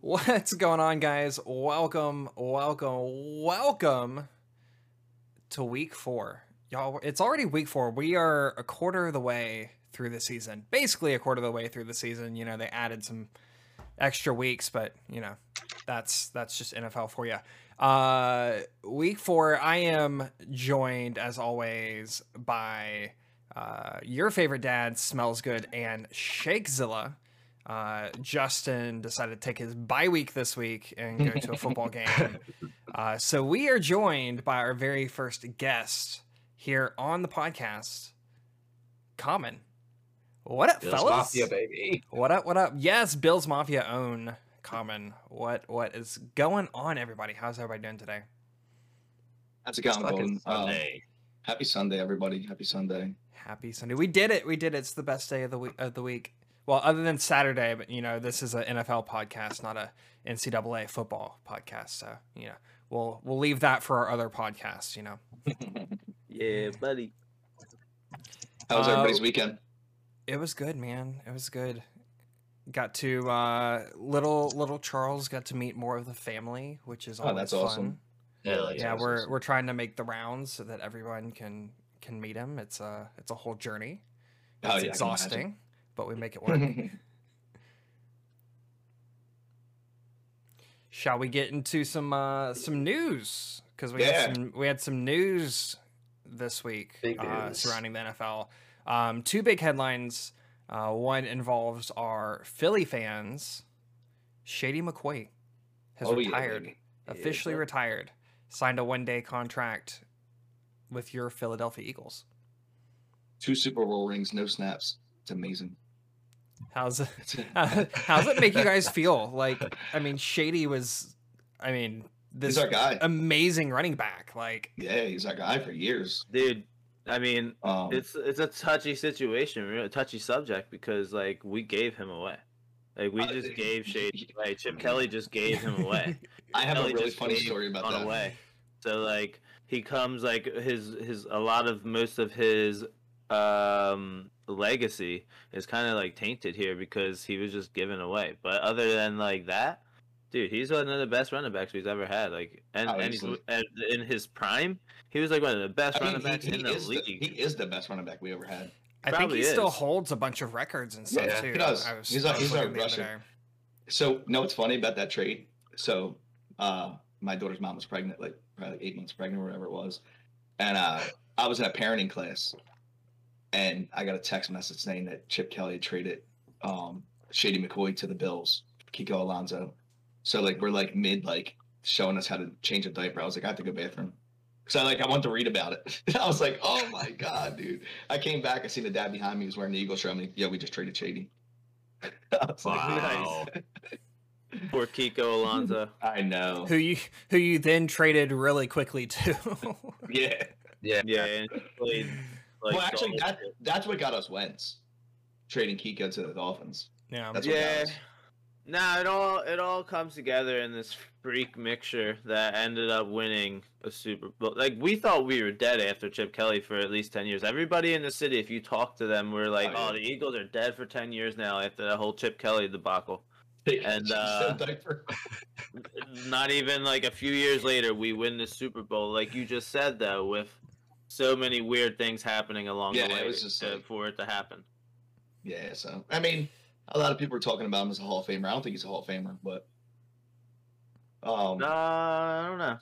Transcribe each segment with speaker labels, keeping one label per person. Speaker 1: What's going on, guys? Welcome, welcome, welcome to week four. Y'all, it's already week four. We are a quarter of the way through the season, basically a quarter of the way through the season. You know, they added some extra weeks, but you know, that's that's just NFL for you. Uh, week four, I am joined as always by uh, your favorite dad, Smells Good, and Shakezilla. Uh, Justin decided to take his bye week this week and go to a football game. Uh, so we are joined by our very first guest here on the podcast, Common. What up,
Speaker 2: Bills
Speaker 1: fellas?
Speaker 2: Mafia, baby.
Speaker 1: What up? What up? Yes, Bills Mafia own Common. What what is going on, everybody? How's everybody doing today?
Speaker 2: That's a
Speaker 3: It's
Speaker 2: good
Speaker 3: fucking
Speaker 2: fucking um,
Speaker 3: Sunday.
Speaker 2: Happy Sunday, everybody. Happy Sunday.
Speaker 1: Happy Sunday. We did it. We did it. It's the best day of the week. Of the week. Well, other than Saturday, but you know, this is an NFL podcast, not a NCAA football podcast. So you know, we'll we'll leave that for our other podcasts. You know,
Speaker 3: Yeah, buddy.
Speaker 2: How was
Speaker 1: Uh,
Speaker 2: everybody's weekend?
Speaker 1: it was good, man. It was good. Got to uh, little little Charles got to meet more of the family, which is
Speaker 2: Oh,
Speaker 1: always
Speaker 2: that's
Speaker 1: fun.
Speaker 2: awesome.
Speaker 3: Yeah, like,
Speaker 1: yeah we're we're trying to make the rounds so that everyone can can meet him it's a it's a whole journey it's
Speaker 2: Oh, yeah, I can imagine.
Speaker 1: exhausting but we make it work shall we get into some uh some news because we
Speaker 2: Yeah.
Speaker 1: had some we had some news this week
Speaker 3: Big
Speaker 1: uh,
Speaker 3: news.
Speaker 1: surrounding the nfl um two big headlines uh one involves our philly fans shady mccoy has
Speaker 2: Oh, yeah,
Speaker 1: retired
Speaker 2: baby.
Speaker 3: Yeah,
Speaker 1: officially
Speaker 3: but-
Speaker 1: retired, signed a one day contract with your Philadelphia Eagles.
Speaker 2: Two Super Bowl rings, no snaps. It's amazing.
Speaker 1: How's it, how's it make you guys feel? Like, I mean, Shady was, I mean,
Speaker 2: He's
Speaker 1: this
Speaker 2: our guy.
Speaker 1: amazing running back. Like,
Speaker 2: yeah, he's our guy for years.
Speaker 3: dude. I mean,
Speaker 2: Um,
Speaker 3: it's it's a touchy situation, really, a touchy subject because like we gave him away, like we
Speaker 2: Uh,
Speaker 3: just gave Shady
Speaker 2: he-
Speaker 3: away. Chip Kelly just gave him away.
Speaker 2: I have a
Speaker 3: Kelly
Speaker 2: really
Speaker 3: just
Speaker 2: funny
Speaker 3: gave
Speaker 2: story about
Speaker 3: on
Speaker 2: that.
Speaker 3: away. So like he comes like his his a lot of most of his um legacy is kind of like tainted here because he was just given away. But other than like that, dude, he's one of the best running backs we've ever had. Like and
Speaker 2: Oh,
Speaker 3: and, he's,
Speaker 2: Obviously.
Speaker 3: and in his prime, he was like one of the best
Speaker 2: I
Speaker 3: running
Speaker 2: mean,
Speaker 3: backs
Speaker 2: he,
Speaker 3: in
Speaker 2: he
Speaker 3: the
Speaker 2: is the,
Speaker 3: league.
Speaker 2: he is the best running back we ever had.
Speaker 1: I think he
Speaker 3: Probably
Speaker 1: still
Speaker 3: is.
Speaker 1: holds a bunch of records and stuff
Speaker 2: Yeah,
Speaker 1: too.
Speaker 2: he does.
Speaker 1: I was,
Speaker 2: He's
Speaker 1: I
Speaker 2: our-
Speaker 1: was
Speaker 2: he's our
Speaker 1: looking the other
Speaker 2: rusher. So, no, what's funny about that trade? So, uh, my daughter's mom was pregnant, like probably like eight months pregnant, or whatever it was, and uh, I was in a parenting class, and I got a text message saying that Chip Kelly had traded um, Shady McCoy to the Bills, Kiko Alonso. So, like, we're like mid, like showing us how to change a diaper. I was like, I have to go bathroom. So like I wanted to read about it. I was like, "Oh my god, dude!" I came back. I seen the dad behind me was wearing the Eagles shirt. I'm like, "Yeah, we just traded Shady." I was like,
Speaker 3: Wow.
Speaker 2: "Nice."
Speaker 3: Poor Kiko Alonso.
Speaker 2: I know.
Speaker 1: Who you who you then traded really quickly to?
Speaker 2: Yeah.
Speaker 3: Yeah, and he played, like,
Speaker 2: well, actually,
Speaker 3: the whole-
Speaker 2: that that's what got us Wentz, trading Kiko to the Dolphins.
Speaker 1: yeah,
Speaker 2: That's what
Speaker 3: yeah.
Speaker 2: got us.
Speaker 3: Nah, it all it all comes together in this freak mixture that ended up winning a Super Bowl. Like we thought we were dead after Chip Kelly for at least ten years. Everybody in the city, if you talk to them, were like,
Speaker 2: Oh, yeah.
Speaker 3: "Oh, the Eagles are dead for ten years now after that whole Chip Kelly debacle." And,
Speaker 2: She said
Speaker 3: uh,
Speaker 2: diaper.
Speaker 3: Not even like a few years later, we win the Super Bowl. Like you just said, though, with so many weird things happening along
Speaker 2: Yeah,
Speaker 3: the way
Speaker 2: it was just
Speaker 3: to-
Speaker 2: like-
Speaker 3: for it to happen.
Speaker 2: yeah. So I mean, a lot of people are talking about him as a Hall of Famer. I don't think he's a Hall of Famer, but um,
Speaker 3: Uh, I don't know.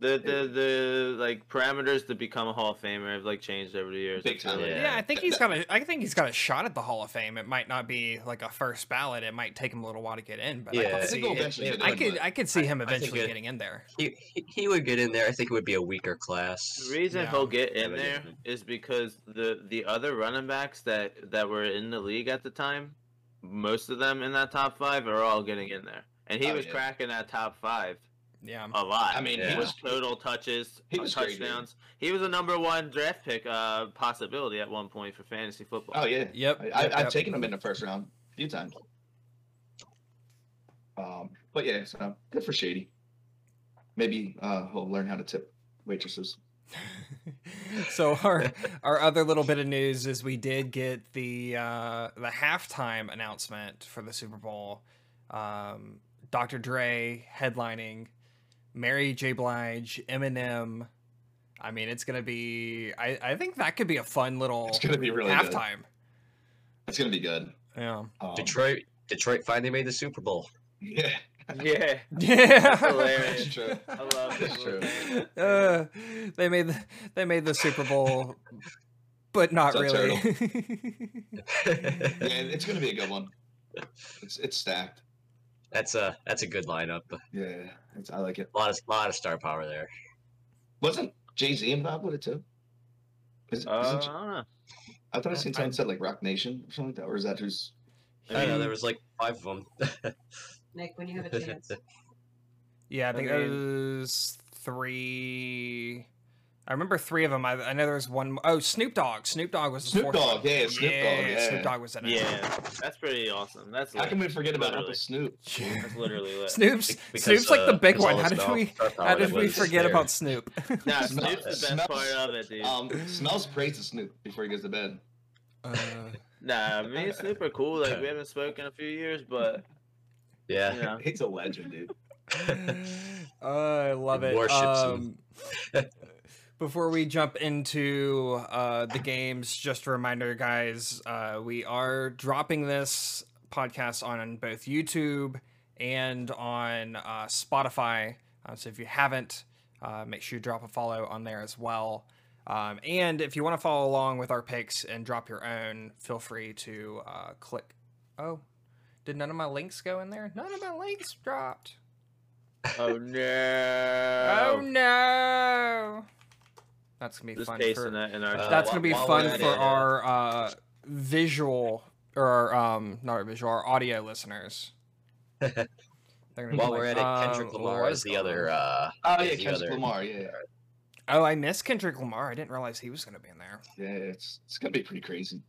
Speaker 3: The the the like parameters to become a Hall of Famer have like changed over the years.
Speaker 2: Big
Speaker 3: I feel
Speaker 2: time.
Speaker 3: like.
Speaker 1: Yeah, I think he's got a. I think he's got a shot at the Hall of Fame. It might not be like a first ballot. It might take him a little while to get in, but I
Speaker 4: Yeah.
Speaker 2: I
Speaker 1: could
Speaker 2: think
Speaker 1: see.
Speaker 2: he'll eventually
Speaker 4: yeah,
Speaker 2: get
Speaker 1: I
Speaker 2: in,
Speaker 1: could.
Speaker 2: but-
Speaker 1: I could see him
Speaker 4: I think
Speaker 1: eventually
Speaker 4: it-
Speaker 1: getting in there.
Speaker 4: He, he, he would get in there. I think it would be a weaker class.
Speaker 3: The reason
Speaker 1: Yeah.
Speaker 3: he'll get in
Speaker 4: Yeah,
Speaker 3: there
Speaker 4: yeah.
Speaker 3: is because the the other running backs that that were in the league at the time, most of them in that top five are all getting in there, and he
Speaker 2: Oh,
Speaker 3: was
Speaker 2: yeah.
Speaker 3: cracking that top five
Speaker 1: Yeah.
Speaker 3: a lot.
Speaker 2: I mean,
Speaker 4: Yeah.
Speaker 2: he was
Speaker 3: total touches,
Speaker 2: He
Speaker 3: uh,
Speaker 2: was great, dude.
Speaker 3: touchdowns. He was a number one draft pick uh, possibility at one point for fantasy football.
Speaker 2: Oh yeah.
Speaker 1: Yep.
Speaker 2: I,
Speaker 1: yep,
Speaker 2: I, I've
Speaker 1: yep.
Speaker 2: taken him in the first round a few times. Um, but yeah, so good for Shady. Maybe uh, he'll learn how to tip waitresses.
Speaker 1: so our our other little bit of news is we did get the uh, the halftime announcement for the Super Bowl. Um, Dr. Dre headlining, Mary J. Blige, Eminem. I mean, it's gonna be. I I think that could be a fun little
Speaker 2: It's gonna be really good.
Speaker 1: halftime.
Speaker 2: It's gonna be good.
Speaker 1: Yeah.
Speaker 2: Um,
Speaker 4: Detroit, Detroit finally made the Super Bowl.
Speaker 2: Yeah,
Speaker 3: Yeah,
Speaker 1: Yeah.
Speaker 3: hilarious.
Speaker 2: that's true.
Speaker 3: I love
Speaker 2: That's true.
Speaker 3: it.
Speaker 1: Uh, they made the, they made the Super Bowl, but not
Speaker 2: So
Speaker 1: really.
Speaker 2: Yeah, it's gonna be a good one. It's it's stacked.
Speaker 4: that's a that's a good lineup. A
Speaker 2: Yeah, it's, I like it.
Speaker 4: lot of lot of star power there.
Speaker 2: Wasn't Jay Z involved with it too? Is,
Speaker 3: Uh, I
Speaker 2: isn't-
Speaker 3: don't know.
Speaker 2: I thought I seen
Speaker 1: I-
Speaker 2: someone said like Rock Nation or something like that, or is that who's?
Speaker 4: I don't know. There was like five of them.
Speaker 5: Nick, when you have a chance.
Speaker 1: yeah, I
Speaker 3: I
Speaker 1: think
Speaker 3: mean-
Speaker 1: those three. I remember three of them. I, I know there was one. Oh, Snoop Dogg. Snoop Dogg was the
Speaker 2: Snoop
Speaker 1: fourth
Speaker 2: Dogg,
Speaker 1: one.
Speaker 2: yeah, Snoop Dogg, yeah.
Speaker 1: Snoop Dogg was in it.
Speaker 3: Yeah, that's pretty awesome. That's
Speaker 2: How
Speaker 3: lit.
Speaker 2: can we forget about
Speaker 3: Literally.
Speaker 2: Uncle Snoop?
Speaker 1: Yeah.
Speaker 3: That's literally lit.
Speaker 1: Snoop's
Speaker 4: Because,
Speaker 1: Snoop's like the
Speaker 4: uh,
Speaker 1: big
Speaker 4: because all
Speaker 1: one.
Speaker 4: the
Speaker 1: How did
Speaker 4: star-
Speaker 1: we
Speaker 4: star power
Speaker 1: how
Speaker 4: that
Speaker 1: did we
Speaker 4: was
Speaker 1: forget
Speaker 4: there.
Speaker 1: about Snoop?
Speaker 3: Nah,
Speaker 2: Smells-
Speaker 3: Snoop's the best
Speaker 2: smells-
Speaker 3: part of it, dude.
Speaker 2: Um, smells praise to Snoop before he goes to bed.
Speaker 1: uh,
Speaker 3: nah, me and Snoop are cool. Like we haven't spoken in a few years, but you
Speaker 4: Yeah.
Speaker 3: know,
Speaker 2: He's a legend, dude.
Speaker 1: Oh, I love it.
Speaker 4: Worships
Speaker 1: Um,
Speaker 4: him.
Speaker 1: before we jump into uh, the games, just a reminder, guys, uh, we are dropping this podcast on both YouTube and on uh, Spotify. Uh, so if you haven't, uh, make sure you drop a follow on there as well. Um, and if you want to follow along with our picks and drop your own, feel free to uh, click. Oh, did none of my links go in there? None of my links dropped.
Speaker 3: oh no.
Speaker 4: Um,
Speaker 1: Oh no! That's gonna be
Speaker 3: Just
Speaker 1: fun
Speaker 3: pasting
Speaker 1: for.
Speaker 3: that in our.
Speaker 4: Uh,
Speaker 1: That's
Speaker 4: wh-
Speaker 1: gonna be
Speaker 4: while
Speaker 1: fun
Speaker 4: we're at
Speaker 1: for
Speaker 4: it, uh,
Speaker 1: our uh, visual or our, um not our visual, our audio listeners. They're gonna be
Speaker 4: While
Speaker 1: like,
Speaker 4: we're at it,
Speaker 1: um,
Speaker 4: Kendrick Lamar
Speaker 1: what
Speaker 4: is the
Speaker 1: going
Speaker 4: other.
Speaker 1: on?
Speaker 4: Uh,
Speaker 2: Oh
Speaker 4: There's
Speaker 2: yeah,
Speaker 4: the
Speaker 2: Kendrick
Speaker 4: other-
Speaker 2: Lamar. Yeah, yeah,
Speaker 1: Oh, I miss Kendrick Lamar. I didn't realize he was gonna be in there.
Speaker 2: yeah. It's it's gonna be pretty crazy.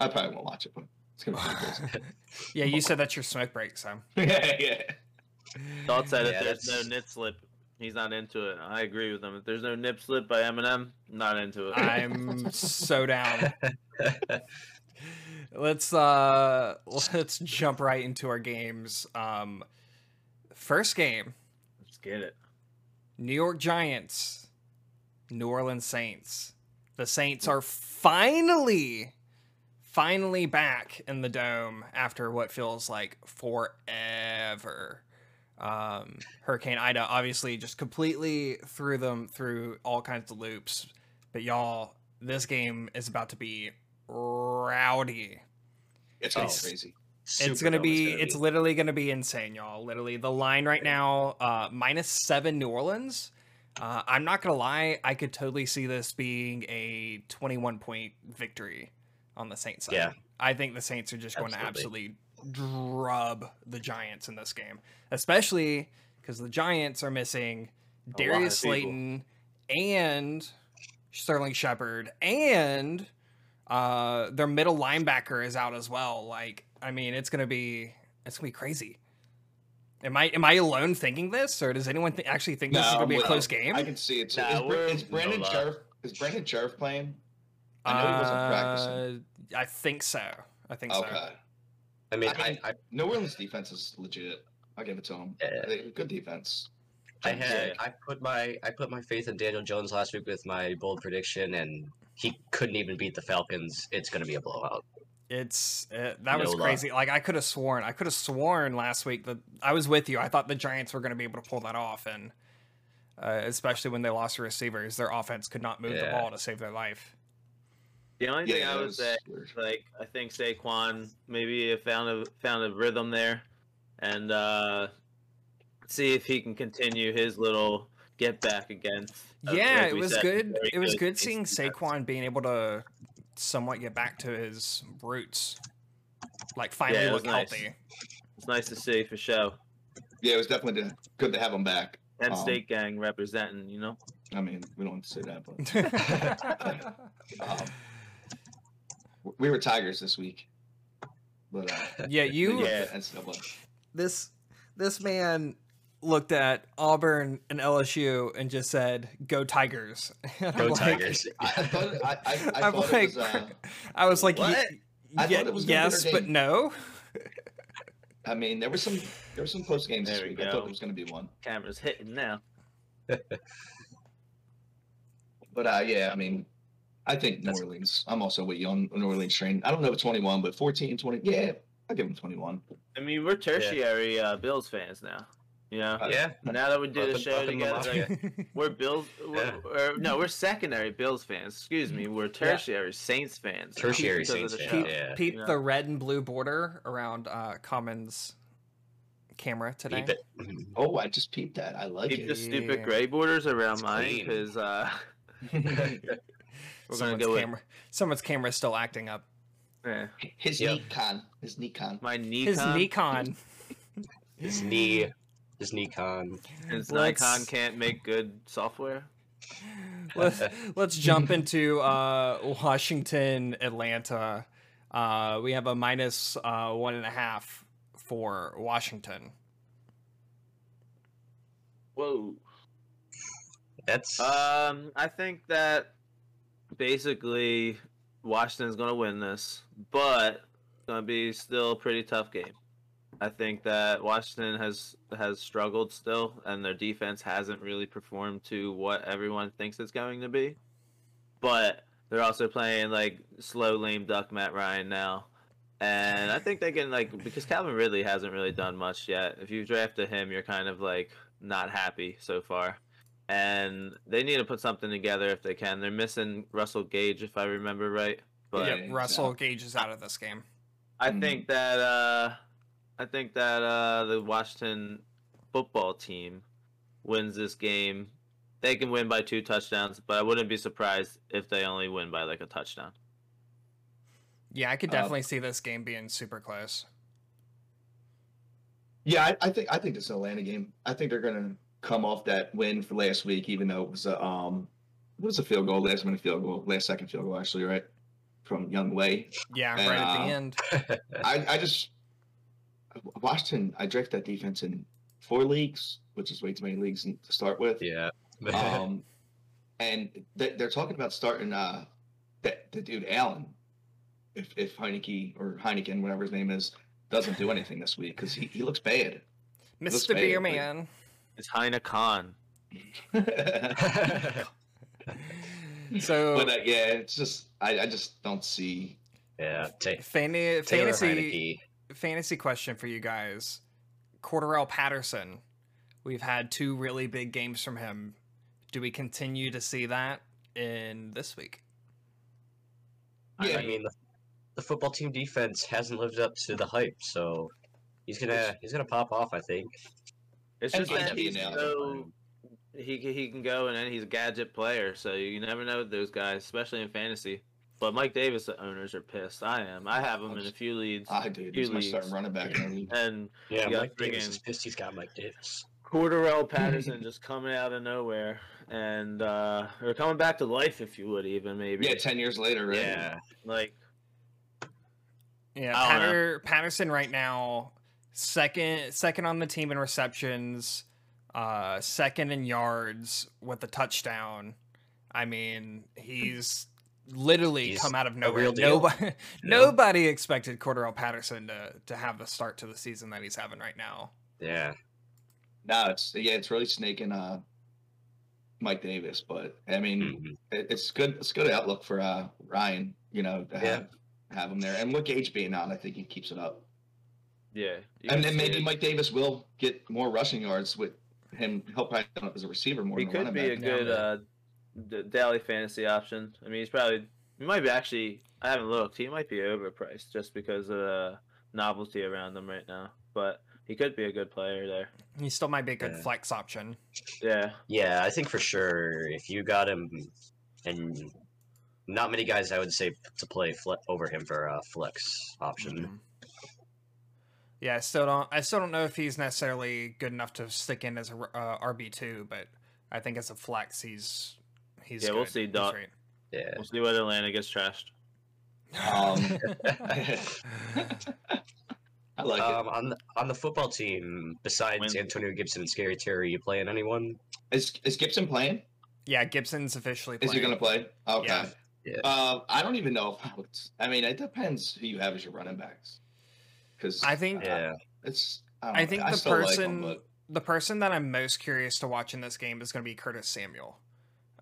Speaker 2: I probably won't watch it, but it's gonna be pretty crazy.
Speaker 1: yeah, you said that's your smoke break, so.
Speaker 2: yeah, yeah.
Speaker 3: Thought said
Speaker 4: Yeah,
Speaker 3: if there's
Speaker 4: that's-
Speaker 3: no nip slip, he's not into it. I agree with him. If there's no nip slip by Eminem, not into it.
Speaker 1: I'm so down. let's uh let's jump right into our games. Um first game,
Speaker 3: Let's get it.
Speaker 1: New York Giants, New Orleans Saints. The Saints are finally finally back in the dome after what feels like forever. Um, Hurricane Ida obviously just completely threw them through all kinds of loops. But y'all, this game is about to be rowdy.
Speaker 2: It's gonna be
Speaker 1: Oh.
Speaker 2: crazy.
Speaker 1: it's gonna
Speaker 4: Superdome
Speaker 1: be
Speaker 4: is gonna
Speaker 1: it's literally gonna be insane, y'all. Literally, the line right now, uh, minus seven New Orleans. Uh, I'm not gonna lie, I could totally see this being a 21 point victory on the Saints side.
Speaker 4: Yeah.
Speaker 1: I think the Saints are just going
Speaker 4: Absolutely.
Speaker 1: to absolutely drub the Giants in this game, especially because the Giants are missing
Speaker 3: of
Speaker 1: Darius
Speaker 3: people.
Speaker 1: Slayton and Sterling Shepard and uh their middle linebacker is out as well. Like, I mean, it's gonna be it's gonna be crazy. Am I am I alone thinking this, or does anyone th- actually think this is gonna
Speaker 2: I'm
Speaker 1: be a
Speaker 2: with
Speaker 1: close
Speaker 2: you.
Speaker 1: game?
Speaker 2: I can see it. too.
Speaker 3: Nah,
Speaker 2: is, Bra-
Speaker 3: we're-
Speaker 2: is Brandon
Speaker 3: no lie.
Speaker 2: Jarf is Brandon Jarf playing? I know he wasn't practicing.
Speaker 1: Uh, I think so. I think so.
Speaker 2: Okay.
Speaker 4: I mean,
Speaker 2: I
Speaker 4: I,
Speaker 2: mean- New Orleans defense is legit. I'll give it to him.
Speaker 4: Yeah.
Speaker 2: Good defense.
Speaker 4: I, I had
Speaker 3: Yeah.
Speaker 4: I put my I put my faith in Daniel Jones last week with my bold prediction, and he couldn't even beat the Falcons. It's gonna be a blowout.
Speaker 1: It's uh, that was
Speaker 4: No lie.
Speaker 1: crazy. Like I could have sworn, I could have sworn last week that I was with you. I thought the Giants were going to be able to pull that off, and uh, especially when they lost their receivers, their offense could not move the
Speaker 4: Yeah.
Speaker 1: ball to save their life.
Speaker 3: The only thing
Speaker 2: Yeah,
Speaker 3: I
Speaker 2: that
Speaker 3: would
Speaker 2: was
Speaker 3: say,
Speaker 2: weird.
Speaker 3: like, I think Saquon maybe found a found a rhythm there, and uh see if he can continue his little get back again. Uh,
Speaker 1: yeah,
Speaker 3: like
Speaker 1: it
Speaker 3: we
Speaker 1: was
Speaker 3: said,
Speaker 1: good.
Speaker 3: very
Speaker 1: It was good
Speaker 3: Saints
Speaker 1: seeing
Speaker 3: defense.
Speaker 1: Saquon being able to somewhat get back to his roots, like finally
Speaker 3: it was
Speaker 1: look
Speaker 3: nice.
Speaker 1: healthy.
Speaker 3: It's nice to see for show.
Speaker 2: Yeah, it was definitely de- good to have him back.
Speaker 3: Penn
Speaker 2: Um,
Speaker 3: State gang representing, you know.
Speaker 2: I mean, we don't have to say that, but um, w- we were Tigers this week. But uh,
Speaker 1: yeah, you.
Speaker 3: Yeah.
Speaker 2: that's the one.
Speaker 1: this this man looked at Auburn and LSU and just said, "Go Tigers!" And
Speaker 4: Go
Speaker 1: I'm like-
Speaker 4: Tigers!
Speaker 2: I, I thought, I, I, I
Speaker 1: I'm
Speaker 2: thought
Speaker 1: like,
Speaker 2: it was. Uh,
Speaker 1: I was like,
Speaker 2: What?
Speaker 1: "Ye-
Speaker 2: I thought
Speaker 1: ye-
Speaker 2: it was gonna be
Speaker 1: "Yes,
Speaker 2: Notre
Speaker 1: but
Speaker 2: Dame."
Speaker 1: no."
Speaker 2: I mean, there was some there was some close games this
Speaker 3: There we
Speaker 2: week. I thought
Speaker 3: go.
Speaker 2: there was going to be one,
Speaker 3: Camera's hitting now.
Speaker 2: but uh, yeah, I mean, I think New
Speaker 4: That's-
Speaker 2: Orleans. I'm also with you on New Orleans train. I don't know if 21, but 14, 20. Yeah, I give them 21.
Speaker 3: I mean, we're tertiary uh, Bills fans now. You know,
Speaker 2: Uh,
Speaker 4: yeah,
Speaker 3: now that we do
Speaker 4: Up
Speaker 3: the
Speaker 4: in-
Speaker 3: show
Speaker 4: up in the
Speaker 3: together,
Speaker 4: mafia.
Speaker 3: like, we're Bills. We're,
Speaker 4: Yeah.
Speaker 3: we're- no, we're secondary Bills fans. Excuse me, we're tertiary Saints fans. now
Speaker 4: Tertiary
Speaker 3: because of
Speaker 4: Saints
Speaker 3: the
Speaker 4: fans,
Speaker 1: peep,
Speaker 3: show.
Speaker 4: yeah.
Speaker 1: peep
Speaker 3: Yeah.
Speaker 1: the red and blue border around uh, Commons camera today.
Speaker 4: keep it.
Speaker 2: Oh, I just peeped that. I like
Speaker 3: Keep the
Speaker 2: it.
Speaker 1: Yeah.
Speaker 3: stupid gray borders around
Speaker 4: It's
Speaker 3: mine
Speaker 4: clean.
Speaker 3: because uh, we're gonna
Speaker 1: Someone's
Speaker 3: go with
Speaker 1: camera. Someone's camera's still acting up.
Speaker 3: eh,
Speaker 2: His
Speaker 4: Yeah.
Speaker 2: Nikon. His Nikon.
Speaker 3: my Nikon.
Speaker 1: His Nikon.
Speaker 4: His knee, his Nikon.
Speaker 3: Since
Speaker 1: Let's-
Speaker 3: Nikon can't make good software.
Speaker 1: let's, let's jump into uh, Washington, Atlanta. Uh, we have a minus uh, one and a half for Washington.
Speaker 3: Whoa.
Speaker 4: That's
Speaker 3: Um, I think that basically Washington's going to win this, but it's going to be still a pretty tough game. I think that Washington has has struggled still, and their defense hasn't really performed to what everyone thinks it's going to be. But they're also playing like slow, lame duck Matt Ryan now, and I think they can like because Calvin Ridley hasn't really done much yet. If you drafted him, you're kind of like not happy so far and they need to put something together if they can. They're missing Russell Gage, if I remember right. But
Speaker 2: Yeah.
Speaker 1: Russell Gage is out of this game.
Speaker 3: I
Speaker 2: Mhm.
Speaker 3: think that uh, I think that uh, the Washington football team wins this game. They can win by two touchdowns, but I wouldn't be surprised if they only win by like a touchdown.
Speaker 1: Yeah, I could
Speaker 2: Uh,
Speaker 1: definitely see this game being super close.
Speaker 2: Yeah, I, I think I think this is an Atlanta game. I think they're gonna come off that win for last week, even though it was a um it was a field goal, last minute field goal, last second field goal actually, right? From Young Way.
Speaker 1: Yeah,
Speaker 2: And,
Speaker 1: right at the
Speaker 2: uh,
Speaker 1: end.
Speaker 2: I, I just Washington, I draft that defense in four leagues, which is way too many leagues to start with.
Speaker 4: yeah.
Speaker 2: Um and they, they're talking about starting uh that the dude Allen. If if Heineke or Heineken, whatever his name is, doesn't do anything this week because he, he looks bad. let's
Speaker 1: Mr. Beer
Speaker 2: make it
Speaker 1: Man.
Speaker 3: It's Heine Khan.
Speaker 1: so
Speaker 2: but uh, yeah, it's just I, I just don't see.
Speaker 4: yeah, take
Speaker 1: fanta-
Speaker 4: Taylor
Speaker 1: fantasy
Speaker 4: Heineke.
Speaker 1: fantasy question for you guys. Corderell Patterson. We've had two really big games from him. Do we continue to see that in this week?
Speaker 2: Yeah,
Speaker 4: I mean, the, the football team defense hasn't lived up to the hype, so he's gonna he's gonna pop off. I think.
Speaker 3: It's
Speaker 2: And
Speaker 3: just
Speaker 2: Heine
Speaker 3: that
Speaker 2: being
Speaker 3: he's
Speaker 2: out.
Speaker 3: so he can- he can go and then he's a gadget player, so you never know with those guys, especially in fantasy. But Mike Davis, the owners are pissed. I am. I have him in a few leads,
Speaker 2: I do. ah, He's my
Speaker 3: leagues.
Speaker 2: starting running back. in our league.
Speaker 3: and
Speaker 4: Yeah,
Speaker 3: Yeah,
Speaker 4: Mike Davis
Speaker 3: friggin-
Speaker 4: is pissed. He's got Mike Davis.
Speaker 3: Corderell Patterson just coming out of nowhere, and uh, or coming back to life, if you would, even maybe.
Speaker 2: Yeah, ten years later, right?
Speaker 3: yeah. Like
Speaker 1: Yeah,
Speaker 3: I don't know.
Speaker 1: Patter- Patterson right now second second on the team in receptions, uh second in yards with a touchdown. I mean, he's literally
Speaker 4: He's
Speaker 1: come out of nowhere.
Speaker 4: real deal.
Speaker 1: nobody nobody expected Cordero Patterson to to have the start to the season that he's having right now.
Speaker 4: Yeah,
Speaker 2: No, it's yeah, it's really snaking uh, Mike Davis. But I mean,
Speaker 4: Mhm.
Speaker 2: it, it's good. It's good outlook for uh, Ryan. You know, to have
Speaker 4: Yeah.
Speaker 2: have him there, and with Gage being out, I think he keeps it up.
Speaker 3: yeah. you can
Speaker 2: And then
Speaker 3: see
Speaker 2: maybe
Speaker 3: it.
Speaker 2: Mike Davis will get more rushing yards with him. He'll probably end up as a receiver more.
Speaker 3: he
Speaker 2: than
Speaker 3: could be a
Speaker 2: running back.
Speaker 1: now,
Speaker 3: good
Speaker 1: yeah.
Speaker 3: uh, d- daily fantasy option. I mean, he's probably he might be actually. I haven't looked. He might be overpriced just because of the novelty around him right now. But he could be a good player there.
Speaker 1: He still might be a good
Speaker 4: Yeah.
Speaker 1: flex option.
Speaker 3: Yeah,
Speaker 4: yeah. I think for sure if you got him, and not many guys I would say to play fle- over him for uh, flex option.
Speaker 1: Mhm. Yeah, I still don't. I still don't know if he's necessarily good enough to stick in as a r- uh, RB two, but I think as a flex, he's he's.
Speaker 3: Yeah, we'll
Speaker 1: good.
Speaker 3: see,
Speaker 1: He's
Speaker 3: Doc.
Speaker 1: great.
Speaker 4: Yeah.
Speaker 3: we'll see whether Atlanta gets trashed.
Speaker 2: Um, I like
Speaker 1: Uh,
Speaker 2: it.
Speaker 4: Um, on the, on the football team, besides
Speaker 3: When-
Speaker 4: Antonio Gibson and Scary Terry, you playing anyone?
Speaker 2: Is is Gibson playing?
Speaker 1: yeah, Gibson's officially.
Speaker 2: Is he
Speaker 1: playing.
Speaker 2: going to play? Okay.
Speaker 1: Yeah.
Speaker 4: Yeah.
Speaker 2: Uh, I don't even know if I would. I mean, it depends who you have as your running backs. Because
Speaker 1: I think
Speaker 4: Yeah,
Speaker 2: uh, It's. I, don't
Speaker 1: I
Speaker 2: know,
Speaker 1: think
Speaker 2: I
Speaker 1: the
Speaker 2: still like
Speaker 1: person-
Speaker 2: him, but
Speaker 1: The person that I'm most curious to watch in this game is going to be Curtis Samuel.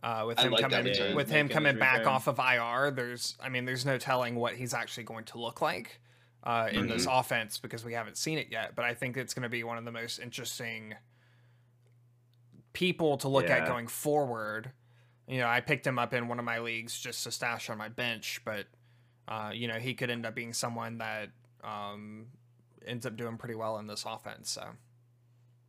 Speaker 1: Uh, with
Speaker 2: I
Speaker 1: him
Speaker 2: like that
Speaker 1: coming
Speaker 2: return.
Speaker 1: with
Speaker 6: Like
Speaker 1: him
Speaker 6: his
Speaker 1: coming back
Speaker 6: return.
Speaker 1: off of IR, there's I mean there's no telling what he's actually going to look like uh, in this
Speaker 2: Mm-hmm.
Speaker 1: offense because we haven't seen it yet. But I think it's going to be one of the most interesting people to look at
Speaker 3: Yeah.
Speaker 1: going forward. You know, I picked him up in one of my leagues just to stash on my bench, but uh, you know he could end up being someone that um, ends up doing pretty well in this offense. So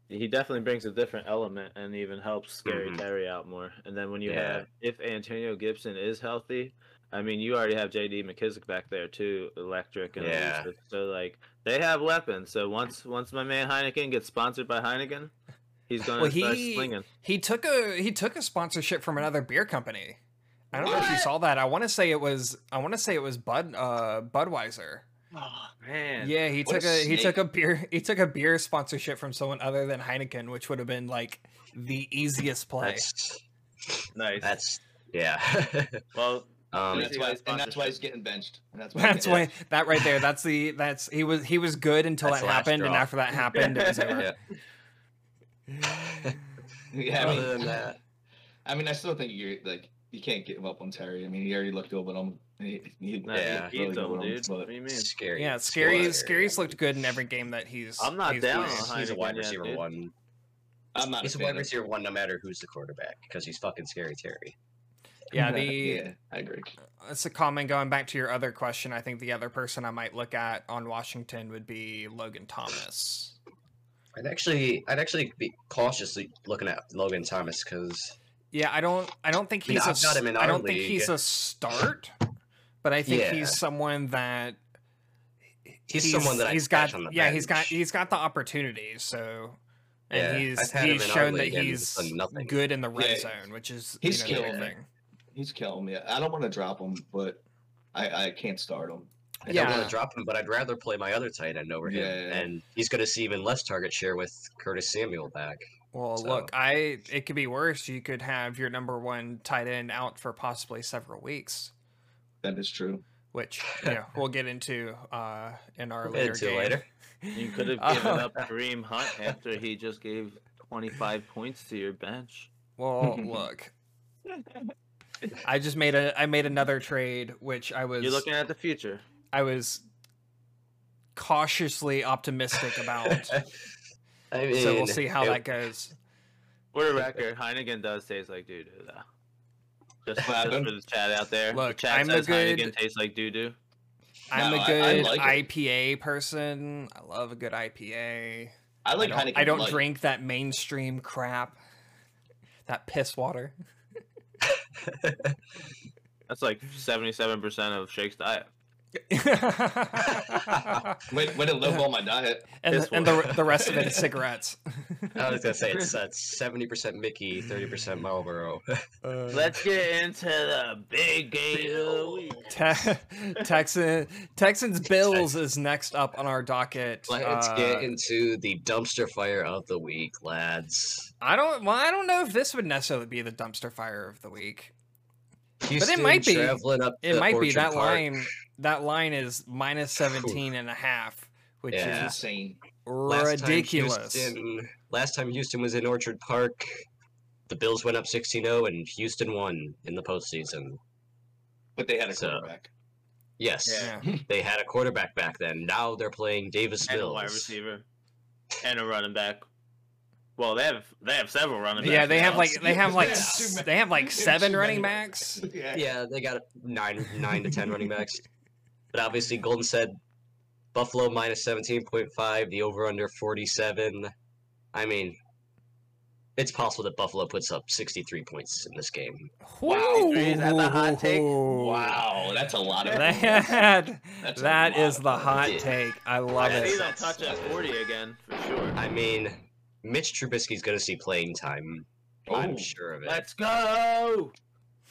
Speaker 3: He definitely brings a different element and even helps Scary
Speaker 4: Mhm.
Speaker 3: Terry out more. And then when you
Speaker 4: Yeah.
Speaker 3: have, if Antonio Gibson is healthy, I mean, you already have J.D. McKissick back there too, electric and
Speaker 4: Yeah.
Speaker 3: elusive. so like they have weapons. So once once my man Heineken gets sponsored by Heineken, he's gonna
Speaker 1: Well,
Speaker 3: start
Speaker 1: he-
Speaker 3: slinging.
Speaker 1: He took a he took a sponsorship from another beer company. I don't know if you
Speaker 2: What?
Speaker 1: saw that. I want to say it was I want to say it was Bud uh Budweiser.
Speaker 3: Oh man,
Speaker 1: Yeah, he
Speaker 2: what
Speaker 1: took
Speaker 2: a
Speaker 1: a, he
Speaker 2: snake.
Speaker 1: took a beer he took a beer sponsorship from someone other than Heineken, which would have been like the easiest play.
Speaker 4: That's
Speaker 3: nice.
Speaker 4: that's yeah.
Speaker 3: well,
Speaker 4: um,
Speaker 3: Easy
Speaker 2: and that's why.
Speaker 3: got
Speaker 2: And that's why he's getting benched. And that's why. he's
Speaker 1: That's
Speaker 2: getting-
Speaker 1: why that right there. That's the that's he was he was good until
Speaker 4: That's
Speaker 1: that
Speaker 4: the last
Speaker 1: happened, and
Speaker 4: straw.
Speaker 1: after that happened, it was over.
Speaker 2: Yeah, I
Speaker 3: Other
Speaker 2: mean,
Speaker 3: than that.
Speaker 2: I mean, I still think you're like you can't give up on Terry. I mean, he already looked over him. He, he,
Speaker 3: nah,
Speaker 4: Yeah,
Speaker 3: he
Speaker 2: really
Speaker 3: beats
Speaker 2: good
Speaker 3: him,
Speaker 2: with him,
Speaker 3: dude. What
Speaker 2: but-
Speaker 3: do you mean?
Speaker 4: scary.
Speaker 1: Yeah, scary.
Speaker 4: Squire.
Speaker 1: Scary's looked good in every game that he's.
Speaker 3: I'm not
Speaker 1: he's
Speaker 3: down
Speaker 1: played.
Speaker 3: on
Speaker 4: He's a
Speaker 3: Heineken
Speaker 4: wide
Speaker 3: yet,
Speaker 4: receiver
Speaker 3: dude.
Speaker 4: one.
Speaker 2: I'm not.
Speaker 4: He's a
Speaker 2: fan
Speaker 4: wide
Speaker 2: of-
Speaker 4: receiver one, no matter who's the quarterback, because he's fucking scary Terry.
Speaker 1: Yeah, the
Speaker 2: Yeah, I agree.
Speaker 1: It's a comment going back to your other question. I think the other person I might look at on Washington would be Logan Thomas.
Speaker 4: I'd actually, I'd actually be cautiously looking at Logan Thomas because
Speaker 1: Yeah, I don't I don't think
Speaker 4: I mean,
Speaker 1: he's a
Speaker 4: I've got him in
Speaker 1: I
Speaker 4: our
Speaker 1: don't think
Speaker 4: league.
Speaker 1: he's a start, but I think
Speaker 4: Yeah.
Speaker 1: he's someone that
Speaker 4: He's someone that I'd
Speaker 1: he's got
Speaker 4: stash on the
Speaker 1: yeah, he's got
Speaker 4: bench.
Speaker 1: he's got the opportunities, so and
Speaker 4: Yeah,
Speaker 1: he's
Speaker 4: I've had him
Speaker 1: he's
Speaker 4: in our
Speaker 1: shown that
Speaker 4: league and he's
Speaker 1: he's
Speaker 4: done nothing.
Speaker 1: good in the red
Speaker 2: Yeah,
Speaker 1: zone, which is
Speaker 2: he's
Speaker 1: you know, the big
Speaker 2: skilled.
Speaker 1: thing.
Speaker 2: He's killing me. I don't want to drop him, but I, I can't start him.
Speaker 4: I don't want
Speaker 1: Yeah.
Speaker 4: to drop him, but I'd rather play my other tight end over him,
Speaker 2: Yeah.
Speaker 4: and he's going to see even less target share with Curtis Samuel back.
Speaker 1: Well,
Speaker 4: So-
Speaker 1: look, I it could be worse. You could have your number one tight end out for possibly several weeks.
Speaker 2: That is true.
Speaker 1: which you know, we'll get into uh, in our
Speaker 4: We'll get
Speaker 1: later
Speaker 4: into
Speaker 1: game.
Speaker 4: later.
Speaker 3: You could have given
Speaker 1: Um,
Speaker 3: up Kareem Hunt after he just gave 25 points to your bench.
Speaker 1: Well, look, I just made a I made another trade, which I was
Speaker 3: You're looking at the future.
Speaker 1: I was cautiously optimistic about.
Speaker 4: I mean,
Speaker 1: so we'll see how
Speaker 4: it-
Speaker 1: that goes.
Speaker 3: For the record, uh, Heineken does taste like doo doo, though. Just,
Speaker 2: What
Speaker 3: just for
Speaker 2: happened?
Speaker 3: the chat out there.
Speaker 1: Look,
Speaker 3: the chat
Speaker 1: I'm a
Speaker 3: says
Speaker 1: good-
Speaker 3: Heineken tastes like doo doo.
Speaker 1: I'm
Speaker 2: No,
Speaker 1: a
Speaker 2: I-
Speaker 1: good
Speaker 2: I like it.
Speaker 1: IPA person. I love a good IPA.
Speaker 2: I
Speaker 1: I
Speaker 2: like
Speaker 1: don't,
Speaker 2: Heineken.
Speaker 1: I don't
Speaker 2: Light.
Speaker 1: drink that mainstream crap. That piss water.
Speaker 3: That's like 77% of Shake's diet.
Speaker 1: and
Speaker 2: Wait, way to lowball my diet.
Speaker 1: the,
Speaker 3: Piss
Speaker 1: and the, the rest of it is cigarettes.
Speaker 4: I was going to say it's that's seventy percent Mickey, thirty percent Marlboro.
Speaker 3: Let's get into the big game of the week.
Speaker 1: Te- Texan Texans Bills is next up on our docket.
Speaker 4: Let's
Speaker 1: Uh,
Speaker 4: get into the dumpster fire of the week, lads.
Speaker 1: I don't. Well, I don't know if this would necessarily be the dumpster fire of the week.
Speaker 4: Houston
Speaker 1: might be-
Speaker 4: traveling up
Speaker 1: It
Speaker 4: to
Speaker 1: might be
Speaker 4: Orchard
Speaker 1: that
Speaker 4: Park.
Speaker 1: line. That line is minus 17 and a half, which
Speaker 4: Yeah.
Speaker 1: is
Speaker 2: Insane.
Speaker 4: Last time
Speaker 1: ridiculous.
Speaker 4: Houston- last time Houston was in Orchard Park, the Bills went up 16-0 and Houston won in the postseason.
Speaker 2: But they had a
Speaker 4: So-
Speaker 2: quarterback.
Speaker 4: Yes,
Speaker 1: Yeah.
Speaker 4: they had a quarterback back then. Now they're playing Davis
Speaker 3: And a wide
Speaker 4: Mills.
Speaker 3: receiver. And a running back. Well, they have they have several running backs.
Speaker 1: Yeah, they have
Speaker 3: now.
Speaker 1: like they have like
Speaker 2: Yeah.
Speaker 1: s- they have like seven
Speaker 2: Too
Speaker 1: running
Speaker 2: many.
Speaker 1: backs.
Speaker 2: Yeah.
Speaker 4: Yeah, they got nine, nine to ten running backs. But obviously, Golden said Buffalo minus seventeen point five. The over under forty seven. I mean, it's possible that Buffalo puts up sixty three points in this game.
Speaker 2: Wow.
Speaker 3: Is that the hot take?
Speaker 1: Ooh.
Speaker 2: Wow, that's a lot of.
Speaker 1: That,
Speaker 2: That's a
Speaker 1: that
Speaker 2: lot
Speaker 1: is
Speaker 2: of
Speaker 1: the
Speaker 2: points.
Speaker 1: hot
Speaker 4: Yeah.
Speaker 1: take. I love
Speaker 3: I
Speaker 1: it.
Speaker 3: see them touch at 40 again, for sure.
Speaker 4: I mean, Mitch Trubisky's going to see playing time.
Speaker 2: Oh.
Speaker 4: I'm sure of it.
Speaker 3: Let's go!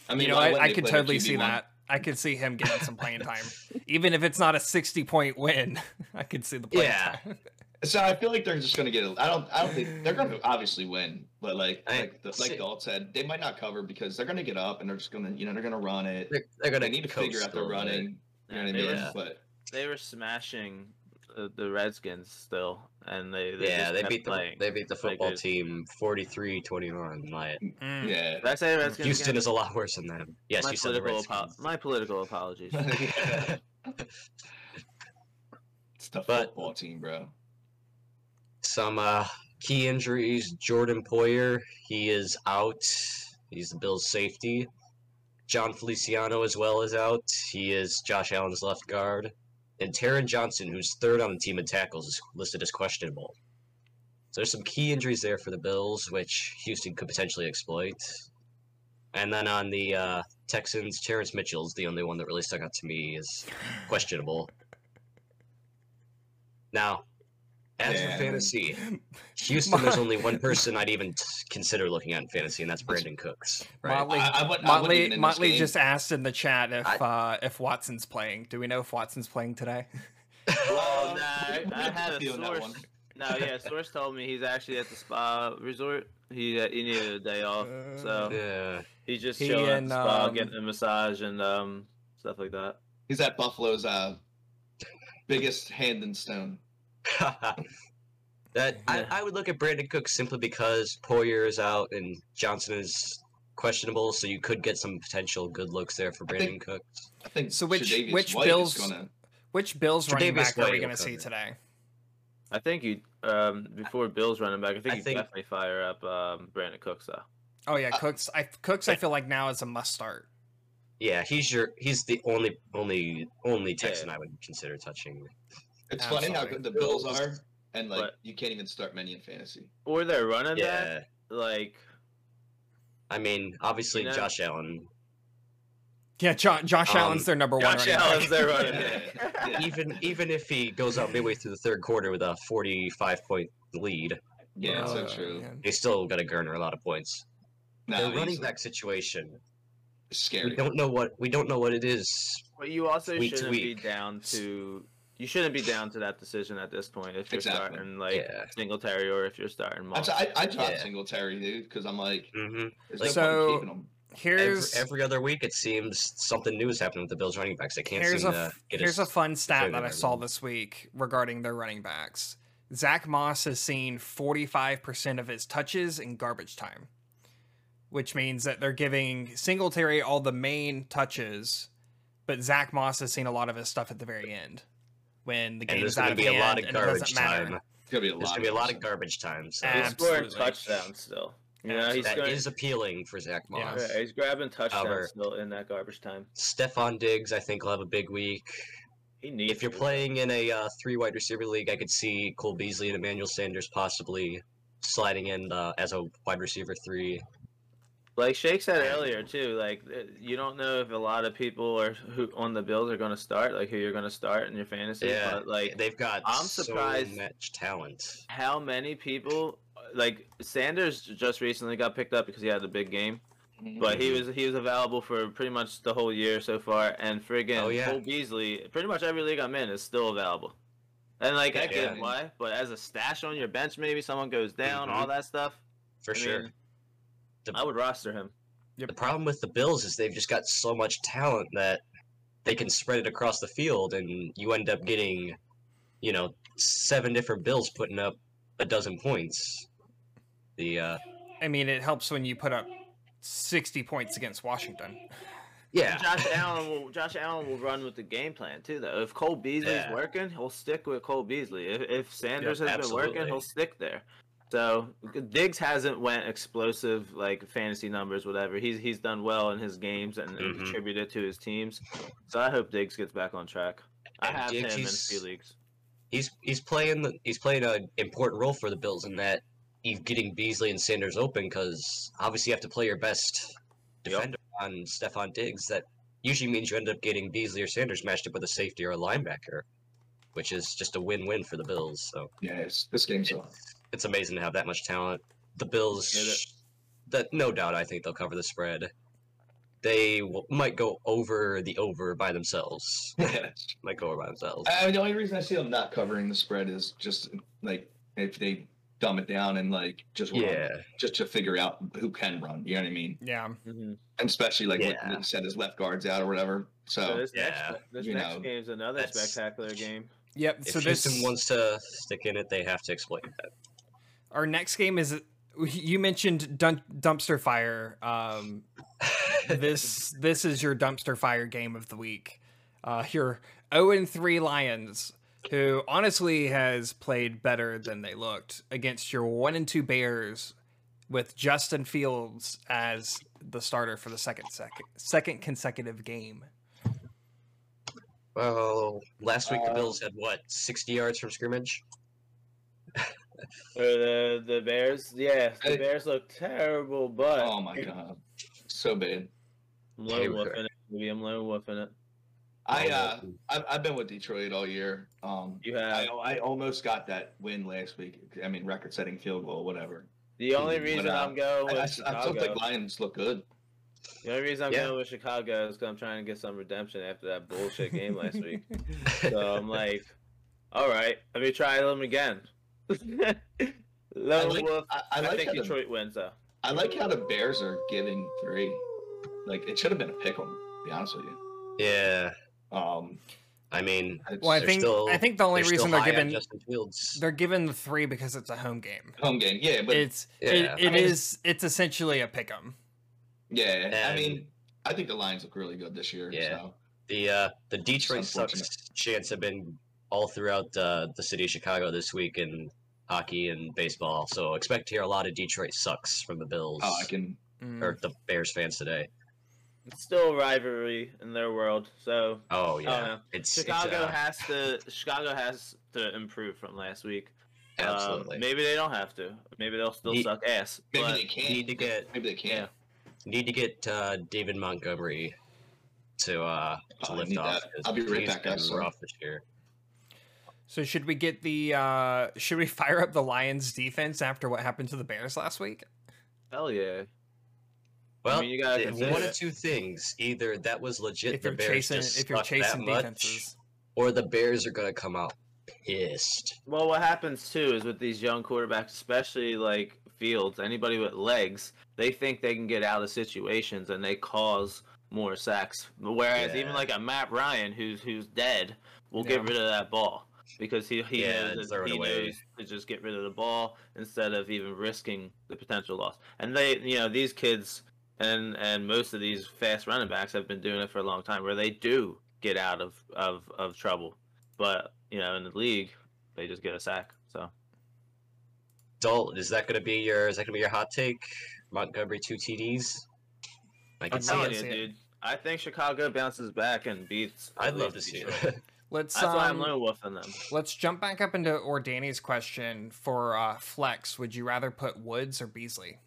Speaker 2: I mean,
Speaker 1: you know,
Speaker 2: why wouldn't
Speaker 1: I, I
Speaker 2: they
Speaker 1: could
Speaker 2: play their
Speaker 1: totally see
Speaker 2: QB1?
Speaker 1: that. I could see him getting some playing time, even if it's not a sixty-point win. I could see the playing
Speaker 4: Yeah.
Speaker 1: time.
Speaker 2: So I feel like they're just gonna get. A, I don't. I don't think they're gonna obviously win, but like
Speaker 4: I-
Speaker 2: like the, like
Speaker 4: see-
Speaker 2: Dalt said, they might not cover because they're gonna get up and they're just gonna you know they're gonna run it.
Speaker 4: They're, they're going
Speaker 2: They need to figure
Speaker 4: coast
Speaker 2: out the
Speaker 4: a little bit.
Speaker 2: running. You know what I
Speaker 3: They
Speaker 2: mean?
Speaker 3: were-
Speaker 4: Yeah.
Speaker 2: But
Speaker 3: they were smashing uh, the Redskins still, and they, they
Speaker 4: yeah,
Speaker 3: just
Speaker 4: they
Speaker 3: kept
Speaker 4: beat the
Speaker 3: playing.
Speaker 4: they beat the football
Speaker 3: there's-
Speaker 4: team 43-21. Like
Speaker 1: Mm.
Speaker 2: Yeah.
Speaker 3: Did I say Redskins?
Speaker 4: Houston
Speaker 3: again?
Speaker 4: is a lot worse than them. Yes,
Speaker 3: my
Speaker 4: you said the
Speaker 3: political apo-
Speaker 4: Redskins.
Speaker 3: my political apologies. Um,
Speaker 2: it's the
Speaker 4: But-
Speaker 2: football team, bro.
Speaker 4: Some uh, key injuries. Jordan Poyer, he is out. He's the Bills' safety. John Feliciano as well is out. He is Josh Allen's left guard. And Taron Johnson, who's third on the team in tackles, is listed as questionable. So there's some key injuries there for the Bills, which Houston could potentially exploit. And then on the uh, Texans, Terrence Mitchell's the only one that really stuck out to me is questionable. Now, as
Speaker 2: Yeah, I
Speaker 4: for
Speaker 2: mean-
Speaker 4: fantasy, Houston, there's
Speaker 1: Mo-
Speaker 4: only one person I'd even t- consider looking at in fantasy, and that's Brandon Cooks. Right?
Speaker 1: Motley,
Speaker 2: I, I wouldn't- I
Speaker 1: Motley,
Speaker 2: wouldn't even in this
Speaker 1: Motley
Speaker 2: game-
Speaker 1: just asked in the chat if
Speaker 4: I-
Speaker 1: uh, if Watson's playing. Do we know if Watson's playing today?
Speaker 3: Oh,
Speaker 2: Um,
Speaker 3: no, I-
Speaker 2: we're
Speaker 3: I
Speaker 2: gonna
Speaker 3: had
Speaker 2: put
Speaker 3: a
Speaker 2: you on that
Speaker 3: source.
Speaker 2: one.
Speaker 3: no, yeah, source told me he's actually at the spa resort. He uh, he needed a day off, so
Speaker 4: Uh, Yeah.
Speaker 3: he's just
Speaker 1: He
Speaker 3: chilling
Speaker 1: and,
Speaker 3: at the spa,
Speaker 1: um,
Speaker 3: getting a massage and um stuff like that.
Speaker 2: He's at Buffalo's uh, biggest hand in stone.
Speaker 4: that I,
Speaker 3: Yeah.
Speaker 4: I would look at Brandon Cooks simply because Poyer is out and Johnson is questionable, so you could get some potential good looks there for
Speaker 2: I think-
Speaker 4: Brandon Cooks.
Speaker 2: I think
Speaker 1: So which-
Speaker 2: Tre'Davious
Speaker 1: which
Speaker 2: White is
Speaker 1: Bills-
Speaker 2: gonna-
Speaker 1: Which Bills running
Speaker 4: Tre'Davious
Speaker 1: back are we
Speaker 4: White
Speaker 1: going to
Speaker 4: will
Speaker 1: see
Speaker 4: cover.
Speaker 1: today?
Speaker 3: I think you um before Bills running back. I think
Speaker 4: I
Speaker 3: you
Speaker 4: think-
Speaker 3: definitely fire up um Brandon Cooks though.
Speaker 1: Oh yeah,
Speaker 2: Uh,
Speaker 1: Cooks. I Cooks. I feel like now is a must start.
Speaker 4: Yeah, he's your he's the only only only Texan I would consider touching.
Speaker 2: It's
Speaker 1: Ah,
Speaker 2: funny how
Speaker 1: Absolutely.
Speaker 2: good the Bills are, and like
Speaker 3: But-
Speaker 2: you can't even start many in fantasy.
Speaker 3: Or their running back,
Speaker 4: Yeah.
Speaker 3: like
Speaker 4: I mean, obviously
Speaker 3: You know-
Speaker 4: Josh Allen.
Speaker 1: Yeah, jo- Josh
Speaker 4: Um,
Speaker 1: Allen's their number one.
Speaker 3: Josh
Speaker 1: running back.
Speaker 3: Allen's their running
Speaker 2: Yeah,
Speaker 3: back.
Speaker 2: yeah.
Speaker 4: Even even if he goes out midway through the third quarter with a forty five point lead,
Speaker 2: Yeah,
Speaker 1: Oh,
Speaker 2: so true.
Speaker 1: man.
Speaker 4: he's still gonna garner a lot of points.
Speaker 2: Nah,
Speaker 4: the running
Speaker 2: he's
Speaker 4: back situation
Speaker 2: scary.
Speaker 4: we don't know what we don't know what it is.
Speaker 3: But you also
Speaker 4: Week to
Speaker 3: shouldn't be
Speaker 4: week.
Speaker 3: down to you shouldn't be down to that decision at this point if you're
Speaker 2: Exactly.
Speaker 3: starting like
Speaker 4: Yeah.
Speaker 3: Singletary or if you're starting
Speaker 2: I,
Speaker 3: Moss.
Speaker 2: t- I, I dropped
Speaker 4: Yeah.
Speaker 2: Singletary, dude, because I'm like,
Speaker 4: Mm-hmm.
Speaker 2: there's no
Speaker 1: So-
Speaker 2: point in keeping him.
Speaker 4: Every,
Speaker 1: Here's
Speaker 4: every other week, it seems something new is happening with the Bills running backs. They can't
Speaker 1: here's
Speaker 4: seem
Speaker 1: a
Speaker 4: to
Speaker 1: f-
Speaker 4: get
Speaker 1: here's
Speaker 4: a,
Speaker 1: a fun stat
Speaker 4: figure
Speaker 1: that I
Speaker 4: out
Speaker 1: saw
Speaker 4: everything.
Speaker 1: this week regarding their running backs. Zach Moss has seen 45% of his touches in garbage time, which means that they're giving Singletary all the main touches, but Zach Moss has seen a lot of his stuff at the very end when the
Speaker 4: and
Speaker 1: game's
Speaker 4: there's
Speaker 1: out
Speaker 4: going to
Speaker 1: of
Speaker 4: be a
Speaker 1: hand
Speaker 4: lot of
Speaker 1: and it doesn't
Speaker 4: garbage
Speaker 1: matter.
Speaker 4: time.
Speaker 2: It's gonna be a
Speaker 4: There's
Speaker 2: lot.
Speaker 4: going to be a lot of garbage time.
Speaker 1: Ah,
Speaker 4: So
Speaker 3: He's scoring
Speaker 1: Absolutely.
Speaker 3: touchdowns still. You know, he's
Speaker 4: that
Speaker 3: going,
Speaker 4: is appealing for Zach
Speaker 1: Yeah.
Speaker 4: Moss.
Speaker 3: yeah, he's grabbing touchdowns
Speaker 4: However-
Speaker 3: still in that garbage time.
Speaker 4: Stefan Diggs, I think, will have a big week.
Speaker 3: He needs.
Speaker 4: If you're
Speaker 3: to.
Speaker 4: playing in a uh, three wide receiver league, I could see Cole Beasley and Emmanuel Sanders possibly sliding in uh, as a wide receiver three.
Speaker 3: like Shake said earlier too, like th- you don't know if a lot of people are who on the Bills are going to start, like who you're going to start in your fantasy.
Speaker 4: Yeah,
Speaker 3: but like
Speaker 4: They've got
Speaker 3: I'm
Speaker 4: so
Speaker 3: surprised-
Speaker 4: much talent.
Speaker 3: how many people like Sanders just recently got picked up because he had a big game,
Speaker 2: Mhm.
Speaker 3: but he
Speaker 4: Mm-hmm.
Speaker 3: was he was available for pretty much the whole year so far, and friggin'
Speaker 4: Oh, yeah.
Speaker 3: Cole Beasley, pretty much every league I'm in is still available. And like I
Speaker 2: Yeah,
Speaker 3: get
Speaker 2: yeah.
Speaker 3: why, but as a stash on your bench, maybe someone goes down,
Speaker 4: Mhm.
Speaker 3: all that stuff.
Speaker 4: For
Speaker 3: I
Speaker 4: sure.
Speaker 3: mean,
Speaker 4: The-
Speaker 3: I would roster him.
Speaker 4: The problem with the Bills is they've just got so much talent that they can spread it across the field, and you end up getting, you know, seven different Bills putting up a dozen points. The uh,
Speaker 1: I mean, it helps when you put up 60 points against Washington.
Speaker 4: yeah,
Speaker 3: Josh Allen will Josh Allen will run with the game plan too though. If Cole Beasley's
Speaker 4: Yeah.
Speaker 3: working, he'll stick with Cole Beasley. If, if Sanders has been working,
Speaker 4: absolutely.
Speaker 3: he'll stick there. So Diggs hasn't went explosive like fantasy numbers, whatever. He's he's done well in his games and, and
Speaker 4: Mhm.
Speaker 3: contributed to his teams. So I hope Diggs gets back on track. I
Speaker 4: And
Speaker 3: have
Speaker 4: Diggs,
Speaker 3: him in a
Speaker 4: he's-
Speaker 3: few leagues.
Speaker 4: he's he's playing the, he's playing an important role for the Bills in that he's getting Beasley and Sanders open because obviously you have to play your best
Speaker 3: Yep.
Speaker 4: defender on Stephon Diggs. That usually means you end up getting Beasley or Sanders matched up with a safety or a linebacker, which is just a win-win for the Bills. So.
Speaker 2: Yeah, it's, this game's a
Speaker 4: it's amazing to have that much talent. The
Speaker 3: Yeah, that-
Speaker 4: Bills, that no doubt, I think they'll cover the spread. They w- might go over the over by themselves. might go over by themselves.
Speaker 2: I, I- the only reason I see them not covering the spread is just like if they dumb it down and like just run,
Speaker 4: yeah,
Speaker 2: just to figure out who can run. You know what I mean?
Speaker 1: Yeah.
Speaker 3: mm-hmm.
Speaker 2: And especially like what
Speaker 4: Yeah.
Speaker 2: Luke said, his left guard's out or whatever. So,
Speaker 3: So this
Speaker 4: yeah,
Speaker 3: next this
Speaker 2: you
Speaker 3: next
Speaker 2: know,
Speaker 3: game's another
Speaker 4: that's-
Speaker 3: spectacular game.
Speaker 1: Yep.
Speaker 4: If
Speaker 1: so
Speaker 4: Houston
Speaker 1: this
Speaker 4: wants to stick in it, they have to exploit that.
Speaker 1: our next game is you mentioned dun- dumpster fire. Um, this this is your dumpster fire game of the week. Uh, your 0 and 3 Lions, who honestly has played better than they looked against your 1 and 2 Bears, with Justin Fields as the starter for the second second second consecutive game.
Speaker 4: well, last week the
Speaker 3: Uh,
Speaker 4: Bills had what sixty yards from scrimmage.
Speaker 3: Uh, the the Bears, yeah,
Speaker 2: Hey.
Speaker 3: the Bears look terrible, but
Speaker 2: Oh my god, so bad.
Speaker 3: I'm
Speaker 4: Hey,
Speaker 3: lone
Speaker 4: we're-
Speaker 3: wolfing it. Maybe I'm lone wolfing it.
Speaker 4: Oh,
Speaker 2: I uh, I've, I've been with Detroit all year. Um,
Speaker 3: You have
Speaker 2: I, I almost got that win last week. I mean, record-setting field goal, whatever.
Speaker 3: the only
Speaker 2: But,
Speaker 3: reason
Speaker 2: uh,
Speaker 3: I'm going with
Speaker 2: I, I, I still
Speaker 3: Oh, Chicago.
Speaker 2: think Lions look good.
Speaker 3: the only reason I'm
Speaker 4: Yeah.
Speaker 3: going with Chicago is because I'm trying to get some redemption after that bullshit game last week. So I'm like, all right, let me try them again. lone
Speaker 2: I like,
Speaker 3: wolf.
Speaker 2: I, I
Speaker 3: Oh, I,
Speaker 2: like
Speaker 3: think
Speaker 2: how the-
Speaker 3: Detroit wins though.
Speaker 2: I like how the Bears are giving three. Like it should have been a pick 'em. To be honest with you.
Speaker 4: Yeah,
Speaker 2: Um,
Speaker 4: I mean,
Speaker 2: it's
Speaker 1: well, I
Speaker 2: their
Speaker 1: think
Speaker 4: still-
Speaker 1: I think the only
Speaker 4: they're
Speaker 1: reason
Speaker 4: still
Speaker 1: they're
Speaker 4: high on
Speaker 1: given
Speaker 4: Justin Fields.
Speaker 1: they're given the 3 because it's a home game.
Speaker 2: home game. Yeah, but
Speaker 1: it's
Speaker 4: Yeah.
Speaker 1: it, it
Speaker 2: I mean-
Speaker 1: is it's essentially a pick 'em.
Speaker 2: yeah, I
Speaker 4: And-
Speaker 2: mean, I think the Lions look really good this year.
Speaker 4: Yeah.
Speaker 2: So.
Speaker 4: The uh, the Detroit
Speaker 2: It's
Speaker 4: sucks chants have been all throughout uh, the city of Chicago this week in hockey and baseball. So expect to hear a lot of Detroit sucks from the Bills
Speaker 2: Oh, I can.
Speaker 1: Mm.
Speaker 4: or the Bears fans today.
Speaker 3: It's still a rivalry in their world, so
Speaker 4: Oh
Speaker 3: I don't
Speaker 4: yeah,
Speaker 3: know.
Speaker 4: it's
Speaker 3: Chicago
Speaker 4: It's, uh,
Speaker 3: has to Chicago has to improve from last week. Um,
Speaker 4: absolutely.
Speaker 3: maybe they don't have to. Maybe they'll still
Speaker 4: Ye-
Speaker 3: suck ass.
Speaker 2: Maybe
Speaker 3: but
Speaker 2: they can't.
Speaker 4: need to get-
Speaker 2: Maybe they can't.
Speaker 4: Need to get uh, David Montgomery to uh, to
Speaker 2: Oh, I
Speaker 4: lift
Speaker 2: need
Speaker 4: off.
Speaker 2: that.
Speaker 4: 'cause
Speaker 2: I'll be right
Speaker 4: he's
Speaker 2: back, guys,
Speaker 4: been
Speaker 2: sorry.
Speaker 4: rough this year.
Speaker 1: So should we get the uh should we fire up the Lions defense after what happened to the Bears last week?
Speaker 3: Hell yeah.
Speaker 4: Well,
Speaker 3: mean, you gotta
Speaker 4: th-
Speaker 3: consider
Speaker 4: one of
Speaker 3: it.
Speaker 4: two things: either that was legit,
Speaker 1: if
Speaker 4: the
Speaker 1: you're
Speaker 4: Bears
Speaker 1: chasing
Speaker 4: just
Speaker 1: if you're
Speaker 4: suck that
Speaker 1: chasing
Speaker 4: much,
Speaker 1: defenses.
Speaker 4: or the Bears are gonna come out pissed.
Speaker 3: Well, what happens too is with these young quarterbacks, especially like Fields, anybody with legs, they think they can get out of situations and they cause more sacks. Whereas
Speaker 4: Yeah.
Speaker 3: even like a Matt Ryan, who's who's dead, will
Speaker 1: Yeah.
Speaker 3: get rid of that ball because he he
Speaker 4: Yeah,
Speaker 3: knows,
Speaker 4: throw
Speaker 3: that
Speaker 4: it
Speaker 3: he
Speaker 4: away.
Speaker 3: knows to just get rid of the ball instead of even risking the potential loss. And they, you know, these kids and and most of these fast running backs have been doing it for a long time, where they do get out of of of trouble. But you know, in the league, they just get a sack. So
Speaker 4: Dalton, is that gonna be your is that gonna be your hot take? Montgomery two TDs. I
Speaker 1: I'm
Speaker 4: can see
Speaker 1: telling
Speaker 4: it.
Speaker 1: it, see it.
Speaker 3: I think Chicago bounces back and beats.
Speaker 4: I'd
Speaker 3: at
Speaker 4: love to
Speaker 3: least
Speaker 4: see
Speaker 3: Detroit.
Speaker 4: it.
Speaker 1: Let's
Speaker 3: That's why I'm
Speaker 1: um,
Speaker 3: lone wolfing them.
Speaker 1: let's jump back up into Ordani's question for uh flex. Would you rather put Woods or Beasley?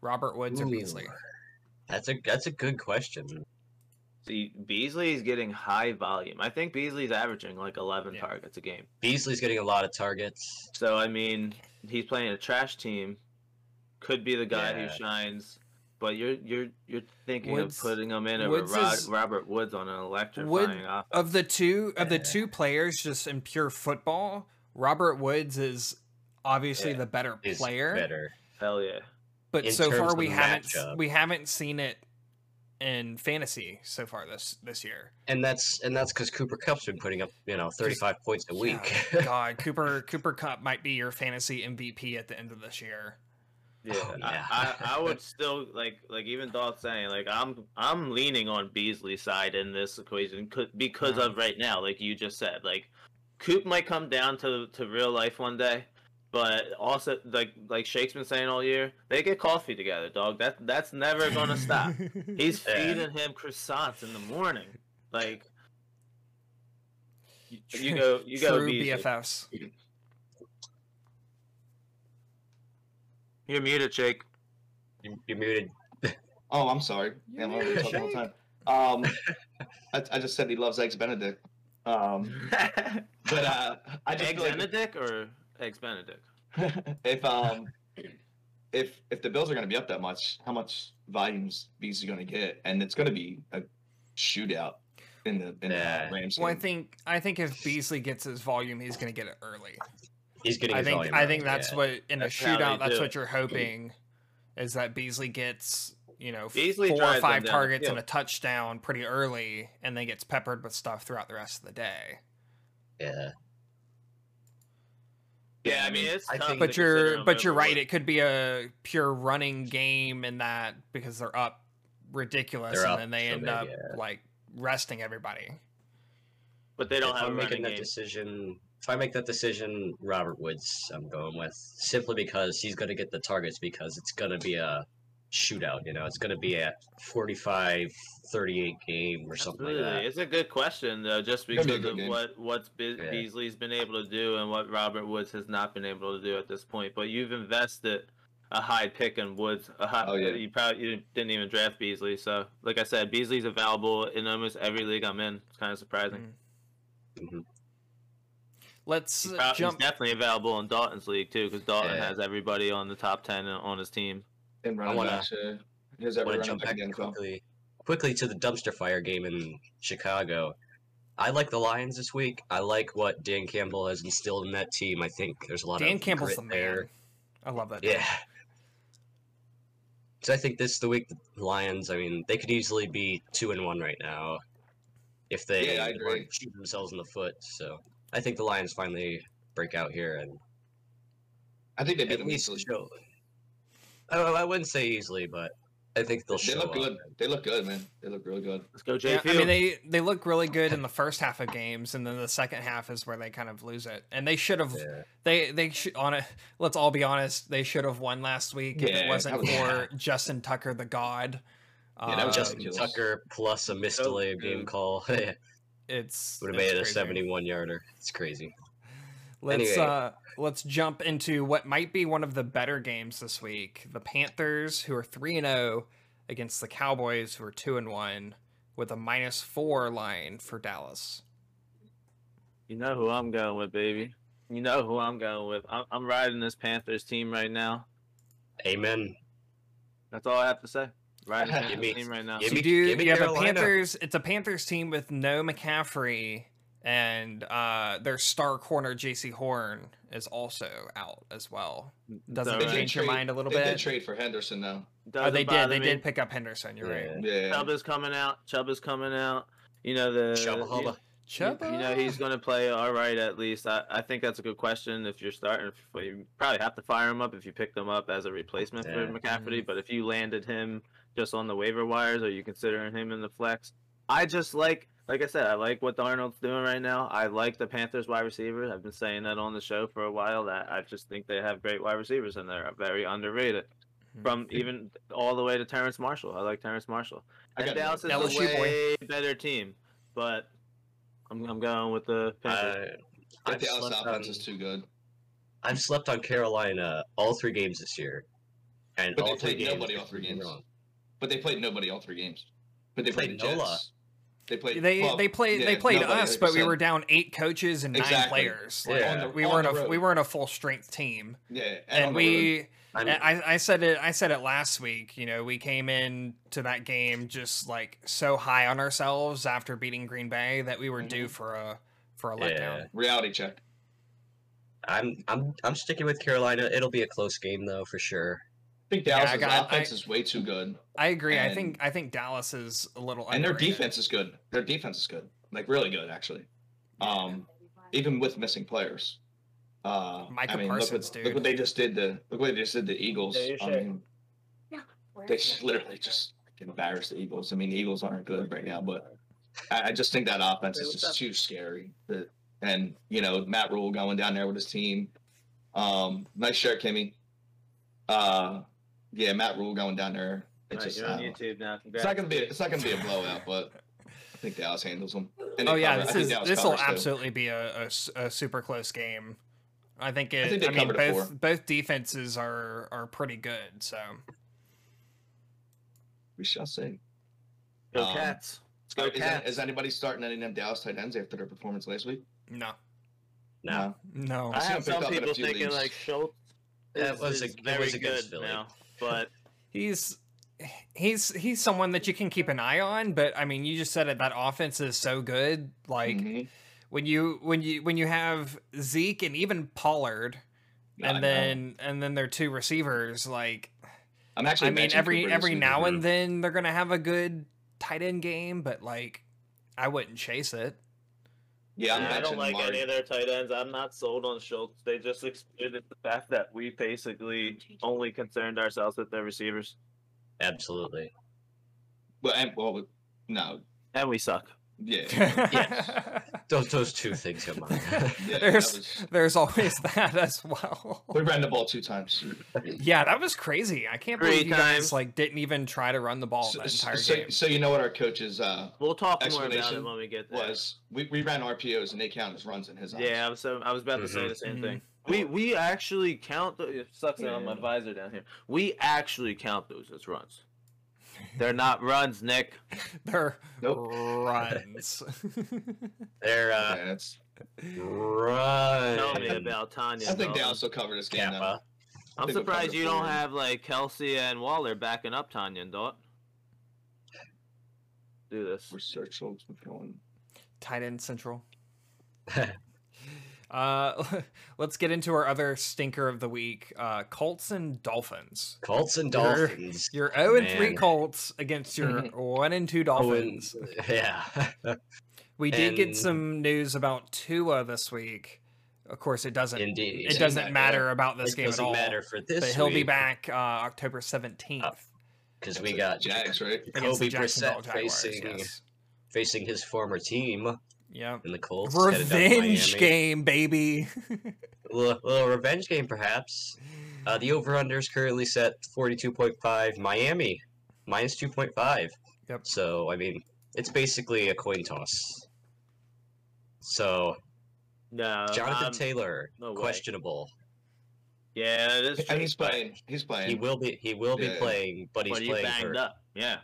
Speaker 1: Robert Woods or
Speaker 4: Ooh.
Speaker 1: Beasley?
Speaker 4: That's a that's a good question.
Speaker 3: See, Beasley is getting high volume. I think Beasley's averaging like 11
Speaker 1: Yeah.
Speaker 3: targets a game.
Speaker 4: Beasley's getting a lot of targets.
Speaker 3: So I mean, he's playing a trash team. Could be the guy
Speaker 4: Yeah.
Speaker 3: who shines, but you're you're you're thinking
Speaker 1: Woods-
Speaker 3: of putting him in over
Speaker 1: Woods
Speaker 3: Rod,
Speaker 1: is-
Speaker 3: Robert Woods on an electrifying
Speaker 1: Wood-
Speaker 3: offense.
Speaker 1: Of the two of the
Speaker 4: Yeah.
Speaker 1: two players just in pure football, Robert Woods is obviously
Speaker 3: Yeah,
Speaker 1: the better
Speaker 4: Is
Speaker 1: player.
Speaker 4: better.
Speaker 3: Hell yeah!
Speaker 1: but
Speaker 4: in
Speaker 1: so
Speaker 4: terms
Speaker 1: far
Speaker 4: of
Speaker 1: we
Speaker 4: the
Speaker 1: haven't
Speaker 4: matchup.
Speaker 1: we haven't seen it in fantasy so far this this year.
Speaker 4: And that's and that's because Cooper Cup's been putting up, you know, thirty five points a
Speaker 1: Yeah,
Speaker 4: week.
Speaker 1: God, Cooper Cooper Cup might be your fantasy MVP at the end of this year.
Speaker 3: Yeah,
Speaker 4: Oh, yeah.
Speaker 3: I, I, I would still like like even Dalton saying like I'm I'm leaning on Beasley's side in this equation cou- because
Speaker 1: Yeah.
Speaker 3: of right now like you just said like Coop might come down to to real life one day, but also like like Shake's been saying all year they get coffee together, dog. That that's never gonna stop. He's
Speaker 4: Yeah.
Speaker 3: feeding him croissants in the morning. Like you, you go, you go,
Speaker 1: True
Speaker 3: Beasley.
Speaker 1: BFFs.
Speaker 3: You're muted, Jake.
Speaker 4: you, you muted.
Speaker 2: Oh, I'm sorry.
Speaker 1: You
Speaker 2: Damn, I've
Speaker 1: made
Speaker 2: been
Speaker 1: a
Speaker 2: talking all the
Speaker 1: shake.
Speaker 2: time. Um, I, I just said he loves eggs Benedict. Um,
Speaker 3: Eggs
Speaker 2: but uh, I just feel like
Speaker 3: Benedict or eggs Benedict?
Speaker 2: if um if if the Bills are going to be up that much, how much volumes Bees is going to get, and it's going to be a shootout in the in
Speaker 4: Yeah.
Speaker 2: the Rams.
Speaker 1: Well, I
Speaker 2: game.
Speaker 1: think I think if Beasley gets his volume, he's going to get it early.
Speaker 4: He's getting
Speaker 1: I
Speaker 4: his
Speaker 1: think
Speaker 4: volume
Speaker 1: I
Speaker 4: up,
Speaker 1: think that's
Speaker 4: yeah.
Speaker 1: what in
Speaker 3: That's
Speaker 1: a
Speaker 3: how they
Speaker 1: shootout. That's
Speaker 3: do
Speaker 1: what you're hoping is that Beasley gets you know
Speaker 3: Beasley
Speaker 1: four
Speaker 3: drives
Speaker 1: or
Speaker 3: them
Speaker 1: five
Speaker 3: down the
Speaker 1: targets and
Speaker 3: field.
Speaker 1: a touchdown pretty early, and then gets peppered with stuff throughout the rest of the day.
Speaker 4: Yeah.
Speaker 3: Yeah, I mean it's
Speaker 4: I
Speaker 3: tough to
Speaker 4: think-
Speaker 1: But
Speaker 3: consider
Speaker 1: you're
Speaker 3: them
Speaker 1: but you're right.
Speaker 3: overlooked.
Speaker 1: It could be a pure running game in that because they're up ridiculous,
Speaker 4: They're
Speaker 1: and
Speaker 4: up
Speaker 1: then they
Speaker 4: so
Speaker 1: end
Speaker 4: big,
Speaker 1: up like resting everybody.
Speaker 3: But they don't
Speaker 4: if
Speaker 3: have a
Speaker 4: I'm making
Speaker 3: running
Speaker 4: that
Speaker 3: game.
Speaker 4: decision, if I make that decision, Robert Woods, I'm going with simply because he's going to get the targets because it's going to be a shootout. You know, it's going to be a 45 38 game or something
Speaker 3: Absolutely.
Speaker 4: like that.
Speaker 3: It's a good question though, just
Speaker 2: It's
Speaker 3: because
Speaker 2: gonna be a
Speaker 3: of
Speaker 2: good game.
Speaker 3: what what's Be-
Speaker 4: Yeah.
Speaker 3: Beasley's been able to do and what Robert Woods has not been able to do at this point. But you've invested a high pick in Woods. A high,
Speaker 2: Oh, yeah.
Speaker 3: You probably you didn't even draft Beasley. So, like I said, Beasley's available in almost every league I'm in. It's kind of surprising.
Speaker 1: Mm.
Speaker 4: Mhm.
Speaker 1: Let's
Speaker 3: He's,
Speaker 1: uh,
Speaker 3: prob- he's
Speaker 1: jump.
Speaker 3: definitely available in Dalton's league too, because Dalton
Speaker 4: Yeah.
Speaker 3: has everybody on the top ten on his team.
Speaker 2: And running
Speaker 4: wanna-
Speaker 2: backs, uh, here's
Speaker 4: I
Speaker 2: every
Speaker 4: want
Speaker 2: running
Speaker 4: to jump
Speaker 2: back
Speaker 4: back
Speaker 2: in the NFL.
Speaker 4: quickly, quickly to the dumpster fire game in Chicago. I like the Lions this week. I like what Dan Campbell has instilled in that team. I think there's a lot of
Speaker 1: Dan Campbell's
Speaker 4: grit
Speaker 1: the man.
Speaker 4: there.
Speaker 1: I love that.
Speaker 4: Yeah. So I think this is the week the Lions, I mean, they could easily be two and one right now if they
Speaker 2: Yeah, I
Speaker 4: weren't
Speaker 2: agree.
Speaker 4: shooting themselves in the foot. So I think the Lions finally break out here and
Speaker 2: I think they beat
Speaker 4: at
Speaker 2: them
Speaker 4: least
Speaker 2: easily.
Speaker 4: show. I, I wouldn't say easily, but I think they'll
Speaker 2: They
Speaker 4: show
Speaker 2: look
Speaker 4: up.
Speaker 2: good. They look good, man. They look real good.
Speaker 3: Let's go, JP.
Speaker 1: Yeah, I mean they they look really good in the first half of games, and then the second half is where they kind of lose it. And they should have
Speaker 4: Yeah.
Speaker 1: they they should on it. Let's all be honest. They should have won last week if it
Speaker 2: Yeah,
Speaker 1: wasn't
Speaker 2: that was-
Speaker 1: for Justin Tucker, the god.
Speaker 2: Yeah, that was
Speaker 1: Um,
Speaker 4: Justin
Speaker 2: ridiculous.
Speaker 4: Tucker plus a missed
Speaker 3: So
Speaker 4: delay of game
Speaker 3: good.
Speaker 4: call would have
Speaker 1: It's
Speaker 4: made it a
Speaker 1: it's crazy.
Speaker 4: 71 yarder. It's crazy.
Speaker 1: Let's
Speaker 4: Anyway.
Speaker 1: uh let's jump into what might be one of the better games this week. The Panthers, who are three and zero, against the Cowboys, who are two and one, with a minus four line for Dallas.
Speaker 3: You know who I'm going with, baby. You know who I'm going with. I'm, I'm riding this Panthers team right now.
Speaker 4: Amen.
Speaker 3: That's all I have to say. Riding this
Speaker 4: Give
Speaker 3: Panthers
Speaker 4: me-
Speaker 3: team right now.
Speaker 4: give
Speaker 1: So
Speaker 4: me-
Speaker 1: you do
Speaker 4: me
Speaker 1: you have a
Speaker 4: Carolina.
Speaker 1: Panthers? It's a Panthers team with no McCaffrey, and uh their star corner J.C. Horn is also out as well. Doesn't
Speaker 3: All
Speaker 2: They
Speaker 1: it
Speaker 2: did
Speaker 3: right.
Speaker 1: change your
Speaker 2: trade-
Speaker 1: mind a little
Speaker 2: They did
Speaker 1: bit?
Speaker 2: trade for Henderson though.
Speaker 1: Oh,
Speaker 3: Doesn't
Speaker 1: they did.
Speaker 3: bother
Speaker 1: They
Speaker 3: me.
Speaker 1: did pick up Henderson. You're right.
Speaker 2: Yeah.
Speaker 3: Chubb is coming out. Chubb is coming out. You know the.
Speaker 4: Shubba hubba.
Speaker 3: You,
Speaker 1: Chubb,
Speaker 3: you know he's going to play all right at least. I, I think that's a good question. If you're starting, well, you probably have to fire him up if you pick them up as a replacement for
Speaker 4: Yeah.
Speaker 3: McCaffrey. But if you landed him just on the waiver wires, are you considering him in the flex? I just like, like I said, I like what Darnold's doing right now. I like the Panthers wide receivers. I've been saying that on the show for a while. That I just think they have great wide receivers and they're very underrated.
Speaker 1: Mhm.
Speaker 3: From even all the way to Terrence Marshall. I like Terrence Marshall.
Speaker 2: I
Speaker 3: And
Speaker 2: got
Speaker 3: Dallas is
Speaker 1: LSU
Speaker 3: a
Speaker 1: boy.
Speaker 3: way better team, but I'm, I'm going with the Panthers.
Speaker 4: Uh,
Speaker 2: That
Speaker 4: I've
Speaker 2: Dallas
Speaker 4: slept
Speaker 2: offense
Speaker 4: on-
Speaker 2: is too good.
Speaker 4: I've slept on Carolina all three games this year, and
Speaker 2: But they
Speaker 4: all three
Speaker 2: played
Speaker 4: games
Speaker 2: nobody all
Speaker 4: they've
Speaker 2: three
Speaker 4: been
Speaker 2: games.
Speaker 4: wrong.
Speaker 2: But they played nobody all three games. But they,
Speaker 4: They
Speaker 2: played, the
Speaker 4: played Nola.
Speaker 2: Jets. They played.
Speaker 1: they
Speaker 2: well,
Speaker 1: they played they
Speaker 2: yeah,
Speaker 1: played
Speaker 2: nobody,
Speaker 1: us,
Speaker 2: like
Speaker 1: but
Speaker 2: you
Speaker 1: we
Speaker 2: said.
Speaker 1: were down eight coaches and nine
Speaker 2: Exactly.
Speaker 1: players. Like,
Speaker 4: Yeah.
Speaker 2: On the-
Speaker 1: we
Speaker 2: on
Speaker 1: weren't
Speaker 2: the
Speaker 1: a we
Speaker 2: road.
Speaker 1: weren't a full strength team,
Speaker 2: Yeah,
Speaker 1: and,
Speaker 2: on the road.
Speaker 1: we
Speaker 4: I mean,
Speaker 1: I, I said it I said it last week. You know, we came in to that game just like so high on ourselves after beating Green Bay that we were
Speaker 2: Mm-hmm.
Speaker 1: due for a for a
Speaker 4: Yeah.
Speaker 1: letdown.
Speaker 2: reality check.
Speaker 4: I'm I'm I'm sticking with Carolina. It'll be a close game though for sure.
Speaker 2: I think
Speaker 1: Yeah, I
Speaker 2: Dallas'
Speaker 1: got-
Speaker 2: offense
Speaker 1: I-
Speaker 2: is way too good,
Speaker 1: I agree. I
Speaker 2: And-
Speaker 1: think I think Dallas is a little
Speaker 2: and their
Speaker 1: underrated.
Speaker 2: defense is good. Their defense is good, like really good actually. Um, even with missing players. Uh,
Speaker 1: Micah
Speaker 2: I mean, look
Speaker 1: Parsons,
Speaker 2: what,
Speaker 1: dude.
Speaker 2: Look what they just did. The look what they just did. The Eagles.
Speaker 3: Yeah, you're
Speaker 2: I
Speaker 3: sure.
Speaker 2: mean, they just literally just embarrassed the Eagles. I mean, the Eagles aren't good right now, but I, I just think that offense is just too scary. The- And you know, Matt Rule going down there with his team. Um, nice shirt, Kimmy. Uh, yeah, Matt Rule going down there.
Speaker 3: All
Speaker 2: It's
Speaker 3: right,
Speaker 2: just
Speaker 3: you're on
Speaker 2: I don't know.
Speaker 3: YouTube now. Congrats.
Speaker 2: it's not gonna be it's not gonna be a blowout, but I think Dallas handles them. And they
Speaker 1: Oh yeah,
Speaker 2: cover. I
Speaker 1: this
Speaker 2: think
Speaker 1: is
Speaker 2: Dallas
Speaker 1: this will
Speaker 2: covers, too.
Speaker 1: absolutely be a, a s- a super close game. I think it. I,
Speaker 2: think they
Speaker 1: mean,
Speaker 2: covered it
Speaker 1: both
Speaker 2: four.
Speaker 1: both defenses are are pretty good. So
Speaker 2: We shall see.
Speaker 3: Go
Speaker 2: Um,
Speaker 3: Cats. Let's
Speaker 2: Is,
Speaker 3: go Cats.
Speaker 2: is anybody starting any of them Dallas tight ends after their performance last week?
Speaker 1: no,
Speaker 4: Now
Speaker 1: no.
Speaker 3: I
Speaker 2: I've seen
Speaker 3: have
Speaker 2: him picked
Speaker 3: some
Speaker 2: up in a
Speaker 3: people
Speaker 2: few
Speaker 3: thinking
Speaker 2: leagues.
Speaker 3: like Schultz
Speaker 4: That
Speaker 3: is,
Speaker 4: was
Speaker 3: is
Speaker 4: ag- it
Speaker 3: very
Speaker 4: was against
Speaker 3: good
Speaker 4: Philly.
Speaker 3: now, but
Speaker 1: he's he's he's someone that you can keep an eye on but i mean you just said it that offense is so good like
Speaker 2: Mhm.
Speaker 1: when you when you when you have zeke and even pollard
Speaker 2: Yeah, I
Speaker 1: and
Speaker 2: know.
Speaker 1: then and then their two receivers like
Speaker 2: I'm actually.
Speaker 1: i mean
Speaker 2: matching
Speaker 1: every
Speaker 2: Cooper
Speaker 1: every
Speaker 2: this
Speaker 1: now
Speaker 2: week.
Speaker 1: and then they're gonna have a good tight end game but like i wouldn't chase it
Speaker 2: Yeah, I'm
Speaker 3: And I don't
Speaker 2: benching
Speaker 3: like
Speaker 2: Lard.
Speaker 3: any of their tight ends. I'm not sold on Schultz. They just exploited the fact that we basically only concerned ourselves with their receivers,
Speaker 4: Absolutely.
Speaker 2: Well, and, well, no,
Speaker 3: and we suck.
Speaker 2: yeah,
Speaker 4: Those those two things combined.
Speaker 2: yeah. that
Speaker 1: There's-
Speaker 2: was-
Speaker 1: There's always that as well.
Speaker 2: we ran the ball two times.
Speaker 1: Yeah, that was crazy. I can't believe
Speaker 3: Three
Speaker 1: you guys
Speaker 3: times.
Speaker 1: like didn't even try to run the ball
Speaker 2: So,
Speaker 1: that
Speaker 2: so-
Speaker 1: entire
Speaker 2: so-
Speaker 1: game.
Speaker 2: so you know what our coach's uh,
Speaker 3: We'll talk more about it
Speaker 2: Explanation
Speaker 3: when we get there.
Speaker 2: was? We, we ran RPOs and they count as runs in his eyes.
Speaker 3: Yeah, I was, I was about to say
Speaker 4: Mhm.
Speaker 3: the same thing. We we actually count. The, it sucks that I'm
Speaker 2: Yeah.
Speaker 3: a visor down here. We actually count those as runs. They're not runs, Nick.
Speaker 1: Their
Speaker 2: Nope.
Speaker 1: runs.
Speaker 4: They're uh,
Speaker 2: Yeah, that's,
Speaker 4: right.
Speaker 3: Tell me about Tanya.
Speaker 2: I think they
Speaker 3: Nolan.
Speaker 2: also covered this game. though.
Speaker 4: Kappa.
Speaker 3: I'm
Speaker 2: think we'll
Speaker 3: surprised
Speaker 2: cover
Speaker 3: you don't
Speaker 2: four.
Speaker 3: have like Kelsey and Waller backing up Tanya and Dot. Do this.
Speaker 2: Research Schultz was going.
Speaker 1: Tight end central. Uh, let's get into our other stinker of the week: uh, Colts and Dolphins.
Speaker 4: Colts and
Speaker 1: You're-
Speaker 4: Dolphins.
Speaker 1: Your zero and three
Speaker 4: Oh, Man.
Speaker 1: Colts against your one and two
Speaker 4: Oh, and-
Speaker 1: Dolphins.
Speaker 4: yeah.
Speaker 1: We did get
Speaker 4: And-
Speaker 1: some news about Tua this week. Of course, it doesn't.
Speaker 4: Indeed.
Speaker 1: It
Speaker 2: Seen
Speaker 1: doesn't
Speaker 2: that,
Speaker 1: matter about this
Speaker 4: it
Speaker 1: game at
Speaker 4: doesn't
Speaker 1: all.
Speaker 4: matter for this.
Speaker 1: but he'll be
Speaker 4: week, Uh,
Speaker 1: back uh, October seventeenth.
Speaker 4: because
Speaker 2: That's
Speaker 4: we
Speaker 2: a-
Speaker 4: got
Speaker 2: Jags, right?
Speaker 1: against
Speaker 4: Jacoby
Speaker 1: the Jacksonville
Speaker 4: Brissett
Speaker 1: Jaguars.
Speaker 4: facing
Speaker 1: Yes.
Speaker 4: facing his former team
Speaker 1: Yep.
Speaker 4: in the Colts. headed down to
Speaker 1: Revenge
Speaker 4: Miami.
Speaker 1: game, baby.
Speaker 4: Little, little revenge game, perhaps. Uh, the over under is currently set 42.5. Miami minus 2.5.
Speaker 1: Yep.
Speaker 4: So I mean, it's basically a coin toss. So
Speaker 3: No,
Speaker 4: Jonathan
Speaker 3: um,
Speaker 4: Taylor
Speaker 3: no way.
Speaker 4: questionable.
Speaker 3: Yeah, it is true.
Speaker 2: And he's playing. He's
Speaker 4: He
Speaker 2: playing.
Speaker 4: will be he will be
Speaker 2: Yeah.
Speaker 4: playing, but he's
Speaker 3: but he
Speaker 4: playing
Speaker 3: banged
Speaker 4: hurt.
Speaker 3: up. Yeah,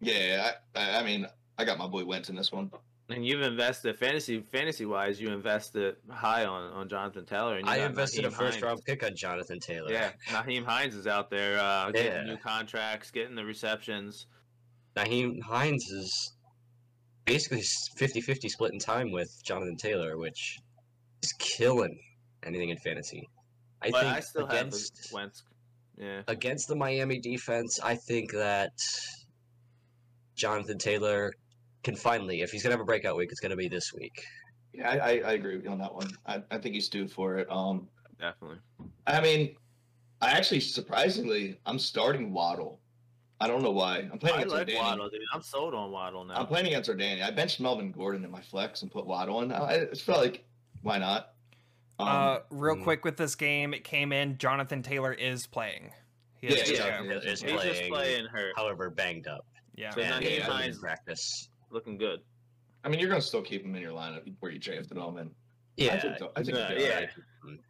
Speaker 2: Yeah, I, I, I mean, I got my boy Wentz in this one.
Speaker 3: and you've invested fantasy fantasy wise. You invested high on on Jonathan Taylor. And you
Speaker 4: I
Speaker 3: got
Speaker 4: invested a
Speaker 3: Naheem
Speaker 4: first
Speaker 3: Hines.
Speaker 4: round pick on Jonathan Taylor.
Speaker 3: Yeah, Naheem Hines is out there uh, getting
Speaker 4: Yeah.
Speaker 3: new contracts, getting the receptions.
Speaker 4: Naheem Hines is basically s- 50-50 split in time with Jonathan Taylor, which is killing anything in fantasy. I
Speaker 3: but
Speaker 4: think
Speaker 3: I still
Speaker 4: against
Speaker 3: have Wentz. Yeah,
Speaker 4: against the Miami defense, I think that Jonathan Taylor can finally, if he's gonna have a breakout week, it's gonna be this week.
Speaker 2: Yeah, I, I, I agree with you on that one. I, I think he's due for it. Um,
Speaker 3: definitely.
Speaker 2: I mean, I actually surprisingly, I'm starting Waddle. I don't know why. I'm playing
Speaker 3: I
Speaker 2: against
Speaker 3: like
Speaker 2: O'Danny.
Speaker 3: Waddle, dude. I'm sold on Waddle now.
Speaker 2: I'm playing against O'Danny. I benched Melvin Gordon in my flex and put Waddle in. I, I just felt like, why not? Um,
Speaker 1: uh, real
Speaker 4: mm.
Speaker 1: quick with this game, it came in. Jonathan Taylor is playing. He
Speaker 2: Yeah,
Speaker 1: is
Speaker 2: yeah,
Speaker 1: Jacob.
Speaker 2: yeah.
Speaker 4: Is
Speaker 3: He's just
Speaker 4: playing,
Speaker 3: playing hurt,
Speaker 4: however, banged up.
Speaker 1: yeah.
Speaker 3: So
Speaker 4: Yeah,
Speaker 3: Naheem
Speaker 2: yeah, I
Speaker 4: in
Speaker 3: Hines
Speaker 4: practice.
Speaker 3: looking good.
Speaker 2: I mean, you're gonna still keep him in your lineup where you drafted him, and I
Speaker 4: Yeah,
Speaker 2: think, they'll- I think
Speaker 3: no,
Speaker 2: they'll be
Speaker 3: yeah.
Speaker 2: alright.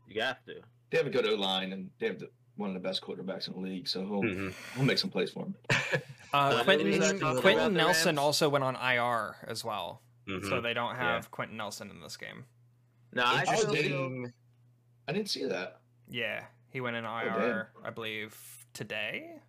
Speaker 3: You have to.
Speaker 2: they have a good O line and they have the, one of the best quarterbacks in the league. So he'll,
Speaker 3: Hmm.
Speaker 4: mhm.
Speaker 2: he'll make some plays for him.
Speaker 1: Uh,
Speaker 3: But
Speaker 1: Quentin,
Speaker 3: who's that talking about
Speaker 1: Quentin
Speaker 3: the
Speaker 1: Nelson
Speaker 3: Rams?
Speaker 1: also went on IR as well, so
Speaker 4: mhm.
Speaker 1: they don't
Speaker 3: Yeah.
Speaker 1: have Quentin Nelson in this game.
Speaker 3: No, I
Speaker 2: Oh,
Speaker 3: still
Speaker 2: did he?
Speaker 3: feel-
Speaker 4: Interesting-
Speaker 2: I didn't see that.
Speaker 1: Yeah, he went in
Speaker 2: damn.
Speaker 1: IR, I believe, today.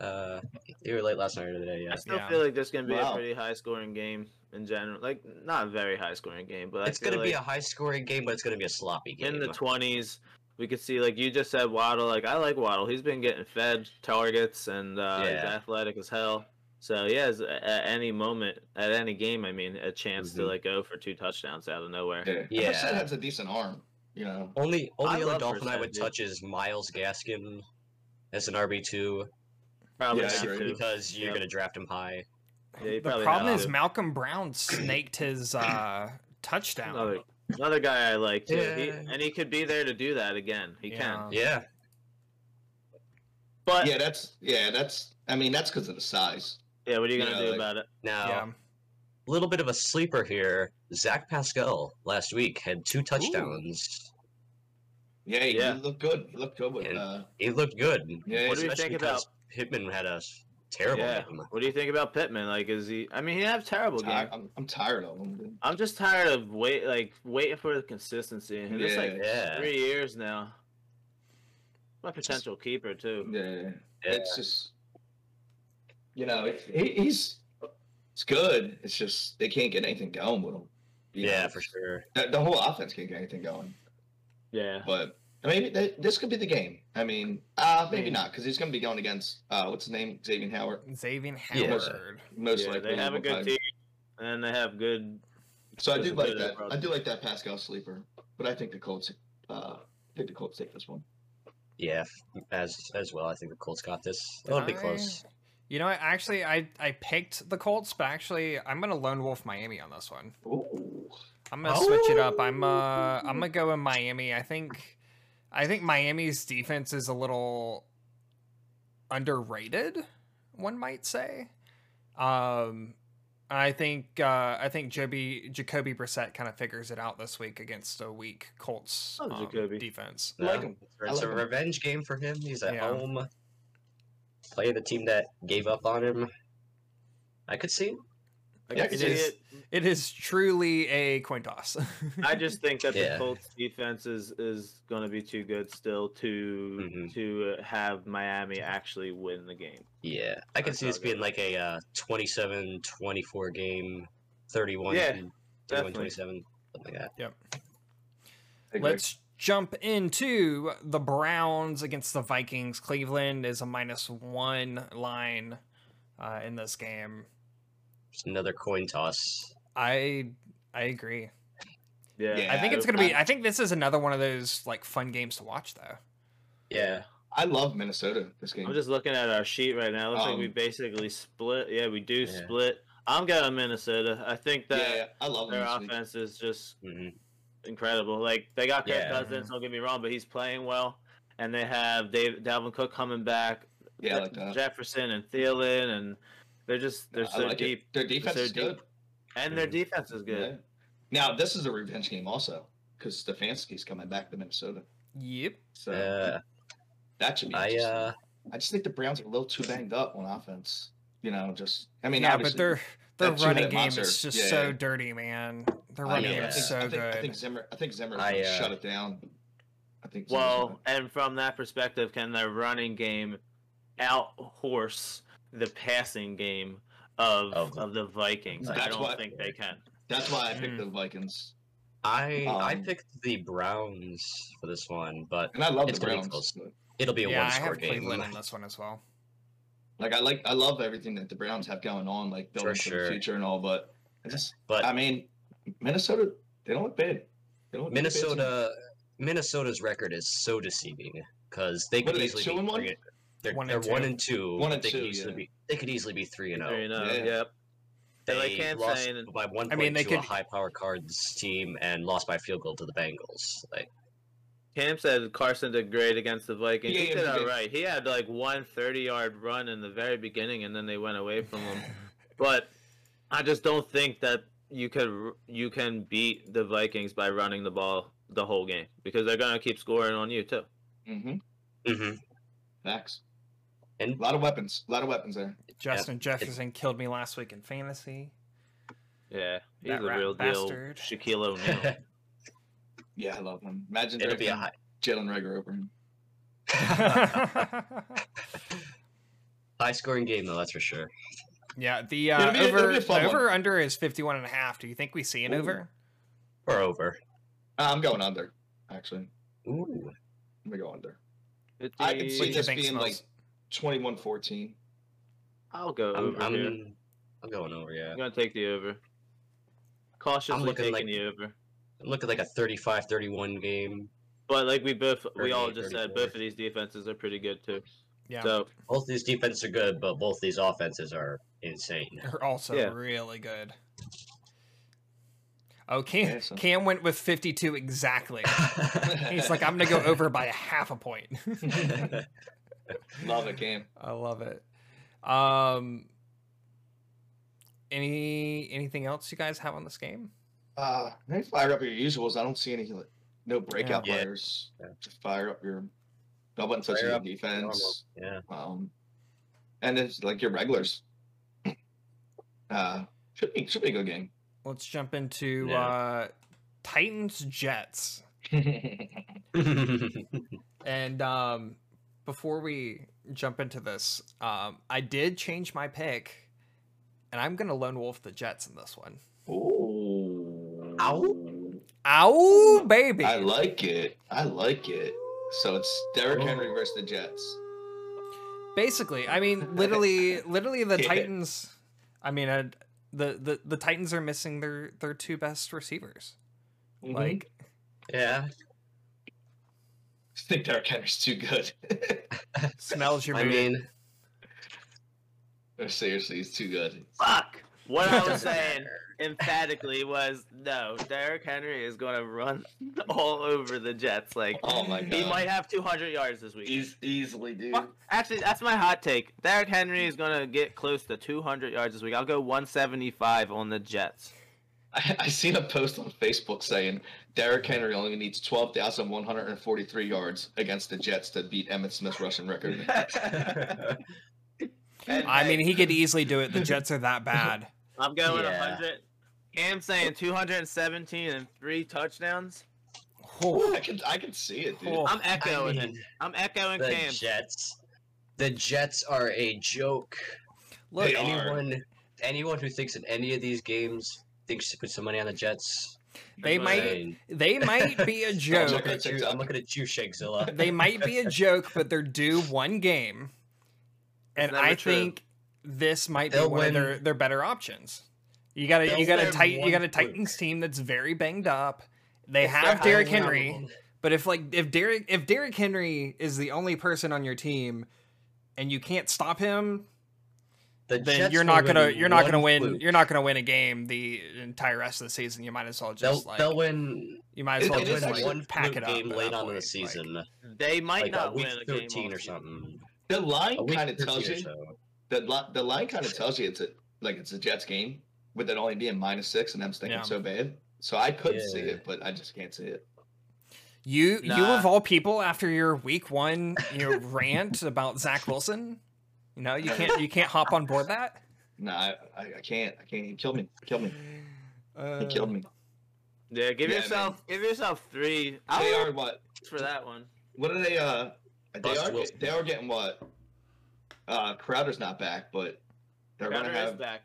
Speaker 4: Uh, they were late last night or today.
Speaker 3: I
Speaker 4: Yeah,
Speaker 3: still
Speaker 1: Yeah.
Speaker 3: feel like there's gonna be
Speaker 2: Wow.
Speaker 3: a pretty high scoring game in general. Like not a very high scoring game, but
Speaker 4: it's
Speaker 3: I feel
Speaker 4: gonna be a
Speaker 3: like
Speaker 4: high scoring game, but it's gonna be a sloppy game.
Speaker 3: in the twenties. We could see, like you just said, Waddle. Like I like Waddle. He's been getting fed targets, and uh, he's
Speaker 4: Yeah.
Speaker 3: athletic as hell. So yeah, it's- a- at any moment, at any game, I mean, a chance to
Speaker 2: Mhm.
Speaker 3: like go for two touchdowns out of nowhere.
Speaker 2: Yeah,
Speaker 4: Yeah.
Speaker 2: Brissett has a decent arm. You know,
Speaker 4: only
Speaker 3: I
Speaker 4: only other
Speaker 3: love
Speaker 4: Dolphin I
Speaker 3: Brissett,
Speaker 4: would
Speaker 3: dude.
Speaker 4: touch is Miles Gaskin as an RB two
Speaker 3: Probably
Speaker 2: Yeah, I
Speaker 3: not
Speaker 2: agree.
Speaker 3: too.
Speaker 4: because you're
Speaker 3: Yep.
Speaker 4: gonna draft him high.
Speaker 3: Yeah, you
Speaker 1: the
Speaker 3: probably
Speaker 1: problem
Speaker 3: have
Speaker 1: is
Speaker 3: to.
Speaker 1: Malcolm Brown snaked his uh, touchdown.
Speaker 3: Another, another guy I like too, he,
Speaker 4: Yeah.
Speaker 3: and he could be there to do that again. He
Speaker 1: Yeah.
Speaker 3: can,
Speaker 4: Yeah,
Speaker 3: but
Speaker 2: yeah,
Speaker 3: yeah,
Speaker 2: that's yeah, that's. I mean, that's because of the size.
Speaker 3: what are you gonna
Speaker 2: Yeah,
Speaker 3: do
Speaker 2: like-
Speaker 3: about it?
Speaker 4: now
Speaker 1: yeah.
Speaker 4: a little bit of a sleeper here. Zach Pascal last week had two touchdowns.
Speaker 2: Yeah, he
Speaker 3: Yeah.
Speaker 2: looked good. He looked good with.
Speaker 4: And-
Speaker 2: Uh,
Speaker 4: He looked good.
Speaker 2: Yeah,
Speaker 3: What do you
Speaker 4: especially
Speaker 3: think
Speaker 4: because Pittman had a s- terrible
Speaker 3: Yeah.
Speaker 4: game.
Speaker 3: What do you think about Pittman? Like, is he? I mean, he had a terrible
Speaker 2: ti-
Speaker 3: game.
Speaker 2: I'm, I'm tired of him. dude.
Speaker 3: I'm just tired of wait, like waiting for the consistency in him. It's like
Speaker 4: Yeah.
Speaker 3: three years now. My potential keeper too.
Speaker 2: Yeah,
Speaker 4: Yeah.
Speaker 2: it's just. You know, it, he, he's it's good. It's just they can't get anything going with him. you
Speaker 4: Yeah,
Speaker 2: know?
Speaker 4: for sure.
Speaker 2: The, the whole offense can't get anything going.
Speaker 3: Yeah.
Speaker 2: But maybe th- this could be the game. I mean, uh, maybe
Speaker 3: Maybe.
Speaker 2: not because he's going to be going against uh, what's his name, Xavier Howard.
Speaker 1: Xavier
Speaker 4: Yeah.
Speaker 1: Howard.
Speaker 2: Most
Speaker 3: Yeah,
Speaker 2: likely,
Speaker 3: they have a
Speaker 2: we'll
Speaker 3: good
Speaker 2: probably-
Speaker 3: team, and they have good
Speaker 2: So I
Speaker 3: That's a
Speaker 2: do like
Speaker 3: good
Speaker 2: that.
Speaker 3: approach.
Speaker 2: I do like that Pascal sleeper, but I think the Colts. Uh, I think the Colts take this one.
Speaker 4: Yeah, f- as as well. I think the Colts got this. It'll be
Speaker 1: I-
Speaker 4: close.
Speaker 1: You know, what, actually, I I picked the Colts, but actually, I'm gonna lone wolf Miami on this one.
Speaker 2: Ooh.
Speaker 1: I'm gonna switch it up. I'm uh I'm gonna go in Miami. I think I think Miami's defense is a little underrated, one might say. Um I think uh I think Joby Jacoby Brissett kind of figures it out this week against a weak Colts
Speaker 3: Oh,
Speaker 1: um,
Speaker 3: Jacoby.
Speaker 1: defense.
Speaker 2: I like
Speaker 4: No,
Speaker 2: him. I
Speaker 4: It's
Speaker 2: like
Speaker 4: a
Speaker 2: him.
Speaker 4: revenge game for him. He's at
Speaker 1: Yeah.
Speaker 4: home. Playing the team that gave up on him. I could see. him.
Speaker 3: I
Speaker 2: Yeah,
Speaker 3: can
Speaker 2: it
Speaker 3: see
Speaker 2: is.
Speaker 3: it.
Speaker 1: It is truly a coin toss.
Speaker 3: I just think that
Speaker 4: Yeah.
Speaker 3: the Colts defense is is going to be too good still to
Speaker 1: Mm-hmm.
Speaker 4: Mhm.
Speaker 3: to have Miami actually win the game.
Speaker 4: Yeah, I could
Speaker 3: That's
Speaker 4: see this
Speaker 3: not good.
Speaker 4: being like a uh, 27-24 game, 31,
Speaker 3: Yeah,
Speaker 4: 31
Speaker 3: definitely.
Speaker 4: 27, something like that.
Speaker 2: I agree.
Speaker 1: Let's jump into the Browns against the Vikings. Cleveland is a minus one line uh, in this game.
Speaker 4: It's another coin toss.
Speaker 1: I I agree.
Speaker 3: Yeah,
Speaker 2: Yeah.
Speaker 1: I think it's gonna be.
Speaker 2: I-
Speaker 1: I think this is another one of those like fun games to watch, though.
Speaker 4: Yeah,
Speaker 2: I love Minnesota this game.
Speaker 3: I'm just looking at our sheet right now. It looks like we
Speaker 2: Um,
Speaker 3: basically split. Yeah, we do
Speaker 4: Yeah.
Speaker 3: split. I'm going Minnesota. I think
Speaker 2: yeah,
Speaker 3: that
Speaker 2: yeah, I love them
Speaker 3: their
Speaker 2: this week.
Speaker 3: offense is just
Speaker 4: hmm
Speaker 3: incredible. Like they got Kirk
Speaker 4: Yeah.
Speaker 3: Cousins. Don't get me wrong, but he's playing well, and they have Dave Dalvin Cook coming back.
Speaker 2: Yeah, I
Speaker 3: Jeff-
Speaker 2: like that.
Speaker 3: Jefferson and Thielen, and they're just they're
Speaker 2: Yeah, I
Speaker 3: so
Speaker 2: like it.
Speaker 3: deep,
Speaker 2: Their defense
Speaker 3: so
Speaker 2: is good.
Speaker 3: deep. and their
Speaker 4: Mhm.
Speaker 3: defense is good.
Speaker 2: Yeah. Now this is a revenge game also because Stefanski's coming back to Minnesota,
Speaker 1: Yep.
Speaker 2: so
Speaker 4: uh,
Speaker 2: that should be.
Speaker 4: I
Speaker 2: interesting.
Speaker 4: uh,
Speaker 2: I just think the Browns are a little too banged up on offense. You know, just I mean,
Speaker 1: yeah, but
Speaker 2: obviously-
Speaker 1: their their
Speaker 2: that two-headed
Speaker 1: running game
Speaker 2: monster.
Speaker 1: is just
Speaker 2: Yeah,
Speaker 1: so
Speaker 2: yeah.
Speaker 1: dirty, man. Their
Speaker 2: I
Speaker 1: running
Speaker 2: know,
Speaker 1: game
Speaker 2: I
Speaker 4: yeah.
Speaker 1: is
Speaker 2: think-
Speaker 1: so
Speaker 2: I think, I
Speaker 1: good.
Speaker 2: think Zimmer. I think Zimmer
Speaker 4: I,
Speaker 2: can
Speaker 4: uh,
Speaker 2: shut it down. I think. Zimmer's
Speaker 3: Well,
Speaker 2: gonna-
Speaker 3: and from that perspective, can their running game out horse the passing game of
Speaker 4: Of-
Speaker 3: of the Vikings? I
Speaker 2: That's
Speaker 3: don't
Speaker 2: what-
Speaker 3: think they can.
Speaker 2: that's why I picked
Speaker 1: Mm.
Speaker 2: the Vikings,
Speaker 4: I I
Speaker 2: Um,
Speaker 4: picked the Browns for this one, but
Speaker 2: and I love
Speaker 4: It's
Speaker 2: the
Speaker 4: gonna be
Speaker 2: Browns.
Speaker 4: close. it'll be a
Speaker 1: yeah, I
Speaker 4: one-score
Speaker 1: have
Speaker 4: game.
Speaker 1: Cleveland in this one as well.
Speaker 2: Like I like, I love everything that the Browns have going on, like building for,
Speaker 4: sure.
Speaker 2: the future and all. But I just,
Speaker 4: But
Speaker 2: I mean, Minnesota, they don't look bad. They don't look like a bad team.
Speaker 4: Minnesota, Minnesota's record is so deceiving because they
Speaker 2: What
Speaker 4: could
Speaker 2: are they,
Speaker 4: easily
Speaker 2: two
Speaker 4: be
Speaker 2: and one?
Speaker 4: three and- They're,
Speaker 1: One
Speaker 4: they're
Speaker 1: and
Speaker 4: one
Speaker 1: two.
Speaker 4: and two.
Speaker 2: One
Speaker 4: but
Speaker 2: and
Speaker 4: they
Speaker 2: two,
Speaker 4: Could easily
Speaker 2: yeah.
Speaker 4: be, they could easily be three and
Speaker 3: Three
Speaker 4: zero.
Speaker 3: and oh,
Speaker 2: Yeah.
Speaker 3: Yep.
Speaker 4: They
Speaker 3: And like Cam
Speaker 4: lost
Speaker 3: saying-
Speaker 4: by one point
Speaker 1: I mean, they
Speaker 4: to a
Speaker 1: could-
Speaker 4: high power cards team and lost by field goal to the Bengals. Like
Speaker 3: Cam said Carson did great against the Vikings.
Speaker 2: Yeah,
Speaker 3: he
Speaker 2: yeah,
Speaker 3: did
Speaker 2: he did.
Speaker 3: all right. He had like one 30 yard run in the very beginning, and then they went away from him. but I just don't think that you could you can beat the Vikings by running the ball the whole game because they're gonna keep scoring on you too.
Speaker 2: Mm-hmm.
Speaker 4: mhm.
Speaker 2: Facts.
Speaker 4: and
Speaker 2: A lot of weapons. A lot of weapons there.
Speaker 1: Justin Jefferson killed me last week in fantasy.
Speaker 3: Yeah, he's
Speaker 1: That
Speaker 3: a
Speaker 1: rat
Speaker 3: real
Speaker 1: bastard.
Speaker 3: deal. Shaquille O'Neal.
Speaker 2: Yeah, I love them. Imagine
Speaker 4: it'll be a
Speaker 2: drafting
Speaker 4: high.
Speaker 2: Jalen Rager over him.
Speaker 4: High scoring game though, that's for sure.
Speaker 1: yeah, the uh,
Speaker 2: It'll be- it'll
Speaker 1: over
Speaker 2: be a
Speaker 1: the
Speaker 2: fun one.
Speaker 1: over under is 51 and a half. Do you think we see an
Speaker 2: Ooh.
Speaker 1: over?
Speaker 4: Or over.
Speaker 2: Uh, I'm going under. Actually,
Speaker 4: Ooh.
Speaker 2: I'm gonna go under.
Speaker 3: Fifty-
Speaker 2: I can see
Speaker 1: What do you
Speaker 2: this
Speaker 1: think,
Speaker 2: being like
Speaker 1: Smalls?
Speaker 2: 21-14.
Speaker 3: I'll go
Speaker 4: I'm
Speaker 3: over.
Speaker 4: I'm,
Speaker 3: here.
Speaker 4: I'm going over, yeah.
Speaker 3: I'm gonna take the over. Cautiously
Speaker 4: I'm
Speaker 3: taking
Speaker 4: looking like-
Speaker 3: the over.
Speaker 4: I'm looking like a 35-31 game.
Speaker 3: But like we both, we all
Speaker 4: 38,
Speaker 3: just said,
Speaker 4: 34.
Speaker 3: both of these defenses are pretty good too.
Speaker 1: Yeah,
Speaker 3: So
Speaker 4: Both these defenses are good, but both these offenses are insane.
Speaker 1: they're also
Speaker 3: Yeah.
Speaker 1: really good. Oh, Cam,
Speaker 2: Yeah, so-
Speaker 1: Cam went with 52 exactly. He's like, I'm going to go over by a half a point.
Speaker 2: Love it, game.
Speaker 1: I love it. Um, any anything else you guys have on this game? "Ah."
Speaker 2: Uh, they fire up your usuals. I don't see any like, no breakout
Speaker 4: Yeah.
Speaker 2: players.
Speaker 4: Yeah.
Speaker 2: Just fire up your. I wouldn't touch
Speaker 4: Fire
Speaker 2: your
Speaker 4: up
Speaker 2: defense.
Speaker 4: yeah.
Speaker 2: Um, and it's like your regulars. Uh, should be should be a good game.
Speaker 1: Let's jump into
Speaker 4: Yeah.
Speaker 1: uh, Titans Jets. And um, before we jump into this, um, I did change my pick, and I'm gonna lone wolf the Jets in this one.
Speaker 2: oh.
Speaker 4: Ow.
Speaker 1: Ow, baby!
Speaker 2: I like it. I like it. So it's Derrick Henry versus the Jets.
Speaker 1: Basically, I mean, literally, literally the
Speaker 2: Yeah.
Speaker 1: Titans. I mean, uh, the, the the Titans are missing their their two best receivers.
Speaker 2: Mhm.
Speaker 1: Like
Speaker 4: Yeah.
Speaker 2: I think Derrick Henry's too good.
Speaker 1: smells your
Speaker 4: I
Speaker 1: boot.
Speaker 4: mean,
Speaker 2: Seriously, he's too good.
Speaker 3: Fuck. What I was saying emphatically was no. Derrick Henry is going to run all over the Jets. Like
Speaker 2: Oh my god.
Speaker 3: he might have 200 yards this week.
Speaker 2: Eas- easily, dude.
Speaker 3: Fuck. Actually, that's my hot take. Derrick Henry is going to get close to 200 yards this week. I'll go 175 on the Jets.
Speaker 2: I, I seen a post on Facebook saying Derrick Henry only needs 12,143 yards against the Jets to beat Emmett Smith's rushing record. And-
Speaker 1: I mean, he could easily do it. The Jets are that bad.
Speaker 3: I'm going
Speaker 4: Yeah.
Speaker 3: 100. I'm saying 217 and three touchdowns.
Speaker 2: I
Speaker 1: Oh,
Speaker 2: can I can see it, dude.
Speaker 1: Oh.
Speaker 3: I'm
Speaker 4: I
Speaker 3: echoing it.
Speaker 4: mean,
Speaker 3: I'm echoing
Speaker 4: the
Speaker 3: Cam.
Speaker 4: Jets. The Jets are a joke.
Speaker 1: look,
Speaker 2: They are.
Speaker 4: anyone, anyone who thinks that any of these games thinks to put some money on the Jets.
Speaker 1: they
Speaker 3: But-
Speaker 1: might
Speaker 4: I-
Speaker 1: they might be a
Speaker 4: I'm
Speaker 1: joke.
Speaker 4: looking at you. I'm looking at you, Shakezilla.
Speaker 1: They might be a joke, but they're due one game, and
Speaker 3: never
Speaker 1: I
Speaker 3: true.
Speaker 1: think this might be
Speaker 4: They'll
Speaker 1: one
Speaker 4: win-
Speaker 1: of their, their better options. You got a you
Speaker 4: They'll
Speaker 1: got a
Speaker 4: win
Speaker 1: tight you
Speaker 4: one
Speaker 1: got a
Speaker 4: fluke.
Speaker 1: Titans team that's very banged up. They
Speaker 4: If they're
Speaker 1: have Derrick
Speaker 4: highly
Speaker 1: Henry.
Speaker 4: relevant,
Speaker 1: But if like if Derrick if Derrick Henry is the only person on your team and you can't stop him,
Speaker 4: the
Speaker 1: then
Speaker 4: Jets
Speaker 1: you're
Speaker 4: will
Speaker 1: not
Speaker 4: win
Speaker 1: gonna you're not
Speaker 4: one
Speaker 1: gonna win
Speaker 4: fluke.
Speaker 1: you're not gonna win a game the entire rest of the season. You might as well
Speaker 4: They'll,
Speaker 1: just like
Speaker 4: they'll win.
Speaker 1: you might as
Speaker 2: it-
Speaker 1: well
Speaker 2: it
Speaker 4: They'll
Speaker 2: is
Speaker 1: just
Speaker 4: win
Speaker 1: like
Speaker 2: actually-
Speaker 4: one
Speaker 1: pack
Speaker 4: fluke
Speaker 1: it up
Speaker 4: game
Speaker 1: at
Speaker 4: late
Speaker 1: that
Speaker 4: on in the
Speaker 1: point,
Speaker 4: season,
Speaker 1: Like,
Speaker 3: They might
Speaker 4: like
Speaker 3: not
Speaker 4: a week
Speaker 3: win a game
Speaker 4: thirteen or
Speaker 3: all season.
Speaker 4: something.
Speaker 2: The
Speaker 4: A
Speaker 2: line
Speaker 4: week
Speaker 2: kind of
Speaker 4: 13
Speaker 2: tells
Speaker 4: or
Speaker 2: you
Speaker 4: so.
Speaker 2: the li- the line kind of tells you it's a like it's a Jets game with it only being minus six and them stinking
Speaker 1: Yeah.
Speaker 2: so bad. So I could see
Speaker 4: Yeah.
Speaker 2: it, but I just can't see it.
Speaker 1: You you
Speaker 3: Nah.
Speaker 1: of all people after your week one your rant about Zach Wilson, you know you can't you can't hop on board that.
Speaker 2: No, I, I, I can't. I can't. He killed me. Killed me. He
Speaker 1: Uh,
Speaker 2: killed me.
Speaker 3: Yeah, give
Speaker 2: Yeah,
Speaker 3: yourself give yourself three.
Speaker 2: They
Speaker 3: I'll
Speaker 2: are what?
Speaker 3: for that one.
Speaker 2: What are they? Uh, they
Speaker 4: Bust
Speaker 2: are.
Speaker 4: Wilson.
Speaker 2: They are getting what? Uh, Crowder's not back, but they're
Speaker 3: Crowder
Speaker 2: gonna have.
Speaker 3: is back.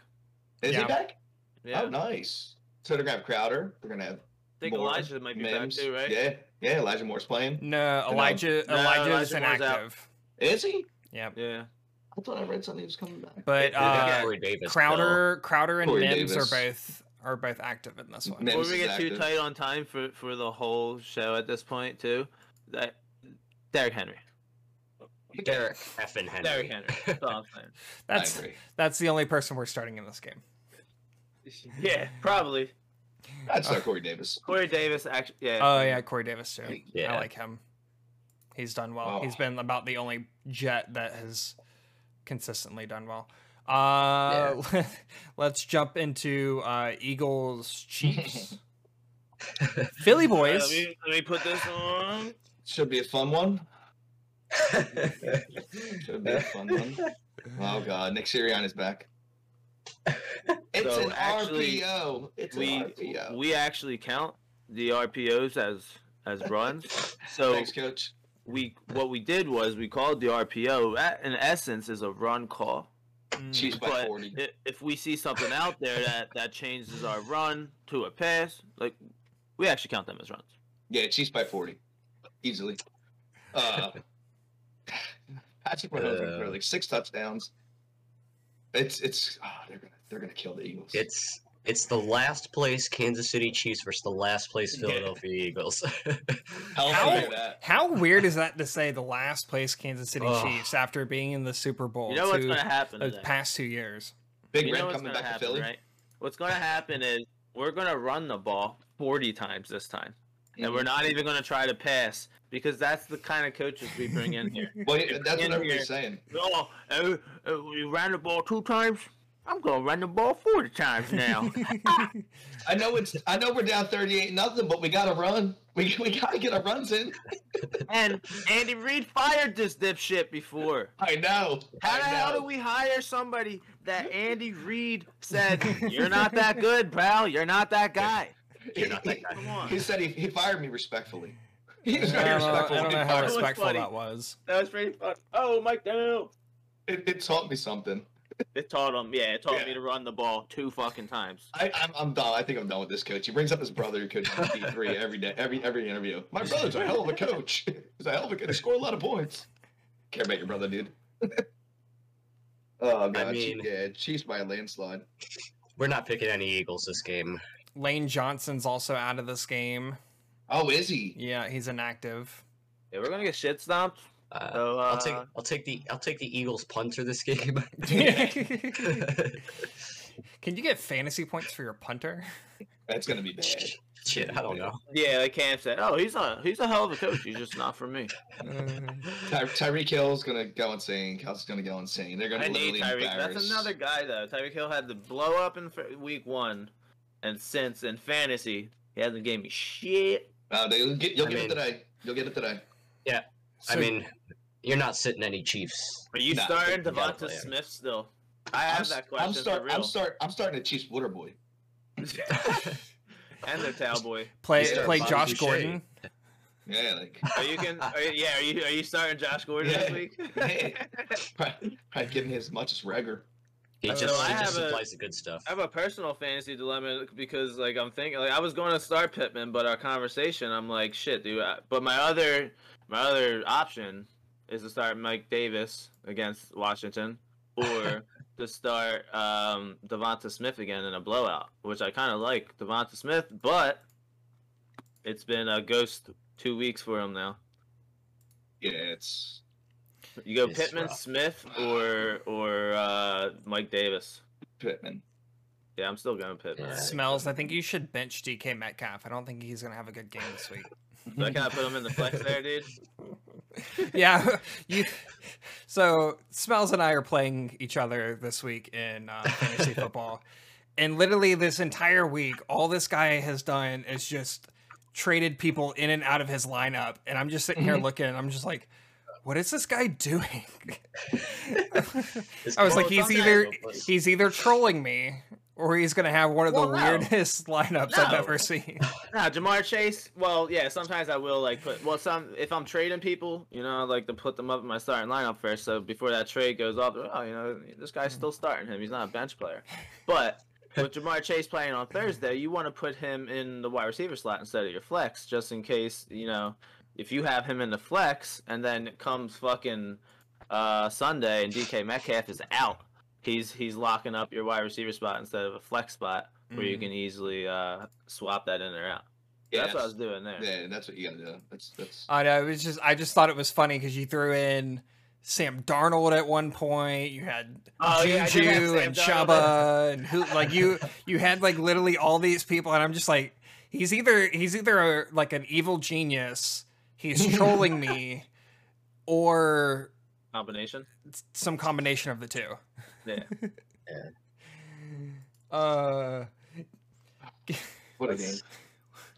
Speaker 2: Is
Speaker 1: Yeah.
Speaker 2: he back?
Speaker 3: Yeah,
Speaker 2: Oh, nice. So they're gonna have Crowder. They're gonna have
Speaker 3: I think
Speaker 2: Moore,
Speaker 3: Elijah might be
Speaker 2: Mims.
Speaker 3: back too, right?
Speaker 2: Yeah, yeah. Elijah Moore's playing.
Speaker 1: no, Elijah Elijah's
Speaker 3: No, Elijah Moore's out.
Speaker 1: inactive.
Speaker 2: Is he?
Speaker 1: Yep.
Speaker 3: yeah.
Speaker 2: I thought I read something he was coming back.
Speaker 1: But
Speaker 4: They got
Speaker 1: uh,
Speaker 4: Corey Davis,
Speaker 1: Crowder, Crowder, and
Speaker 2: Corey
Speaker 1: Mims
Speaker 2: Davis.
Speaker 1: are both are both active in this one.
Speaker 2: Mims
Speaker 3: Before we
Speaker 2: is
Speaker 3: get too
Speaker 2: active.
Speaker 3: tight on time for for the whole show at this point too, that Derrick Henry.
Speaker 4: though. Derrick effing Henry.
Speaker 3: Derrick Henry. That's all I'm saying.
Speaker 1: That's
Speaker 2: I agree.
Speaker 1: that's the only person we're starting in this game.
Speaker 3: yeah, probably
Speaker 2: I'd start Corey Davis.
Speaker 3: Corey Davis. Actually, yeah.
Speaker 1: Oh yeah, Corey Davis too.
Speaker 4: Yeah.
Speaker 1: I like him. He's done well.
Speaker 2: Oh.
Speaker 1: He's been about the only Jet that has consistently done well. Uh, let's jump into uh, Eagles Chiefs. Philly
Speaker 3: All right,
Speaker 1: boys.
Speaker 3: let, me, let me put this on.
Speaker 2: Should be a fun one. Should be a fun one. Oh god, Nick Sirianni's back. It's
Speaker 3: So
Speaker 2: an
Speaker 3: actually,
Speaker 2: RPO. It's
Speaker 3: We
Speaker 2: an RPO.
Speaker 3: we actually count the RPOs as as runs. So
Speaker 2: Thanks, coach.
Speaker 3: we what we did was we called the RPO that in essence is a run call.
Speaker 1: Mm.
Speaker 2: Chiefs by
Speaker 3: Hmm. But
Speaker 2: forty.
Speaker 3: i- if we see something out there that that changes our run to a pass, like we actually count them as runs.
Speaker 2: Yeah, Chiefs by forty, easily. Uh, Patrick Mahomes went for
Speaker 4: Uh.
Speaker 2: like six touchdowns. It's it's ah, they're gonna they're gonna kill the Eagles.
Speaker 4: It's it's the last place Kansas City Chiefs versus the last place
Speaker 2: Yeah.
Speaker 4: Philadelphia Eagles.
Speaker 2: Hell
Speaker 1: How-
Speaker 2: yeah, that.
Speaker 1: How weird is that to say the last place Kansas City
Speaker 4: Ugh.
Speaker 1: Chiefs after being in the Super Bowl
Speaker 3: You know what's
Speaker 1: two-
Speaker 3: going to happen?
Speaker 1: the
Speaker 3: today?
Speaker 1: past two years?
Speaker 2: Big
Speaker 3: You know
Speaker 2: Red
Speaker 3: what's
Speaker 2: coming
Speaker 3: gonna
Speaker 2: back to
Speaker 3: happen,
Speaker 2: Philly.
Speaker 3: right? What's going to happen is we're going to run the ball 40 times this time, and we're not even going to try to pass because that's the kind of coaches we bring in here.
Speaker 2: Well, yeah, that's
Speaker 3: in
Speaker 2: what
Speaker 3: here.
Speaker 2: everybody's saying.
Speaker 3: oh, uh, uh, we ran the ball two times. I'm going to run the ball 40 times now.
Speaker 2: I know it's I know we're down thirty eight nothing, but we gotta run. We we gotta get our runs in.
Speaker 3: and Andy Reid fired this dipshit before.
Speaker 2: I know.
Speaker 3: How the
Speaker 2: I know.
Speaker 3: hell do we hire somebody that Andy Reid said, You're not that good, pal. You're not that guy?
Speaker 4: You're not that
Speaker 3: Come on.
Speaker 2: He said he, he fired me respectfully. He
Speaker 1: I
Speaker 2: was
Speaker 1: don't,
Speaker 2: very
Speaker 1: know, I
Speaker 2: respectful.
Speaker 1: don't
Speaker 2: when he
Speaker 1: know how
Speaker 2: fired me.
Speaker 1: respectful
Speaker 3: funny.
Speaker 1: that was.
Speaker 3: That was pretty fun. Oh, Mike down.
Speaker 2: It, it taught me something.
Speaker 3: It taught him, yeah, it taught
Speaker 2: Yeah.
Speaker 3: me to run the ball two fucking times.
Speaker 2: I, I'm, I'm done. I think I'm done with this coach. He brings up his brother who coaches D three every day, every every interview. My brother's a hell of a coach. He's a hell of a coach. Score a lot of points. Care about your brother, Oh, dude. oh god,
Speaker 4: mean-
Speaker 2: yeah, Chiefs by a landslide.
Speaker 4: We're not picking any Eagles this game.
Speaker 1: Lane Johnson's also out of this game.
Speaker 2: Oh, is he?
Speaker 1: Yeah, he's inactive.
Speaker 3: Yeah, we're gonna get shit stomped.
Speaker 4: Uh,
Speaker 3: So uh,
Speaker 4: I'll take I'll take the I'll take the Eagles punter this game.
Speaker 1: Can you get fantasy points for your punter?
Speaker 2: That's gonna be bad.
Speaker 4: Shit, I don't know.
Speaker 3: yeah, like Cam said, oh, he's a he's a hell of a coach. He's just not for me.
Speaker 1: Mm.
Speaker 2: Ty- Tyreek Hill's gonna go insane. Kelsey's gonna go insane. They're gonna
Speaker 3: I need
Speaker 2: literally
Speaker 3: Tyreek.
Speaker 2: embarrass.
Speaker 3: That's another guy though. Tyreek Hill had the blow up in f- week one, and since in fantasy he hasn't gave me shit.
Speaker 2: Uh, they, you'll get, you'll
Speaker 4: I
Speaker 2: get
Speaker 4: mean-
Speaker 2: it today. You'll get it today.
Speaker 4: I
Speaker 1: So-
Speaker 4: mean, you're not sitting any Chiefs.
Speaker 3: Are you
Speaker 2: Nah,
Speaker 3: starting
Speaker 4: you gotta
Speaker 3: Devonta
Speaker 4: play him.
Speaker 3: Smith still? I have
Speaker 2: I'm, s-
Speaker 3: that
Speaker 2: I'm
Speaker 3: question
Speaker 2: start-
Speaker 3: for real.
Speaker 2: I'm start. I'm starting to Chiefs water boy.
Speaker 3: and their cowboy.
Speaker 1: Play
Speaker 2: Yeah,
Speaker 1: play
Speaker 4: Bobby
Speaker 1: Josh
Speaker 4: Boucher.
Speaker 1: Gordon.
Speaker 2: Yeah, like
Speaker 3: Are you can? Are, you- yeah. Are you are you starting Josh Gordon this
Speaker 2: Yeah.
Speaker 3: week?
Speaker 2: Yeah. probably, probably giving as much as Rager.
Speaker 4: He
Speaker 3: Uh,
Speaker 4: just,
Speaker 3: so
Speaker 4: he
Speaker 3: I
Speaker 4: just
Speaker 3: have a-
Speaker 4: supplies the good stuff.
Speaker 3: I have a personal fantasy dilemma because, like, I'm thinking, like, I was going to start Pittman, but our conversation, I'm like, shit, dude. I, but my other, my other option is to start Mike Davis against Washington, or to start um, Devonta Smith again in a blowout, which I kind of like Devonta Smith, but it's been a ghost two weeks for him now.
Speaker 2: Yeah, it's
Speaker 3: You go
Speaker 4: It's
Speaker 3: Pittman,
Speaker 4: rough.
Speaker 3: Smith, or or uh, Mike Davis.
Speaker 2: Pittman.
Speaker 3: Yeah, I'm still going Pittman.
Speaker 4: Yeah.
Speaker 1: Smells. I think you should bench DK Metcalf. I don't think he's gonna have a good game this week.
Speaker 3: Do I kind of put him in the flex there, dude?
Speaker 1: yeah, you. So Smells and I are playing each other this week in uh, fantasy football, and literally this entire week, all this guy has done is just traded people in and out of his lineup, and I'm just sitting here
Speaker 4: Mm-hmm.
Speaker 1: looking, and I'm just like, what is this guy doing?
Speaker 4: It's
Speaker 1: I was
Speaker 4: cool.
Speaker 1: like, he's
Speaker 3: sometimes-
Speaker 1: either he's either trolling me. Or he's gonna have one of the
Speaker 3: Well, no.
Speaker 1: weirdest lineups I've
Speaker 3: No.
Speaker 1: ever seen.
Speaker 3: Nah, Jamar Chase. Well, yeah, sometimes I will like put. Well, some if I'm trading people, you know, I like to put them up in my starting lineup first. So before that trade goes off, oh, you know, this guy's still starting him. He's not a bench player. But with Jamar Chase playing on Thursday, you want to put him in the wide receiver slot instead of your flex, just in case you know if you have him in the flex and then it comes fucking uh, Sunday and DK Metcalf is out. He's he's locking up your wide receiver spot instead of a flex spot where you
Speaker 1: Mm.
Speaker 3: can easily uh, swap that in or out.
Speaker 2: Yeah,
Speaker 3: that's what I was Uh, doing there.
Speaker 2: yeah, that's what you gotta do. That's that's.
Speaker 1: I know it was just I just thought it was funny because you threw in Sam Darnold at one point. You had
Speaker 3: Oh, yeah, I did have
Speaker 1: Juju
Speaker 3: Sam
Speaker 1: and
Speaker 3: Darnold.
Speaker 1: Chuba and who like you you had like literally all these people, and I'm just like he's either he's either a, like an evil genius, he's trolling me, or
Speaker 3: Combination.
Speaker 1: s- some combination of the two.
Speaker 3: Yeah.
Speaker 1: Uh,
Speaker 2: What a game.
Speaker 4: Let's,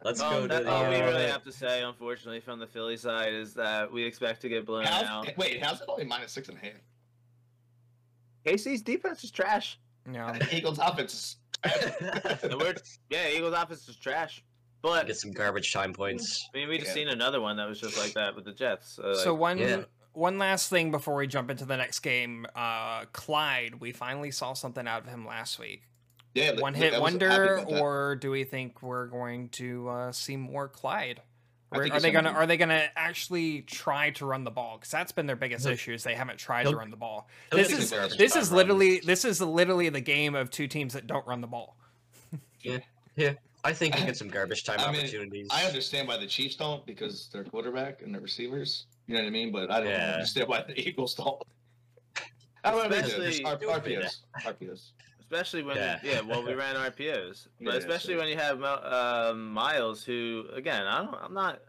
Speaker 4: let's
Speaker 3: Um,
Speaker 4: go to
Speaker 3: that's
Speaker 4: the.
Speaker 3: all we
Speaker 4: uh,
Speaker 3: really have to say, unfortunately, from the Philly side is that we expect to get blown
Speaker 2: How's,
Speaker 3: out.
Speaker 2: wait, how's it only minus six and a half?
Speaker 3: KC's defense is trash.
Speaker 1: no.
Speaker 3: Um,
Speaker 2: The Eagles offense
Speaker 3: And we're, yeah, Eagles offense is trash. But
Speaker 4: get some garbage time points.
Speaker 3: I mean, we just
Speaker 2: Yeah.
Speaker 3: seen another one that was just like that with the Jets. So,
Speaker 1: So
Speaker 3: like,
Speaker 1: one
Speaker 4: yeah.
Speaker 1: one last thing before we jump into the next game, uh, Clyde. We finally saw something out of him last week.
Speaker 2: yeah,
Speaker 1: One
Speaker 2: look, I
Speaker 1: hit
Speaker 2: was happy
Speaker 1: wonder,
Speaker 2: about that.
Speaker 1: or do we think we're going to uh, see more Clyde?
Speaker 2: I
Speaker 1: Or-
Speaker 2: think
Speaker 1: Are
Speaker 2: he's
Speaker 1: they
Speaker 2: gonna
Speaker 1: gonna
Speaker 2: be-
Speaker 1: Are they gonna actually try to run the ball? Because that's been their biggest
Speaker 4: He'll-
Speaker 1: issue is they haven't tried to
Speaker 4: he'll-
Speaker 1: run the ball.
Speaker 4: Don't
Speaker 1: This
Speaker 4: get
Speaker 1: is-
Speaker 4: some garbage
Speaker 1: This
Speaker 4: time
Speaker 1: is
Speaker 4: runs.
Speaker 1: literally this is literally the game of two teams that don't run the ball.
Speaker 4: I think you get some garbage time
Speaker 2: I mean,
Speaker 4: opportunities.
Speaker 2: I understand why the Chiefs don't because their quarterback and their receivers. You know what I mean? But I don't
Speaker 4: Yeah.
Speaker 2: understand why the Eagles don't. I don't know. what they do. It's
Speaker 3: Especially-
Speaker 2: R- RPOs. RPOs.
Speaker 3: especially when
Speaker 4: Yeah.
Speaker 3: yeah, well, we ran RPOs, but
Speaker 2: Yeah,
Speaker 3: especially
Speaker 2: so-
Speaker 3: when you have Mel- um Miles, who again, I don't, I'm not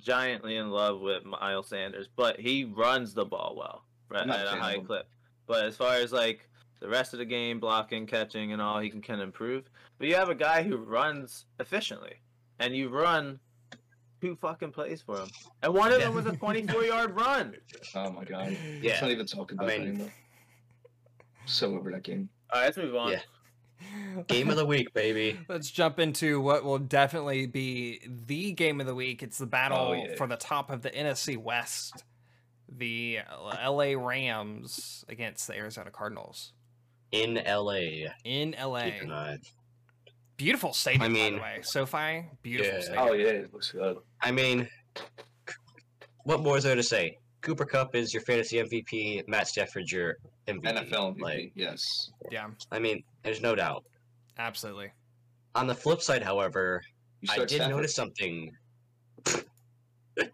Speaker 3: giantly in love with Miles Sanders, but he runs the ball well right,
Speaker 2: I'm not
Speaker 3: at
Speaker 2: a
Speaker 3: a
Speaker 2: fan of
Speaker 3: high
Speaker 2: him.
Speaker 3: clip. But as far as like the rest of the game, blocking, catching, and all, he can, can improve. But you have a guy who runs efficiently, and you run two fucking plays for him, and one of them was a 24 yard run.
Speaker 2: Oh my god.
Speaker 4: Yeah.
Speaker 2: Let's not even talk about
Speaker 4: I
Speaker 2: it
Speaker 4: mean-
Speaker 2: anymore. So over that game.
Speaker 3: All right, let's move on.
Speaker 4: Yeah. Game of the week, baby.
Speaker 1: Let's jump into what will definitely be the game of the week. It's the battle
Speaker 4: Oh,
Speaker 2: yeah.
Speaker 1: for the top of the NFC West. The LA Rams against the Arizona Cardinals
Speaker 4: In LA.
Speaker 1: in LA.
Speaker 4: Keep an eye.
Speaker 1: Beautiful stadium,
Speaker 4: I
Speaker 1: by
Speaker 4: mean-
Speaker 1: the way. SoFi, beautiful
Speaker 4: Yeah.
Speaker 1: stadium.
Speaker 2: Oh yeah, it looks good.
Speaker 4: I mean, what more is there to say? Cooper Cup is your fantasy MVP. Matt Stafford your MVP.
Speaker 2: NFL MVP,
Speaker 4: Like,
Speaker 2: yes.
Speaker 1: Yeah,
Speaker 4: I mean, there's no doubt.
Speaker 1: Absolutely.
Speaker 4: On the flip side, however,
Speaker 2: You
Speaker 4: I
Speaker 2: start
Speaker 4: did
Speaker 2: Stafford.
Speaker 4: notice something.
Speaker 1: Yo,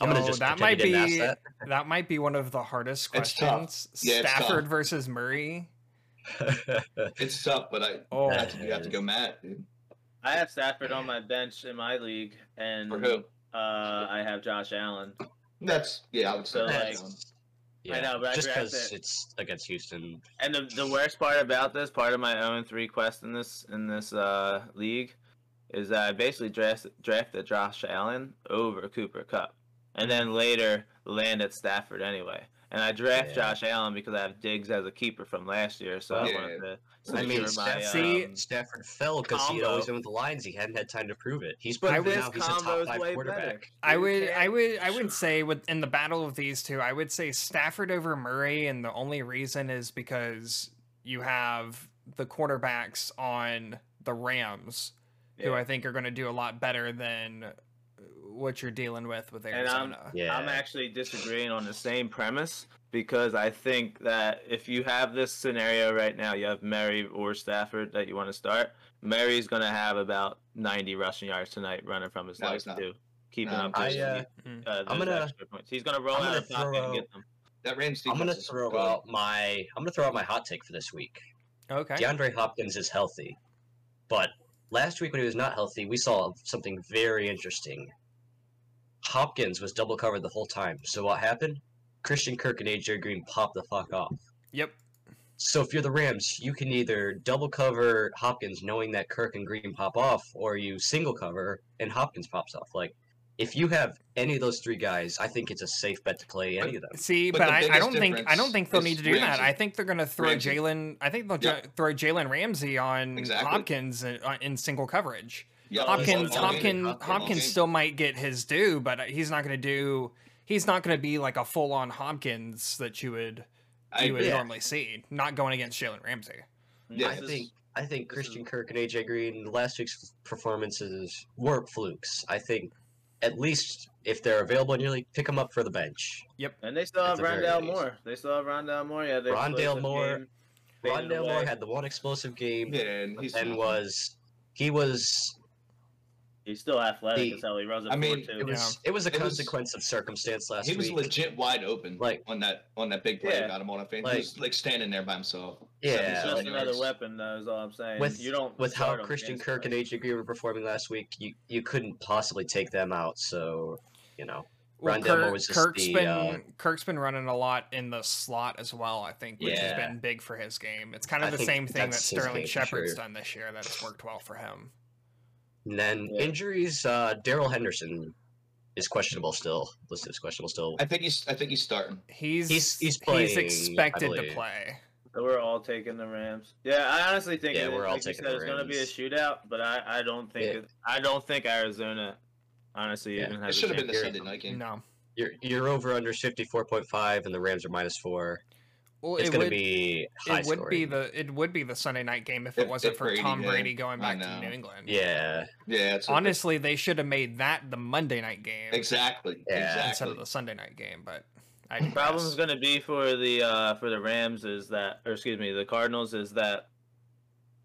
Speaker 4: I'm gonna just
Speaker 1: that
Speaker 4: pretend
Speaker 1: might
Speaker 4: you didn't
Speaker 1: be
Speaker 4: ask
Speaker 1: that might be one of the hardest
Speaker 2: It's tough.
Speaker 1: questions.
Speaker 2: Yeah, it's tough.
Speaker 1: Stafford versus Murray.
Speaker 4: that.
Speaker 2: It's tough, but I
Speaker 1: Oh,
Speaker 2: I have to, you have to go Matt, dude.
Speaker 3: I have Stafford on my bench in my league, and
Speaker 2: For
Speaker 4: Mm-hmm.
Speaker 2: who?
Speaker 3: Uh, I have Josh Allen.
Speaker 2: That's yeah. I would say
Speaker 3: So,
Speaker 2: that's
Speaker 3: like-
Speaker 2: one.
Speaker 4: yeah,
Speaker 3: know, but I
Speaker 4: just
Speaker 3: grabbed
Speaker 4: because
Speaker 3: it.
Speaker 4: it's against Houston.
Speaker 3: And the, the worst part about this, part of my own three quest in this in this uh, league, is that I basically draft, drafted Josh Allen over Cooper Cup, and then later land at Stafford anyway. And I draft
Speaker 4: Yeah.
Speaker 3: Josh Allen because I have Diggs as a keeper from last year, so I
Speaker 2: Yeah.
Speaker 3: wanted to
Speaker 4: I mean,
Speaker 3: secure my.
Speaker 1: see,
Speaker 3: um,
Speaker 4: Stafford fell because he had
Speaker 3: Combo.
Speaker 4: always been with the Lions. He hadn't had time to prove it. He's
Speaker 3: but
Speaker 4: proven
Speaker 3: this
Speaker 4: now he's a top
Speaker 3: combo's
Speaker 4: five
Speaker 3: way
Speaker 4: quarterback.
Speaker 3: better.
Speaker 1: I
Speaker 3: You
Speaker 1: would, I
Speaker 3: can't-
Speaker 1: would, I would say with in the battle of these two, I would say Stafford over Murray, and the only reason is because you have the quarterbacks on the Rams, who
Speaker 3: Yeah.
Speaker 1: I think are going to do a lot better than uh, what you're dealing with
Speaker 2: um,
Speaker 1: with
Speaker 3: And I'm-
Speaker 1: Arizona.
Speaker 4: Yeah,
Speaker 3: I'm actually disagreeing on the same premise because I think that if you have this scenario right now, you have Mary or Stafford that you want to start. Mary's going to have about 90 rushing yards tonight, running from his
Speaker 2: No,
Speaker 3: legs
Speaker 2: he's not.
Speaker 3: too, keeping
Speaker 2: No,
Speaker 3: up
Speaker 4: I,
Speaker 3: those,
Speaker 4: uh,
Speaker 1: Mm.
Speaker 3: uh,
Speaker 4: I'm
Speaker 3: those
Speaker 4: gonna-
Speaker 3: extra points. He's going to roll
Speaker 4: I'm
Speaker 3: out
Speaker 4: gonna
Speaker 3: of pocket
Speaker 4: throw
Speaker 3: and get them.
Speaker 2: That Rams
Speaker 4: I'm
Speaker 2: defense.
Speaker 4: gonna
Speaker 2: is
Speaker 4: throw
Speaker 2: good.
Speaker 4: out my I'm gonna throw out my hot take for this week.
Speaker 1: Okay.
Speaker 4: DeAndre Hopkins is healthy, but last week when he was not healthy, we saw something very interesting. Hopkins was double covered the whole time. So what happened? Christian Kirk and AJ Green popped the fuck off.
Speaker 1: Yep.
Speaker 4: So if you're the Rams, you can either double cover Hopkins knowing that Kirk and Green pop off, or you single cover and Hopkins pops off. Like if you have any of those three guys, I think it's a safe bet to play any of them.
Speaker 1: See, but,
Speaker 2: But the
Speaker 1: I, I
Speaker 2: biggest
Speaker 1: don't think I don't
Speaker 2: difference
Speaker 1: think they'll
Speaker 2: is
Speaker 1: need to do that.
Speaker 2: Ramsey.
Speaker 1: I think they're going to throw
Speaker 2: Ramsey.
Speaker 1: Jalen. I think they'll
Speaker 2: Yeah.
Speaker 1: ju- throw Jalen Ramsey on
Speaker 2: Exactly.
Speaker 1: Hopkins in, uh, in single coverage.
Speaker 2: Yeah,
Speaker 4: Oh, he's
Speaker 1: Hopkins,
Speaker 4: all game.
Speaker 1: Hopkins,
Speaker 4: Hopkins.
Speaker 1: Hopkins
Speaker 2: All game.
Speaker 1: still might get his due, but he's not going to do. He's not going to be like a full-on Hopkins that you would
Speaker 2: I
Speaker 1: you would
Speaker 2: agree.
Speaker 4: yeah.
Speaker 1: normally see. Not going against Jalen Ramsey.
Speaker 2: Yeah.
Speaker 4: I
Speaker 3: This is-
Speaker 4: think I think
Speaker 3: this is-
Speaker 4: Christian Kirk and AJ Green last week's performances were flukes. I think at least if they're available in your league, pick them up for the bench.
Speaker 3: And they still
Speaker 4: At
Speaker 3: have
Speaker 4: the very
Speaker 3: Rondell
Speaker 4: least.
Speaker 3: Moore. They still have Rondell Moore. Yeah, they
Speaker 4: Rondale
Speaker 3: explosive
Speaker 4: Moore-
Speaker 3: game, faded
Speaker 4: Rondell Moore
Speaker 3: away.
Speaker 4: had the one explosive game
Speaker 2: Yeah, and he's
Speaker 4: and
Speaker 2: not-
Speaker 4: was he was
Speaker 3: He's still athletic
Speaker 4: The-
Speaker 3: as hell. He runs a
Speaker 2: I mean,
Speaker 3: four
Speaker 4: it
Speaker 3: two.
Speaker 4: was it was a
Speaker 2: It was-
Speaker 4: consequence of circumstance last
Speaker 2: He was
Speaker 4: week.
Speaker 2: legit wide open,
Speaker 4: Like-
Speaker 2: on that on that big play
Speaker 3: Yeah.
Speaker 2: that got him on a fan.
Speaker 4: Like-
Speaker 2: he was like standing there by himself.
Speaker 4: Yeah,
Speaker 2: Seven,
Speaker 3: It's
Speaker 2: seven
Speaker 3: just another
Speaker 2: yards.
Speaker 3: weapon, though. Is all I'm saying.
Speaker 4: With-
Speaker 3: you don't
Speaker 4: With how
Speaker 3: start him
Speaker 4: Christian
Speaker 3: against
Speaker 4: Kirk and
Speaker 3: them.
Speaker 4: AJ Green were performing last week, you you couldn't possibly take them out. So you know,
Speaker 1: Well,
Speaker 4: Rondell Moore
Speaker 1: Kirk,
Speaker 4: was just
Speaker 1: Kirk's
Speaker 4: the,
Speaker 1: been
Speaker 4: uh,
Speaker 1: Kirk's been running a lot in the slot as well. I think, which has
Speaker 4: Yeah.
Speaker 1: been big for his game. It's kind of
Speaker 4: I
Speaker 1: the
Speaker 4: think
Speaker 1: same thing that
Speaker 4: that's his
Speaker 1: Sterling
Speaker 4: game,
Speaker 1: Shepard's
Speaker 4: sure.
Speaker 1: done this year. That's worked well for him.
Speaker 4: and then
Speaker 3: Yeah.
Speaker 4: injuries. Uh, Daryl Henderson is questionable still. Listed as questionable still.
Speaker 2: I think he's I think he's starting.
Speaker 1: He's he's,
Speaker 4: He's- he's playing, I
Speaker 1: expected to
Speaker 4: believe.
Speaker 1: play.
Speaker 3: So We're all taking the Rams. Yeah, I honestly think
Speaker 4: Yeah,
Speaker 3: it,
Speaker 4: we're all
Speaker 3: like you
Speaker 4: taking
Speaker 3: said,
Speaker 4: the
Speaker 3: it's going to be a
Speaker 4: Rams.
Speaker 3: shootout, but I, I don't think
Speaker 4: Yeah.
Speaker 3: it, I don't think Arizona honestly
Speaker 4: Yeah.
Speaker 3: even
Speaker 2: It
Speaker 3: has
Speaker 2: should
Speaker 3: a
Speaker 2: have been
Speaker 3: chance.
Speaker 2: the Sunday night game.
Speaker 1: No,
Speaker 4: You're you're over under fifty four point five, and the Rams are minus four.
Speaker 1: well,
Speaker 4: it's
Speaker 1: it
Speaker 4: going
Speaker 1: would
Speaker 4: to be high
Speaker 1: it would be
Speaker 4: scoring.
Speaker 1: the it would be the Sunday night game if it
Speaker 2: If-
Speaker 1: wasn't
Speaker 2: if
Speaker 1: for
Speaker 2: Brady
Speaker 1: Tom
Speaker 2: did.
Speaker 1: Brady going
Speaker 2: I
Speaker 1: back to
Speaker 2: know.
Speaker 1: New England.
Speaker 4: Yeah,
Speaker 2: Yeah, it's
Speaker 1: Honestly, they should have made that the Monday night game
Speaker 2: exactly,
Speaker 4: Yeah.
Speaker 1: instead
Speaker 2: exactly.
Speaker 1: of the Sunday night game, but I
Speaker 3: The problem is
Speaker 1: digress.
Speaker 3: going to be for the uh, for the Rams is that, or excuse me, the Cardinals is that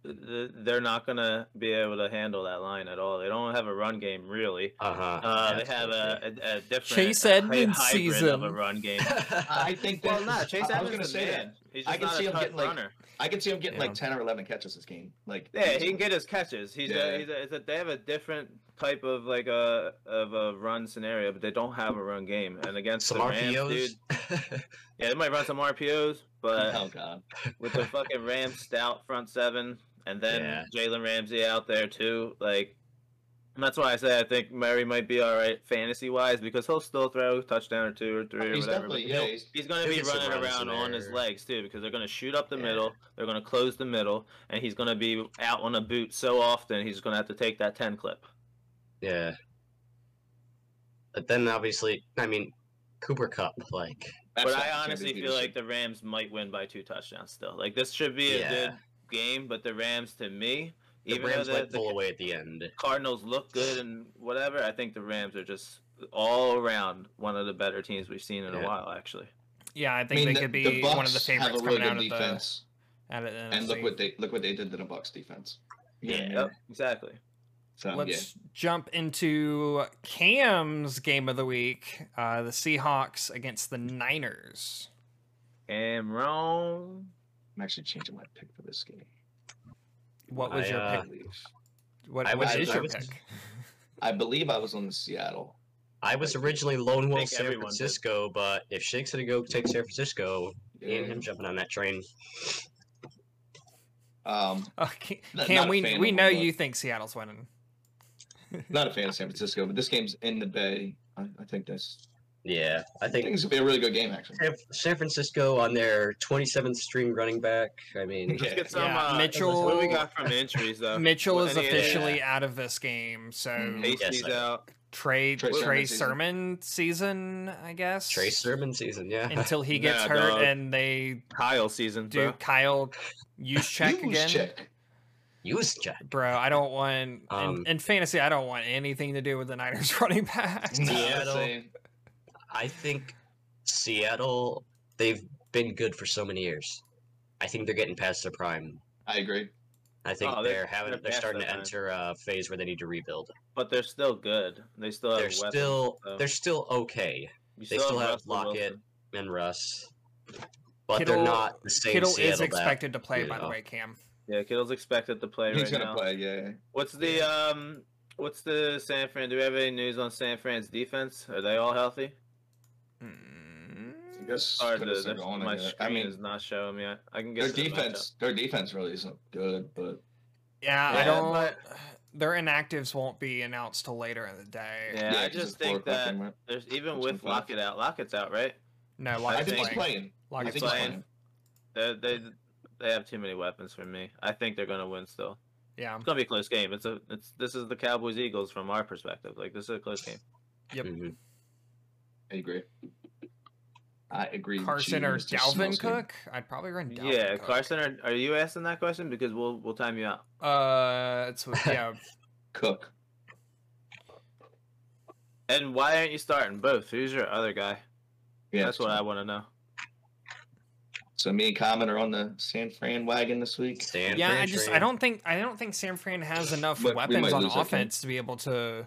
Speaker 3: th- th- they're not going to be able to handle that line at all. They don't have a run game really.
Speaker 4: uh huh.
Speaker 3: Uh, they have a, a, a different
Speaker 1: Chase
Speaker 3: a hy-
Speaker 1: Edmonds
Speaker 3: hybrid of a
Speaker 1: season.
Speaker 3: run game.
Speaker 2: I think that
Speaker 3: well, no, Chase
Speaker 2: I- I
Speaker 3: Edmonds
Speaker 2: was gonna
Speaker 3: is
Speaker 2: say
Speaker 3: man.
Speaker 2: that.
Speaker 3: He's
Speaker 2: I
Speaker 3: just
Speaker 2: can
Speaker 3: not
Speaker 2: see
Speaker 3: a
Speaker 2: him
Speaker 3: cut
Speaker 2: getting, like,
Speaker 3: runner.
Speaker 2: I could see him getting
Speaker 1: Yeah.
Speaker 2: like ten or eleven catches this game. Like
Speaker 3: Yeah, he
Speaker 2: easily.
Speaker 3: can get his catches. He's
Speaker 2: Yeah.
Speaker 3: a, he's a, it's a, they have a different type of like a of a run scenario, but they don't have a run game. And against
Speaker 4: Some
Speaker 3: the Rams,
Speaker 4: RPOs.
Speaker 3: dude, yeah, they might run some RPOs,
Speaker 2: Oh
Speaker 3: but
Speaker 2: god,
Speaker 3: with the fucking Rams stout front seven, and then
Speaker 4: Yeah.
Speaker 3: Jalen Ramsey out there too, like. And that's why I say I think Murray might be all right fantasy wise because he'll still throw a touchdown or two or three or
Speaker 2: he's
Speaker 3: whatever. but
Speaker 2: definitely yeah.
Speaker 3: he'll-
Speaker 2: He's,
Speaker 3: He's going
Speaker 4: He'll
Speaker 3: to be
Speaker 4: get some
Speaker 3: running
Speaker 4: runs
Speaker 3: around
Speaker 4: in
Speaker 3: on his
Speaker 4: there.
Speaker 3: legs too because they're going to shoot up the
Speaker 4: Yeah.
Speaker 3: middle. They're going to close the middle, and he's going to be out on a boot so often he's going to have to take that ten clip.
Speaker 4: yeah. But then obviously, I mean, Cooper Cup, like,
Speaker 2: that's
Speaker 3: but
Speaker 2: not
Speaker 3: I
Speaker 2: the
Speaker 3: honestly
Speaker 2: Champions
Speaker 3: feel
Speaker 2: League
Speaker 3: like the Rams might win by two touchdowns still. Like this should be a
Speaker 4: yeah.
Speaker 3: good game, but the Rams to me,
Speaker 4: The
Speaker 3: even
Speaker 4: Rams
Speaker 3: though
Speaker 4: might
Speaker 3: the,
Speaker 4: pull
Speaker 3: the
Speaker 4: away at the end.
Speaker 3: Cardinals look good and whatever, I think the Rams are just all around one of the better teams we've seen in
Speaker 4: Yeah.
Speaker 3: a while actually.
Speaker 1: Yeah, I think they
Speaker 2: the-
Speaker 1: could
Speaker 2: the
Speaker 1: be one of the
Speaker 2: Bucks have
Speaker 1: favorites
Speaker 2: a really
Speaker 1: coming out
Speaker 2: good
Speaker 1: of the.
Speaker 2: defense.
Speaker 1: Out of the
Speaker 2: And look
Speaker 1: NFC.
Speaker 2: what they look what they did to the Bucks defense. You know what I mean?
Speaker 3: Yep, exactly.
Speaker 2: So yeah.
Speaker 1: Let's jump into Cam's game of the week: uh, the Seahawks against the Niners.
Speaker 3: Am wrong.
Speaker 2: I'm actually changing my pick for this game.
Speaker 1: What was
Speaker 4: I,
Speaker 1: your
Speaker 4: uh,
Speaker 1: pick?
Speaker 2: believe.
Speaker 1: What,
Speaker 4: I
Speaker 1: what
Speaker 4: was-
Speaker 1: is
Speaker 4: I
Speaker 1: your
Speaker 4: was-
Speaker 1: pick?
Speaker 2: I believe I was on the Seattle.
Speaker 4: I was originally lone wolf
Speaker 3: think
Speaker 4: San
Speaker 3: everyone did.
Speaker 4: Francisco, but if Shake's gonna go take San Francisco, me and him jumping on that train.
Speaker 2: Um,
Speaker 1: Oh, Ca-
Speaker 2: Not-
Speaker 1: Cam,
Speaker 2: not a
Speaker 1: we
Speaker 2: fan
Speaker 1: we
Speaker 2: of
Speaker 1: know
Speaker 2: them,
Speaker 1: you think Seattle's winning.
Speaker 2: not a fan of San Francisco, but this game's in the Bay. I, I think this.
Speaker 4: Yeah, I
Speaker 2: I
Speaker 4: think
Speaker 2: think this would be a really good game, actually.
Speaker 4: San- San Francisco on their 27th string running back. I mean,
Speaker 3: Let's
Speaker 2: Yeah.
Speaker 3: get some
Speaker 1: Yeah,
Speaker 3: uh,
Speaker 1: Mitchell-
Speaker 3: What do we got from the injuries though?
Speaker 1: Mitchell
Speaker 3: Well,
Speaker 1: is
Speaker 3: any of Mm-hmm.
Speaker 1: officially out of this game, so
Speaker 2: Mhm.
Speaker 1: Trey
Speaker 3: Hasty's
Speaker 4: Yes, I-
Speaker 3: out.
Speaker 1: Trey,
Speaker 2: Trey Sermon
Speaker 1: Sermon
Speaker 2: season.
Speaker 1: season, I guess.
Speaker 4: Trey Sermon season, yeah.
Speaker 1: until he gets
Speaker 3: Nah,
Speaker 1: hurt
Speaker 3: dog.
Speaker 1: and they
Speaker 3: Kyle season.
Speaker 1: do
Speaker 3: Bro.
Speaker 1: Kyle use check
Speaker 2: Huge
Speaker 1: again.
Speaker 2: check.
Speaker 4: Use Jack.
Speaker 1: Bro, I don't want
Speaker 4: Um,
Speaker 1: in, in fantasy. I don't want anything to do with the Niners running back.
Speaker 4: Seattle.
Speaker 2: same.
Speaker 4: I think Seattle, they've been good for so many years. I think they're getting past their prime.
Speaker 2: I agree.
Speaker 4: I think
Speaker 3: Oh,
Speaker 4: they're,
Speaker 3: they're-
Speaker 4: having
Speaker 3: they're
Speaker 4: they're,
Speaker 3: past
Speaker 4: starting
Speaker 3: their
Speaker 4: to
Speaker 3: prime.
Speaker 4: enter a phase where they need to rebuild.
Speaker 3: But they're still good. They still have
Speaker 4: they're
Speaker 3: weapons.
Speaker 4: still
Speaker 3: so-
Speaker 4: they're still okay
Speaker 3: You
Speaker 4: they still have
Speaker 3: Russell
Speaker 4: Lockett.
Speaker 3: Wilson.
Speaker 4: and Russ, but
Speaker 1: Kittle-
Speaker 4: they're not the same
Speaker 1: Kittle
Speaker 4: Seattle
Speaker 1: is expected to play.
Speaker 4: you
Speaker 1: By the
Speaker 4: know.
Speaker 1: way, Cam.
Speaker 3: Yeah, Kittle's expected to play
Speaker 2: He's
Speaker 3: right
Speaker 2: gonna
Speaker 3: now.
Speaker 2: play. Yeah.
Speaker 3: What's the um? What's the San Fran? Do we have any news on San Fran's defense? Are they all healthy?
Speaker 2: I
Speaker 1: Mm,
Speaker 2: guess
Speaker 3: Or
Speaker 2: put
Speaker 3: the,
Speaker 2: us
Speaker 3: the-
Speaker 2: there on
Speaker 3: my
Speaker 2: it.
Speaker 3: screen
Speaker 2: I mean,
Speaker 3: is not showing me. I, I can
Speaker 2: their
Speaker 3: guess. it might
Speaker 2: defense. Their defense really isn't good, but
Speaker 1: Yeah, I
Speaker 2: Yeah,
Speaker 1: don't.
Speaker 3: but-
Speaker 1: Their inactives won't be announced till later in the day.
Speaker 3: Yeah, I
Speaker 2: 'cause
Speaker 3: just
Speaker 2: it's four
Speaker 3: think
Speaker 2: o'clock
Speaker 3: that-
Speaker 2: anyway.
Speaker 3: show. There's even
Speaker 2: Which
Speaker 3: with
Speaker 2: one's left?
Speaker 3: Lockett out. Lockett's out, right?
Speaker 1: No,
Speaker 2: I
Speaker 1: Lockett's
Speaker 2: think
Speaker 1: playing.
Speaker 2: he's playing. I
Speaker 1: Lockett's
Speaker 2: think he's
Speaker 1: playing.
Speaker 2: playing.
Speaker 3: They they they have too many weapons for me. I think they're gonna win still.
Speaker 1: Yeah.
Speaker 3: It's gonna be a close game. It's a it's this is the Cowboys Eagles from our perspective. Like this is a close game.
Speaker 1: Yep.
Speaker 4: Mhm.
Speaker 2: I agree. I agree. with
Speaker 1: Carson
Speaker 2: you,
Speaker 1: or
Speaker 2: Mr.
Speaker 1: Dalvin
Speaker 2: Smelski.
Speaker 1: Cook? I'd probably run Dalvin
Speaker 3: yeah,
Speaker 1: Cook.
Speaker 3: Carson, are, are you asking that question? Because we'll we'll time you out.
Speaker 1: Uh, it's yeah.
Speaker 2: Cook.
Speaker 3: And why aren't you starting both? Who's your other guy?
Speaker 2: Yeah,
Speaker 3: That's what I want to know.
Speaker 2: So me and Common are on the San Fran wagon this week.
Speaker 4: San
Speaker 1: yeah, I
Speaker 4: Fran
Speaker 1: just I
Speaker 4: train.
Speaker 1: don't think I don't think San Fran has enough
Speaker 2: But we
Speaker 1: weapons
Speaker 2: might
Speaker 1: on
Speaker 2: lose that game.
Speaker 1: offense to be able to.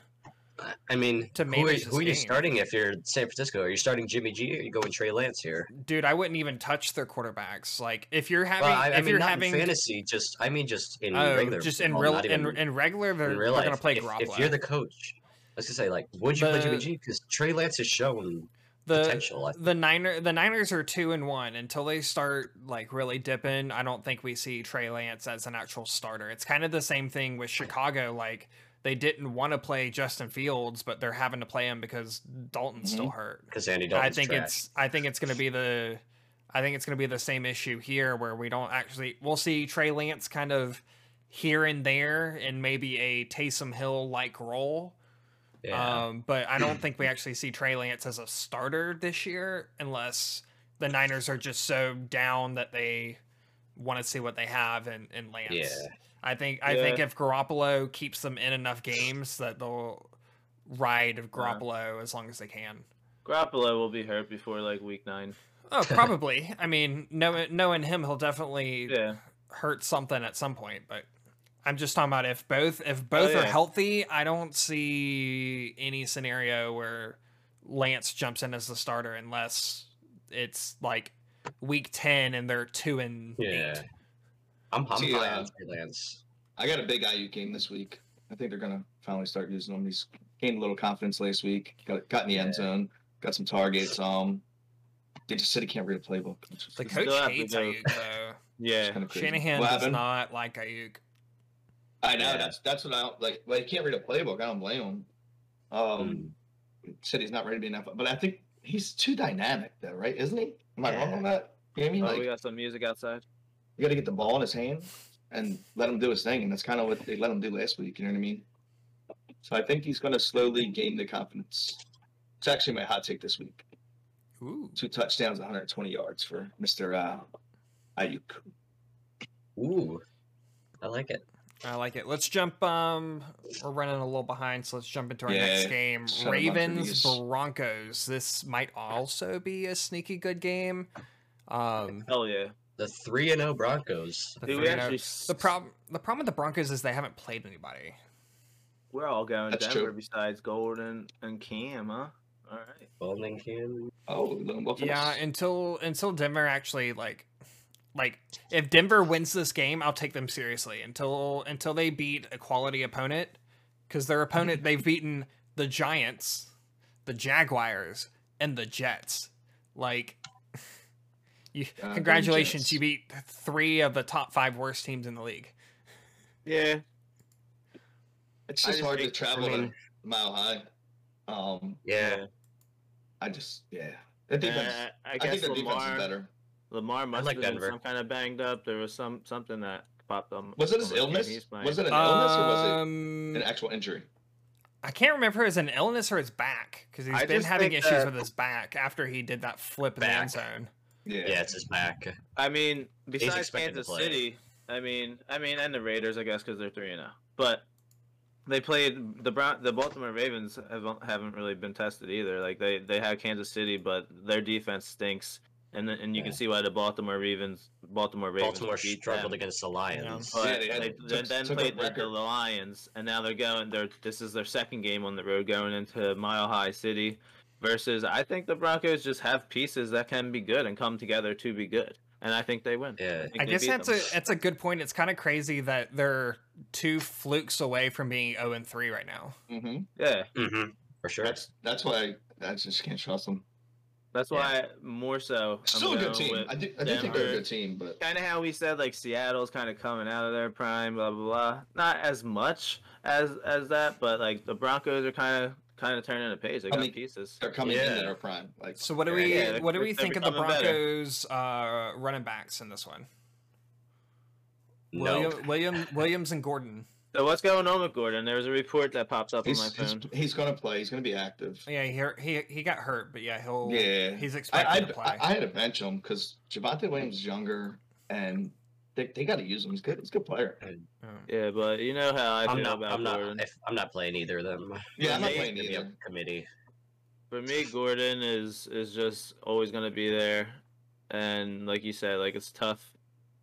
Speaker 4: I mean,
Speaker 1: to
Speaker 4: who are,
Speaker 1: manage this
Speaker 4: who are you
Speaker 1: game.
Speaker 4: starting if you're San Francisco? Are you starting Jimmy G? Or are you going Trey Lance here?
Speaker 1: Dude, I wouldn't even touch their quarterbacks. Like if you're having
Speaker 4: well, I,
Speaker 1: if
Speaker 4: I mean,
Speaker 1: you're
Speaker 4: not
Speaker 1: having
Speaker 4: in fantasy. Just I mean, just in
Speaker 1: oh,
Speaker 4: regular.
Speaker 1: just in
Speaker 4: football,
Speaker 1: real
Speaker 4: not
Speaker 1: in,
Speaker 4: even
Speaker 1: in regular they're,
Speaker 4: in real
Speaker 1: they're gonna
Speaker 4: life.
Speaker 1: play
Speaker 4: if,
Speaker 1: Garoppolo.
Speaker 4: if you're the coach, I was gonna say like, would you play Jimmy
Speaker 1: The-
Speaker 4: G? Because Trey Lance has shown
Speaker 1: the
Speaker 4: potential. I-
Speaker 1: the Niner the Niners are two and one until they start like really dipping. I don't think we see Trey Lance as an actual starter. It's kind of the same thing with Chicago. Like they didn't want to play Justin Fields, but they're having to play him because Dalton's still hurt.
Speaker 4: Because Andy Dalton's
Speaker 1: I think
Speaker 4: trash.
Speaker 1: it's I think it's going to be the I think it's going to be the same issue here where we don't actually we'll see Trey Lance kind of here and there and maybe a Taysom Hill like role.
Speaker 4: yeah.
Speaker 1: Um, but I don't think we actually see Trey Lance as a starter this year unless the Niners are just so down that they want to see what they have in, in Lance.
Speaker 4: Yeah.
Speaker 1: I think I
Speaker 3: Yeah.
Speaker 1: think if Garoppolo keeps them in enough games that they'll ride of Garoppolo as long as they can.
Speaker 3: Garoppolo will be hurt before like week nine.
Speaker 1: Oh, probably. I mean, knowing knowing him, he'll definitely
Speaker 3: Yeah,
Speaker 1: hurt something at some point. But I'm just talking about if both if both are
Speaker 3: yeah.
Speaker 1: healthy, I don't see any scenario where Lance jumps in as the starter unless it's like week ten and they're two and
Speaker 4: yeah.
Speaker 1: eight.
Speaker 4: I'm, I'm
Speaker 2: See,
Speaker 4: high
Speaker 2: uh,
Speaker 4: on Trey Lance.
Speaker 2: I got a big IU game this week. I think they're gonna finally start using them. He's gained a little confidence last week. Got got in the end zone. Got some targets. Um, they just said he can't read a playbook. It's just-
Speaker 1: The
Speaker 2: it's
Speaker 3: still
Speaker 1: coach
Speaker 3: have to
Speaker 1: hates
Speaker 3: go-
Speaker 1: Ayuk though.
Speaker 3: yeah.
Speaker 2: kinda crazy.
Speaker 1: Shanahan
Speaker 2: What
Speaker 1: does
Speaker 2: happened?
Speaker 1: not like Ayuk.
Speaker 2: I know.
Speaker 4: Yeah.
Speaker 2: That's that's what I don't like. Well, he can't read a playbook. I don't blame him. Um, said he's not ready to be an NFL, but I think he's too dynamic though, right? Isn't he? Am I wrong
Speaker 4: Yeah.
Speaker 2: on that? You know what I mean?
Speaker 3: Oh,
Speaker 2: Like,
Speaker 3: we got some music outside.
Speaker 2: you got to get the ball in his hand and let him do his thing. And that's kind of what they let him do last week. You know what I mean? So I think he's going to slowly gain the confidence. It's actually my hot take this week.
Speaker 1: Ooh.
Speaker 2: Two touchdowns, 120 yards for Mr. Uh, Ayuk.
Speaker 4: Mm. Ooh, I like it.
Speaker 1: I like it. Let's jump. Um, we're running a little behind, so let's jump into our next
Speaker 2: Yeah,
Speaker 1: game:
Speaker 2: son of a
Speaker 1: Ravens
Speaker 2: these.
Speaker 1: Broncos. This might also be a sneaky good game. Um,
Speaker 3: Hell yeah.
Speaker 4: The three and zero Broncos.
Speaker 1: The,
Speaker 3: Do
Speaker 1: three
Speaker 3: we
Speaker 1: and oh-
Speaker 3: actually? s-
Speaker 1: the problem the problem with the Broncos is they haven't played anybody.
Speaker 3: We're all going
Speaker 2: That's
Speaker 3: Denver
Speaker 2: true.
Speaker 3: besides Golden and Cam, huh? All right.
Speaker 4: Bowling can.
Speaker 2: Oh, then what for
Speaker 1: Yeah,
Speaker 2: this?
Speaker 1: until until Denver actually like like if Denver wins this game, I'll take them seriously until until they beat a quality opponent cuz their opponent they've beaten the Giants, the Jaguars, and the Jets. Like you,
Speaker 2: Uh, the
Speaker 1: congratulations, you
Speaker 2: Jets.
Speaker 1: beat 3 of the top 5 worst teams in the league.
Speaker 3: Yeah.
Speaker 2: it's
Speaker 3: I
Speaker 2: just
Speaker 3: just
Speaker 2: hard to
Speaker 3: think- I
Speaker 2: travel
Speaker 4: mean-
Speaker 2: to Mile High. Um,
Speaker 4: Yeah.
Speaker 2: I just yeah, the defense.
Speaker 3: Uh, I
Speaker 2: I, think
Speaker 3: guess
Speaker 2: the defense is
Speaker 3: Lamar.
Speaker 2: better.
Speaker 3: Lamar must
Speaker 4: like
Speaker 3: have been
Speaker 4: Denver.
Speaker 3: some kind of banged up. There was some something that popped on.
Speaker 2: Was it his
Speaker 3: on him.
Speaker 2: illness?
Speaker 3: He's playing.
Speaker 2: Was it an illness or was
Speaker 1: Um,
Speaker 2: it an actual injury?
Speaker 1: I can't remember if it was an illness or his back because he's
Speaker 3: I
Speaker 1: been
Speaker 3: just
Speaker 1: having
Speaker 3: think
Speaker 1: issues
Speaker 3: that-
Speaker 1: with his back after he did that flip in the end
Speaker 4: Back.
Speaker 1: zone.
Speaker 2: Yeah.
Speaker 4: Yeah, it's his back.
Speaker 3: I mean, besides
Speaker 4: expected to
Speaker 3: Kansas
Speaker 4: play.
Speaker 3: City, I mean, I mean, and the Raiders, I guess, because they're three and zero. But they played the Brown, the Baltimore Ravens haven't haven't really been tested either. Like they they have Kansas City, but their defense stinks, and then- and you can see why the Baltimore Ravens Baltimore Ravens
Speaker 4: Baltimore
Speaker 3: beat them.
Speaker 4: struggled against the Lions.
Speaker 3: But
Speaker 2: Yeah, they had-
Speaker 3: they,
Speaker 2: took-
Speaker 3: they then
Speaker 2: took a
Speaker 3: played the,
Speaker 2: record.
Speaker 3: the Lions, and now they're going. They're this is their second game on the road going into Mile High City, versus I think the Broncos just have pieces that can be good and come together to be good, and I think they win.
Speaker 4: Yeah.
Speaker 3: think
Speaker 1: I
Speaker 3: they
Speaker 1: guess
Speaker 3: beat
Speaker 1: that's
Speaker 3: them.
Speaker 1: a that's a good point. It's kind of crazy that they're two flukes away from being zero and three right now.
Speaker 2: hmm
Speaker 3: yeah.
Speaker 4: Mm-hmm. For sure.
Speaker 2: That's that's why I, I just can't trust them.
Speaker 3: That's
Speaker 4: Yeah.
Speaker 3: why more so.
Speaker 2: Still a good team. I do, I do think they're
Speaker 3: Denver.
Speaker 2: a good team, but
Speaker 3: Kind of how we said like Seattle's kind of coming out of their prime, blah blah blah. Not as much as as that, but like the Broncos are kind of kind of turning the page. They
Speaker 2: I
Speaker 3: got
Speaker 2: mean,
Speaker 3: pieces.
Speaker 2: they're coming in
Speaker 4: Yeah.
Speaker 2: at our prime. Like
Speaker 1: So what do
Speaker 2: Yeah,
Speaker 1: we
Speaker 3: yeah, they're-
Speaker 1: what do we
Speaker 3: they're
Speaker 1: think of the
Speaker 3: becoming better.
Speaker 1: Broncos uh, running backs in this one?
Speaker 4: No.
Speaker 1: William, William Williams and Gordon.
Speaker 3: So what's going on with Gordon? There was a report that pops up on my
Speaker 2: he's he's,
Speaker 3: phone.
Speaker 2: he's gonna play. He's gonna be active.
Speaker 1: Yeah, he he, he got hurt, but yeah, he'll
Speaker 2: Yeah.
Speaker 1: he's
Speaker 2: I,
Speaker 1: expected
Speaker 2: I,
Speaker 1: to play.
Speaker 2: I, I had to bench him because Javante Williams is younger and they, they got to use him. He's good. He's a good player.
Speaker 1: Um,
Speaker 3: Yeah, but you know how I
Speaker 4: I'm
Speaker 3: feel
Speaker 4: not.
Speaker 3: about
Speaker 4: I'm not.
Speaker 3: Gordon.
Speaker 4: If, I'm not playing either of them.
Speaker 2: Yeah, I'm not
Speaker 4: They
Speaker 2: playing
Speaker 4: give me a
Speaker 2: either.
Speaker 4: Committee.
Speaker 3: For me, Gordon is is just always gonna be there, and like you said, like it's tough.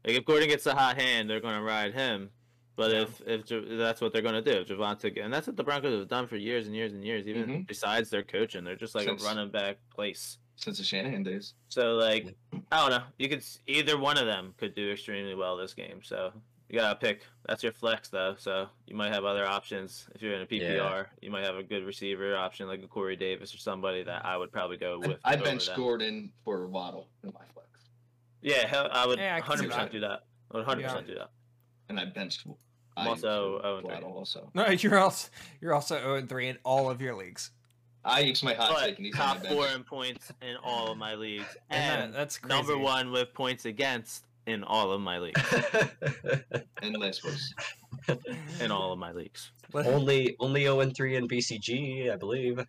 Speaker 3: Like if Gordon gets a hot hand, they're gonna ride him. But
Speaker 1: Yeah.
Speaker 3: if if Ja- that's what they're gonna do, if Javante, and that's what the Broncos have done for years and years and years, even
Speaker 4: Mm-hmm.
Speaker 2: Mhm.
Speaker 3: besides their coaching, they're just like
Speaker 2: Since-
Speaker 3: a running back place.
Speaker 2: Since the Shanahan days.
Speaker 3: So like I don't know, you could s- either one of them could do extremely well this game. So you gotta pick. That's your flex though. So you might have other options if you're in a PPR. You might have a good receiver option like a Corey Davis or somebody that I would probably go
Speaker 2: I-
Speaker 3: with.
Speaker 2: I
Speaker 3: over
Speaker 2: benched
Speaker 3: them.
Speaker 2: Gordon for Waddle in my flex,
Speaker 3: Yeah, hell, I would
Speaker 1: Yeah, I can
Speaker 2: see
Speaker 3: 100%
Speaker 2: that.
Speaker 3: do that. I would 100% do that.
Speaker 2: and I benched
Speaker 3: I'm
Speaker 2: Ayuk
Speaker 3: also
Speaker 2: for
Speaker 3: 0 and 3.
Speaker 2: Waddle also.
Speaker 1: No, you're also you're also zero and three in all of your leagues.
Speaker 2: I used my hot take
Speaker 3: But
Speaker 2: and he's on
Speaker 3: top
Speaker 2: my bench.
Speaker 3: four in points in all of my leagues,
Speaker 1: And,
Speaker 3: and
Speaker 1: that, that's crazy.
Speaker 3: number one with points against in all of my leagues.
Speaker 2: And last was
Speaker 3: in all of my leagues.
Speaker 4: only only 0 and 3 in BCG, I believe.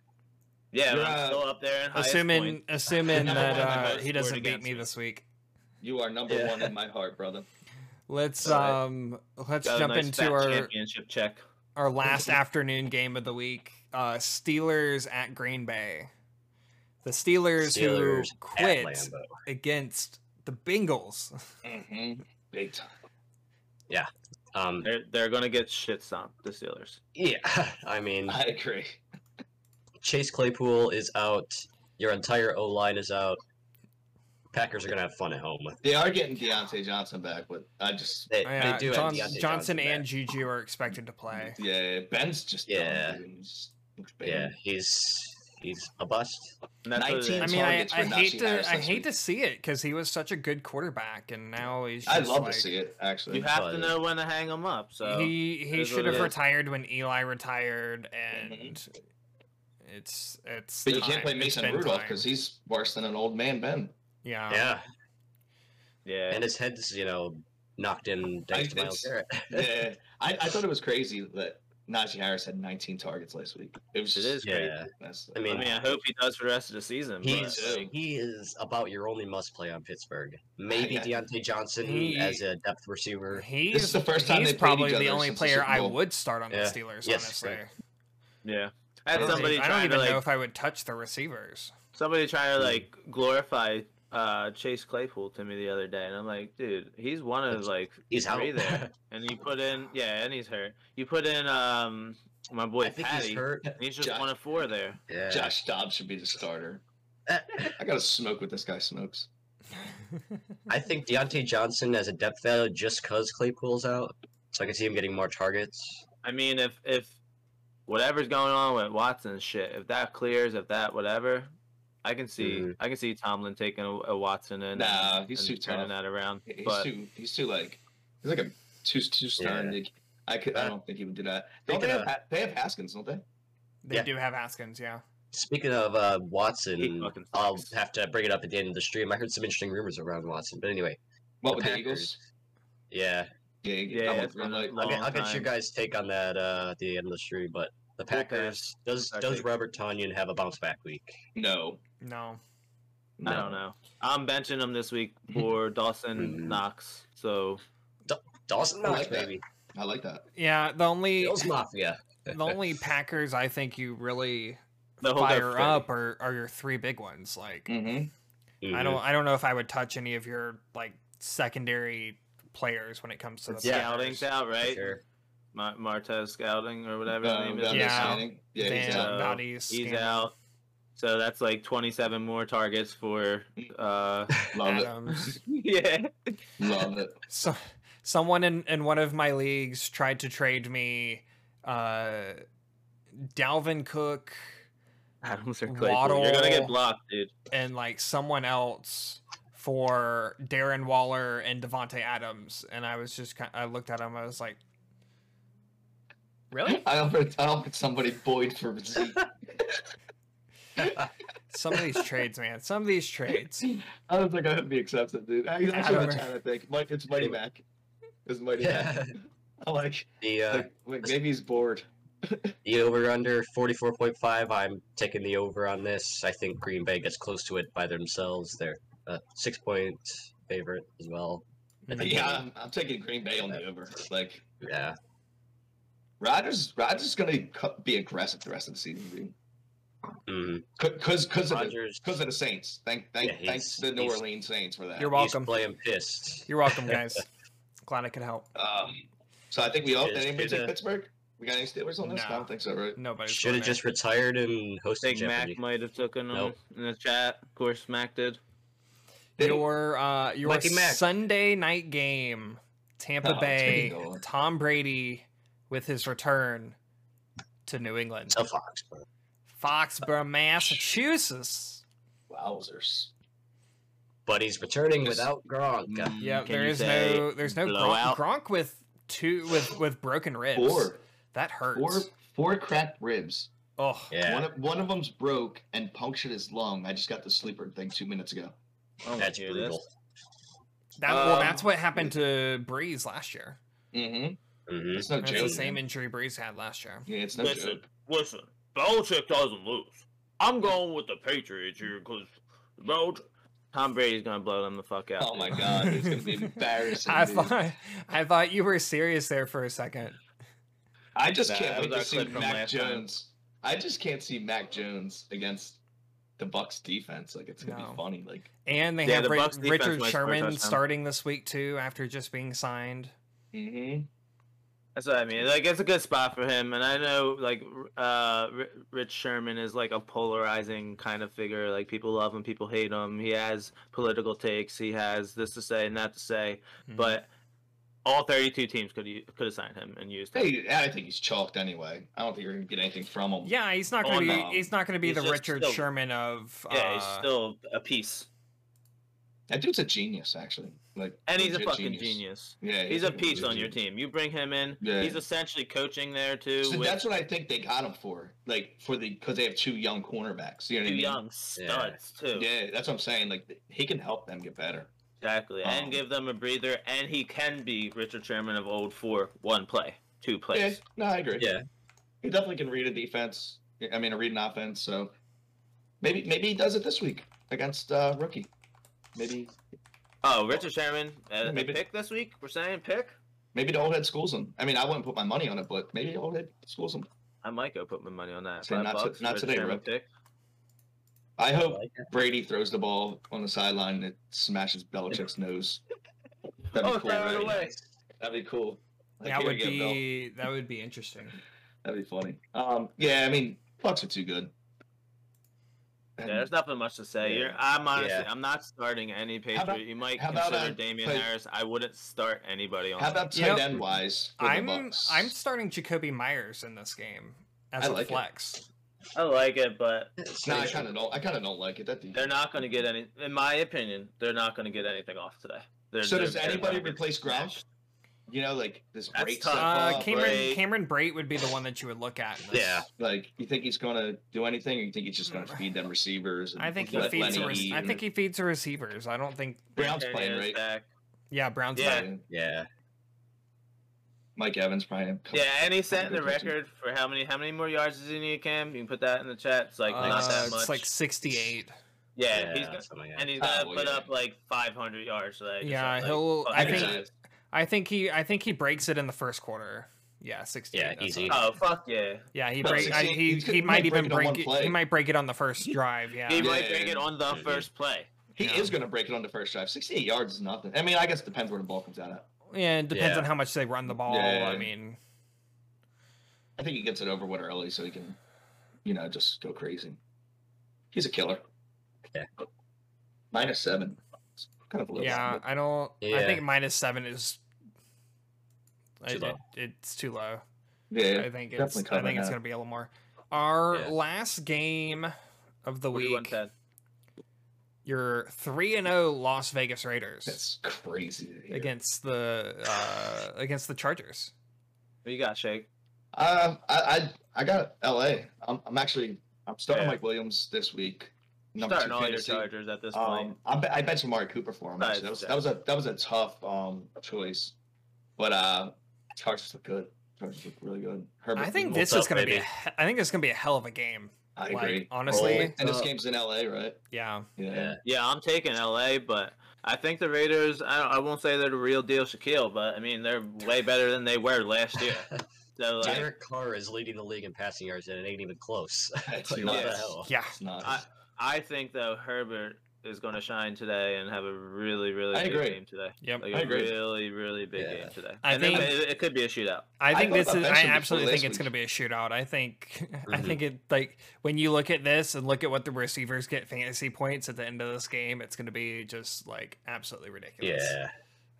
Speaker 3: Yeah,
Speaker 2: You're,
Speaker 3: but I'm
Speaker 2: uh,
Speaker 3: still up there in highest
Speaker 1: assuming
Speaker 3: point.
Speaker 1: assuming
Speaker 2: Number
Speaker 1: that
Speaker 2: one in
Speaker 1: uh,
Speaker 3: both
Speaker 1: he
Speaker 3: scored
Speaker 1: doesn't beat
Speaker 3: against
Speaker 1: me
Speaker 3: me.
Speaker 1: this week.
Speaker 2: you are number
Speaker 3: Yeah.
Speaker 2: one in my heart, brother.
Speaker 1: Let's
Speaker 2: All right.
Speaker 1: um let's
Speaker 3: Got a
Speaker 1: jump
Speaker 3: nice
Speaker 1: into
Speaker 3: fat
Speaker 1: our
Speaker 3: championship check.
Speaker 1: our last afternoon game of the week. Uh Steelers at Green Bay. The Steelers,
Speaker 4: Steelers
Speaker 1: who
Speaker 4: At
Speaker 1: quit
Speaker 4: Lambeau.
Speaker 1: against the Bengals.
Speaker 2: Mm-hmm. Big time.
Speaker 4: Um,
Speaker 3: They're they're gonna get shit stomped. The Steelers.
Speaker 4: yeah, I mean,
Speaker 2: I agree.
Speaker 4: Chase Claypool is out. Your entire O line is out. Packers are gonna have fun at home.
Speaker 2: They are getting Deontay Johnson back, but I just
Speaker 4: They,
Speaker 1: Oh, Yeah,
Speaker 4: they do
Speaker 1: John-
Speaker 4: have Deontay
Speaker 1: Johnson,
Speaker 4: back.
Speaker 1: and Juju are expected to play.
Speaker 2: yeah, Ben's just done,
Speaker 4: Yeah.
Speaker 2: dude. He's- he's bad.
Speaker 4: yeah, he's he's a bust.
Speaker 3: And that's what it
Speaker 2: 19
Speaker 3: is.
Speaker 1: I mean, I,
Speaker 2: targets for
Speaker 1: I hate
Speaker 2: Najee
Speaker 1: to
Speaker 2: Harris
Speaker 1: I
Speaker 2: this
Speaker 1: hate
Speaker 2: week.
Speaker 1: to see it because he was such a good quarterback, and now he's. Just
Speaker 2: I'd love
Speaker 1: like-
Speaker 2: to see it actually.
Speaker 3: you have to
Speaker 4: But-
Speaker 3: know when to hang them up. So
Speaker 1: he
Speaker 3: it
Speaker 1: he
Speaker 3: is what
Speaker 1: should
Speaker 3: it
Speaker 1: have
Speaker 3: is. Mm-hmm.
Speaker 1: retired when Eli retired,
Speaker 2: Mhm.
Speaker 1: and it's it's.
Speaker 2: but you
Speaker 1: time.
Speaker 2: can't play
Speaker 1: It's
Speaker 2: Mason
Speaker 1: been
Speaker 2: Rudolph
Speaker 1: time.
Speaker 2: because he's worse than an old man Ben.
Speaker 1: yeah.
Speaker 4: yeah,
Speaker 3: yeah,
Speaker 4: and his head's you know knocked in thanks to
Speaker 2: I-
Speaker 4: Miles
Speaker 2: it's-
Speaker 4: Garrett.
Speaker 2: yeah, I, I thought it was crazy that Najee Harris had 19 targets last week. It was
Speaker 3: It
Speaker 2: just
Speaker 3: is crazy.
Speaker 4: Yeah,
Speaker 2: That's,
Speaker 4: I
Speaker 3: I
Speaker 4: mean,
Speaker 3: mean, I hope he does for the rest of the season. but,
Speaker 4: He's
Speaker 2: Right.
Speaker 4: he is about your only must play on Pittsburgh. Maybe
Speaker 2: I-
Speaker 4: Deontay Johnson
Speaker 1: He-
Speaker 4: as a depth receiver.
Speaker 1: He's,
Speaker 2: This is the first time
Speaker 1: he's
Speaker 2: they played
Speaker 1: probably
Speaker 2: each
Speaker 1: the
Speaker 2: other
Speaker 1: only
Speaker 2: since the
Speaker 1: player
Speaker 2: Super
Speaker 1: I
Speaker 2: Bowl.
Speaker 1: would start on the
Speaker 4: Yeah.
Speaker 1: Steelers,
Speaker 4: Yes,
Speaker 1: honestly.
Speaker 4: correct.
Speaker 3: yeah.
Speaker 1: I
Speaker 3: I had
Speaker 1: don't,
Speaker 3: somebody
Speaker 1: even, I
Speaker 3: trying
Speaker 1: don't even
Speaker 3: to like
Speaker 1: know if I would touch the receivers.
Speaker 3: somebody trying to
Speaker 4: Mm.
Speaker 3: like glorify uh, Chase Claypool to me the other day, and I'm like, dude, he's one of
Speaker 4: That's-
Speaker 3: like
Speaker 4: He's out.
Speaker 3: three there, and you put in yeah, and he's hurt. You put in um my boy
Speaker 4: I think
Speaker 3: Patty,
Speaker 4: he's hurt.
Speaker 3: and he's just
Speaker 2: Josh-
Speaker 3: one of four there.
Speaker 4: Yeah.
Speaker 2: Josh Dobbs should be the starter. I gotta smoke what this guy smokes.
Speaker 4: I think Deontay Johnson as a depth value just because Claypool's out, so I can see him getting more targets.
Speaker 3: I mean, if if whatever's going on with Watson's shit, if that clears, if that whatever, I can see
Speaker 4: Mhm.
Speaker 3: I can see Tomlin taking a, a Watson in and
Speaker 2: Nah, he's
Speaker 3: and
Speaker 2: too
Speaker 3: turning
Speaker 2: tough.
Speaker 3: that around.
Speaker 2: He's
Speaker 3: but
Speaker 2: too. He's too like. He's like a too too stern. dude. I could.
Speaker 4: Uh,
Speaker 2: I don't think he would do that. Don't they,
Speaker 4: Speaking
Speaker 2: have, Ha- they have Haskins, don't they?
Speaker 1: they
Speaker 4: Yeah.
Speaker 1: do have Haskins, yeah.
Speaker 4: Speaking of uh,
Speaker 3: he
Speaker 4: Watson,
Speaker 3: fucking
Speaker 4: I'll
Speaker 3: sucks.
Speaker 4: have to bring it up at the end of the stream. I heard some interesting rumors around Watson, but anyway,
Speaker 2: What
Speaker 4: The
Speaker 2: with the Eagles?
Speaker 4: yeah.
Speaker 2: Yeah,
Speaker 3: Yeah,
Speaker 2: I'm
Speaker 3: it's
Speaker 2: with- I'm
Speaker 3: been
Speaker 2: like, oh,
Speaker 3: a
Speaker 4: I mean,
Speaker 3: long
Speaker 4: I'll get
Speaker 3: time.
Speaker 4: your guys' take on that uh, at the end of the stream, but the
Speaker 3: We'll pass.
Speaker 4: Packers does
Speaker 3: Our
Speaker 4: does
Speaker 3: take.
Speaker 4: Robert Tonyan have a bounce back week?
Speaker 2: no,
Speaker 1: No.
Speaker 2: no.
Speaker 4: Um,
Speaker 3: I don't know. I'm benching him this week
Speaker 2: Mm-hmm.
Speaker 3: for
Speaker 4: Mhm.
Speaker 3: Dawson Knox. So
Speaker 4: Dawson
Speaker 2: I
Speaker 4: Knox,
Speaker 2: like that.
Speaker 4: baby,
Speaker 2: I like that.
Speaker 1: Yeah, the only
Speaker 4: Bills Mafia.
Speaker 1: the only Packers I think you really
Speaker 3: the whole
Speaker 1: fire up are, are your three big ones. Like
Speaker 2: Mm-hmm.
Speaker 1: I
Speaker 4: Mhm.
Speaker 1: don't I don't know if I would touch any of your like secondary players when it comes to the
Speaker 4: Yeah.
Speaker 3: Scouting's
Speaker 1: Packers.
Speaker 3: out,
Speaker 4: For
Speaker 3: right?
Speaker 4: sure.
Speaker 3: Ma- Martez Scouting or whatever his
Speaker 2: Um,
Speaker 3: name is.
Speaker 1: Yeah.
Speaker 2: yeah. Standing. yeah, he's
Speaker 1: Van
Speaker 2: out.
Speaker 3: out.
Speaker 1: Valdez,
Speaker 3: He's
Speaker 1: Scanlon,
Speaker 3: out. So that's like 27 more targets for.
Speaker 2: Mm.
Speaker 3: uh
Speaker 2: Love it.
Speaker 1: Adams.
Speaker 3: Yeah.
Speaker 2: Love it.
Speaker 1: so, someone in, in one of my leagues tried to trade me uh, Dalvin Cook
Speaker 3: Adams or Claypool. You're gonna
Speaker 1: Waddle.
Speaker 3: get blocked, dude.
Speaker 1: and like someone else for Darren Waller and Devonte Adams, and I was just kind I looked at him. I was like, really?
Speaker 2: I offered, I offered somebody Boyd for Zeke.
Speaker 1: Some of these trades, man. Some of these trades.
Speaker 2: I don't think I would be accepted, dude. I, that's what
Speaker 1: Adam.
Speaker 2: I'm trying to think. Mike, it's Mighty Mac. It's Mighty Mac. I like,
Speaker 4: the uh,
Speaker 2: like, wait, maybe he's bored.
Speaker 4: the over under forty four point five. I'm taking the over on this. I think Green Bay gets close to it by themselves. They're a six point favorite as well. I think
Speaker 2: Yeah, I'm, I'm taking Green Bay on the over. Like,
Speaker 4: Yeah.
Speaker 2: Rodgers, Rodgers is gonna co- be aggressive the rest of the season,
Speaker 4: Mhm.
Speaker 2: dude. Cause, cause of the,
Speaker 4: Rodgers.
Speaker 2: cause of the Saints. Thank, thank,
Speaker 4: Yeah, he's-
Speaker 2: thanks to the New
Speaker 4: he's-
Speaker 2: Orleans Saints for that.
Speaker 1: You're
Speaker 4: He's
Speaker 1: welcome.
Speaker 4: playing pissed.
Speaker 1: You're welcome, guys. Glad I could help.
Speaker 2: Um, so I think we all.
Speaker 4: Just
Speaker 2: Did anybody
Speaker 4: did
Speaker 2: take
Speaker 4: a-
Speaker 2: Pittsburgh? We got any Steelers on this? I
Speaker 1: No.
Speaker 2: don't think so, right?
Speaker 1: Nobody
Speaker 4: Should have just retired and hosted
Speaker 3: Big Mac
Speaker 4: Jeopardy.
Speaker 3: might have taken him
Speaker 4: Nope.
Speaker 3: in the chat. Of course, Mac did.
Speaker 2: Did he?
Speaker 1: your uh your
Speaker 4: Mikey Mac.
Speaker 1: Sunday night game, Tampa
Speaker 2: Oh,
Speaker 1: Bay,
Speaker 2: there you go.
Speaker 1: Tom Brady with his return to New England,
Speaker 4: A fox. bro.
Speaker 1: Foxborough, Massachusetts.
Speaker 2: Wowzers.
Speaker 4: But he's returning
Speaker 2: Just-
Speaker 4: without Gronk.
Speaker 2: Mm,
Speaker 1: Yep,
Speaker 3: Can
Speaker 1: there
Speaker 3: you
Speaker 1: is
Speaker 3: say
Speaker 1: no there's no Gronk,
Speaker 3: blowout?
Speaker 1: Gronk with two with with broken ribs.
Speaker 2: Four,
Speaker 1: That hurts.
Speaker 2: four, four cracked ribs.
Speaker 1: Oh,
Speaker 4: Yeah,
Speaker 2: One of one of them's broke and punctured his lung. I just got the sleeper thing two minutes ago.
Speaker 3: I wanna
Speaker 4: that's
Speaker 3: hear
Speaker 4: brutal.
Speaker 3: this.
Speaker 1: that, well,
Speaker 3: Um,
Speaker 1: that's what happened to Breeze last year.
Speaker 2: Mm-hmm.
Speaker 4: Mhm.
Speaker 2: It's no
Speaker 1: That's
Speaker 2: joke.
Speaker 1: the same
Speaker 2: man.
Speaker 1: injury Breeze had last year.
Speaker 2: yeah, it's no
Speaker 3: Listen,
Speaker 2: joke.
Speaker 3: listen. Belichick doesn't lose. I'm going with the Patriots here because Belichick. Tom Brady's gonna blow them the fuck out.
Speaker 2: Oh
Speaker 3: dude.
Speaker 2: my god, it's gonna be embarrassing.
Speaker 1: I
Speaker 2: dude.
Speaker 1: thought I thought you were serious there for a second.
Speaker 2: I just
Speaker 3: Nah,
Speaker 2: can't
Speaker 3: that was
Speaker 2: wait to
Speaker 3: our
Speaker 2: see
Speaker 3: clip from
Speaker 2: Mac
Speaker 3: last time.
Speaker 2: Jones. I just can't see Mac Jones against the Bucks defense. Like it's gonna
Speaker 1: No.
Speaker 2: be funny. Like
Speaker 1: And they
Speaker 3: Yeah,
Speaker 1: have
Speaker 3: the
Speaker 1: Ri-
Speaker 3: Bucks defense
Speaker 1: Richard
Speaker 3: might score a
Speaker 1: Sherman
Speaker 3: touchdown.
Speaker 1: starting this week too, after just being signed.
Speaker 2: mm-hmm.
Speaker 3: That's what I mean. Like, it's a good spot for him, and I know like r- uh, R- Rich Sherman is like a polarizing kind of figure. Like, people love him, people hate him. He has political takes. He has this to say and that to say.
Speaker 1: Hmm.
Speaker 3: But all 32 teams could u- could have signed him and used him.
Speaker 2: Hey, I think he's chalked anyway. I don't think you're gonna get anything from him.
Speaker 1: yeah, he's not gonna
Speaker 2: Oh,
Speaker 1: be
Speaker 2: no.
Speaker 1: he's not gonna be
Speaker 3: He's
Speaker 1: the
Speaker 3: just
Speaker 1: Richard
Speaker 3: still-
Speaker 1: Sherman of
Speaker 3: yeah, he's
Speaker 1: uh,
Speaker 3: still a piece,
Speaker 2: That dude's a genius, actually. Like,
Speaker 3: and he's a
Speaker 2: legit
Speaker 3: fucking genius.
Speaker 2: Yeah,
Speaker 3: He's a
Speaker 2: fucking
Speaker 3: piece on your
Speaker 2: genius.
Speaker 3: team. You bring him in.
Speaker 2: Yeah.
Speaker 3: He's essentially coaching there too.
Speaker 2: So
Speaker 3: with
Speaker 2: that's what I think they got him for, like for the because they have two young cornerbacks. You know
Speaker 3: two
Speaker 2: what I mean?
Speaker 3: young studs too.
Speaker 2: Yeah, that's what I'm saying. Like he can help them get better.
Speaker 3: Exactly,
Speaker 2: Um,
Speaker 3: and give them a breather, and he can be Richard Sherman of old for one play, two
Speaker 2: Yeah,
Speaker 3: plays.
Speaker 2: no, I agree.
Speaker 4: Yeah.
Speaker 2: he definitely can read a defense. I mean, a read an offense. So maybe maybe he does it this week against uh, rookie. Maybe
Speaker 3: Oh, Richard Sherman, uh,
Speaker 2: Maybe-
Speaker 3: a pick this week. We're saying pick.
Speaker 2: maybe the old head schools him. I mean, I wouldn't put my money on it, but maybe the old head schools him.
Speaker 3: I might go put my money on that.
Speaker 2: Say
Speaker 3: Five
Speaker 2: not to-
Speaker 3: bucks,
Speaker 2: not
Speaker 3: Richard
Speaker 2: today,
Speaker 3: Sherman
Speaker 2: Rick.
Speaker 3: pick.
Speaker 2: I hope
Speaker 3: like it.
Speaker 2: Brady throws the ball on the sideline and it smashes Belichick's nose. That'd
Speaker 3: Oh, throw it
Speaker 2: right?
Speaker 3: away.
Speaker 2: That'd be cool. Like,
Speaker 1: that
Speaker 2: here
Speaker 1: would
Speaker 2: you go, Bill.
Speaker 1: be that would be interesting.
Speaker 2: That'd be funny. Um, yeah, I mean, Bucks are too good.
Speaker 3: Yeah, there's nothing much to say.
Speaker 2: Yeah.
Speaker 3: You're, I'm honestly,
Speaker 4: Yeah.
Speaker 3: I'm not starting any Patriot.
Speaker 2: How about-
Speaker 3: you might
Speaker 2: how about,
Speaker 3: consider
Speaker 2: uh,
Speaker 3: Damian
Speaker 2: play-
Speaker 3: Harris. I wouldn't start anybody on.
Speaker 2: How about tight
Speaker 1: Yep.
Speaker 2: end wise? for the
Speaker 1: I'm
Speaker 2: Bucks?
Speaker 1: I'm starting Jacoby Myers in this game as
Speaker 2: I
Speaker 1: a
Speaker 2: like it.
Speaker 1: flex.
Speaker 3: I like it, but
Speaker 2: No, I kind of don't. I kind of don't like it. That
Speaker 3: they're not going to get any. In my opinion, they're not going to get anything off today. They're,
Speaker 2: So
Speaker 3: they're-
Speaker 2: does
Speaker 3: they're
Speaker 2: anybody
Speaker 3: gonna get
Speaker 2: replace Gronk?
Speaker 3: smashed.
Speaker 2: You know, like this
Speaker 3: That's
Speaker 2: break
Speaker 3: tough.
Speaker 2: stuff
Speaker 1: Uh,
Speaker 2: up,
Speaker 1: Cameron
Speaker 2: right?
Speaker 3: Brate.
Speaker 1: Cameron Brait would be the one that you would look at. In this.
Speaker 4: Yeah.
Speaker 2: Like, you think he's gonna do anything, or you think he's just gonna
Speaker 1: Mm.
Speaker 2: feed them receivers? And
Speaker 1: I think he
Speaker 2: let
Speaker 1: feeds. The
Speaker 2: Lenny
Speaker 1: rec-
Speaker 2: eat
Speaker 1: I
Speaker 2: and-
Speaker 1: think he feeds the receivers. I don't think.
Speaker 2: Brown's
Speaker 3: Damian
Speaker 2: playing,
Speaker 3: Harris
Speaker 2: right?
Speaker 3: back.
Speaker 1: Yeah, Brown's
Speaker 3: Yeah.
Speaker 1: not-
Speaker 4: Yeah.
Speaker 2: Mike Evans probably. a couple-
Speaker 3: Yeah, and he set
Speaker 2: Good
Speaker 3: the
Speaker 2: question.
Speaker 3: record for how many how many more yards does he need, Cam? You can put that in the chat. It's like not
Speaker 1: uh,
Speaker 3: that much.
Speaker 1: It's like sixty-eight.
Speaker 3: yeah, he's gonna,
Speaker 4: something like that.
Speaker 3: and he's
Speaker 2: Oh,
Speaker 3: gonna
Speaker 2: well,
Speaker 3: put
Speaker 2: yeah.
Speaker 3: up like 500 yards. So that just
Speaker 1: Yeah,
Speaker 3: like,
Speaker 1: he'll-
Speaker 3: fuck
Speaker 1: I
Speaker 3: you
Speaker 1: think-
Speaker 3: guys.
Speaker 1: I think he. I think he breaks it in the first quarter. Yeah, sixty-eight.
Speaker 4: Yeah,
Speaker 1: that's
Speaker 4: easy.
Speaker 1: what-
Speaker 3: Oh fuck yeah!
Speaker 1: Yeah, he
Speaker 2: Well,
Speaker 1: break. I,
Speaker 2: 68
Speaker 1: he
Speaker 2: he's
Speaker 1: he,
Speaker 2: gonna- he
Speaker 1: might
Speaker 2: might break
Speaker 1: even
Speaker 2: it on one
Speaker 1: break. It,
Speaker 2: play.
Speaker 1: he might break it on the first drive. Yeah.
Speaker 3: He
Speaker 2: Yeah.
Speaker 3: might bring it on the first play.
Speaker 2: He
Speaker 1: Yeah.
Speaker 2: is gonna break it on the first drive. Sixty-eight yards is nothing. I mean, I guess it depends where the ball comes out at.
Speaker 1: Yeah, it depends
Speaker 4: Yeah.
Speaker 1: on how much they run the ball.
Speaker 2: Yeah.
Speaker 1: I mean,
Speaker 2: I think he gets it over with early, so he can, you know, just go crazy. He's a killer.
Speaker 4: Yeah.
Speaker 2: Minus seven. It's Kind of a little.
Speaker 1: yeah, I don't. I
Speaker 4: Yeah.
Speaker 1: think minus seven is. I-
Speaker 4: Too low.
Speaker 1: it- it's too low.
Speaker 2: Yeah.
Speaker 1: I think it's.
Speaker 2: definitely
Speaker 1: I
Speaker 2: covering
Speaker 1: think it's
Speaker 2: that.
Speaker 1: going to be a little more. Our
Speaker 4: Yeah.
Speaker 1: last game of the week.
Speaker 3: 41-10.
Speaker 1: Your three and zero Las Vegas Raiders
Speaker 2: That's crazy. to hear.
Speaker 1: against the uh, against the Chargers.
Speaker 3: What you got, Shake?
Speaker 2: Uh, I, I I got L.A. I'm, I'm actually I'm starting
Speaker 3: Yeah.
Speaker 2: Mike Williams this week.
Speaker 3: Starting all your
Speaker 2: fantasy.
Speaker 3: Chargers at this point.
Speaker 2: Um, I bet I bet Amari Cooper for him. Actually. That was that was a that was a tough um choice, but uh, Chargers look good. Chargers look really good. Herbert,
Speaker 1: I think
Speaker 2: looked-
Speaker 1: this
Speaker 4: up,
Speaker 1: is going to be. a
Speaker 4: baby.
Speaker 1: he- I think it's going to be a hell of a game.
Speaker 2: I
Speaker 1: like,
Speaker 2: agree.
Speaker 1: honestly-
Speaker 2: and this
Speaker 3: Uh,
Speaker 2: game's in L.A. Right?
Speaker 1: Yeah.
Speaker 4: Yeah.
Speaker 3: Yeah, I'm taking LA, but I think the Raiders. I, don't, I won't say they're the real deal, Shaquille, but I mean they're way better than they were last year. So like,
Speaker 4: Derek Carr is leading the league in passing yards, and it ain't even close.
Speaker 2: That's
Speaker 4: Like, what the
Speaker 2: nuts.
Speaker 3: Oh,
Speaker 4: hell?
Speaker 1: Yeah.
Speaker 2: It's nuts.
Speaker 3: I- I think though Herbert is going to shine today and have a really, really
Speaker 2: I
Speaker 3: big
Speaker 2: agree.
Speaker 3: game today.
Speaker 1: Yep.
Speaker 3: Like
Speaker 2: I
Speaker 3: a
Speaker 2: agree.
Speaker 3: really, really big
Speaker 4: Yeah.
Speaker 3: game today.
Speaker 1: I
Speaker 3: and then
Speaker 1: think-
Speaker 3: it, it could be a shootout.
Speaker 1: I
Speaker 2: I
Speaker 1: think
Speaker 2: thought
Speaker 1: this
Speaker 2: about
Speaker 1: is. I
Speaker 2: benching before
Speaker 1: absolutely think
Speaker 2: last
Speaker 1: it's going to
Speaker 2: week.
Speaker 1: be a shootout. I think. I
Speaker 4: Mhm.
Speaker 1: think
Speaker 3: Mm-hmm.
Speaker 1: it like when you look at this and look at what the receivers get fantasy points at the end of this game, it's going to be just like absolutely ridiculous.
Speaker 4: Yeah.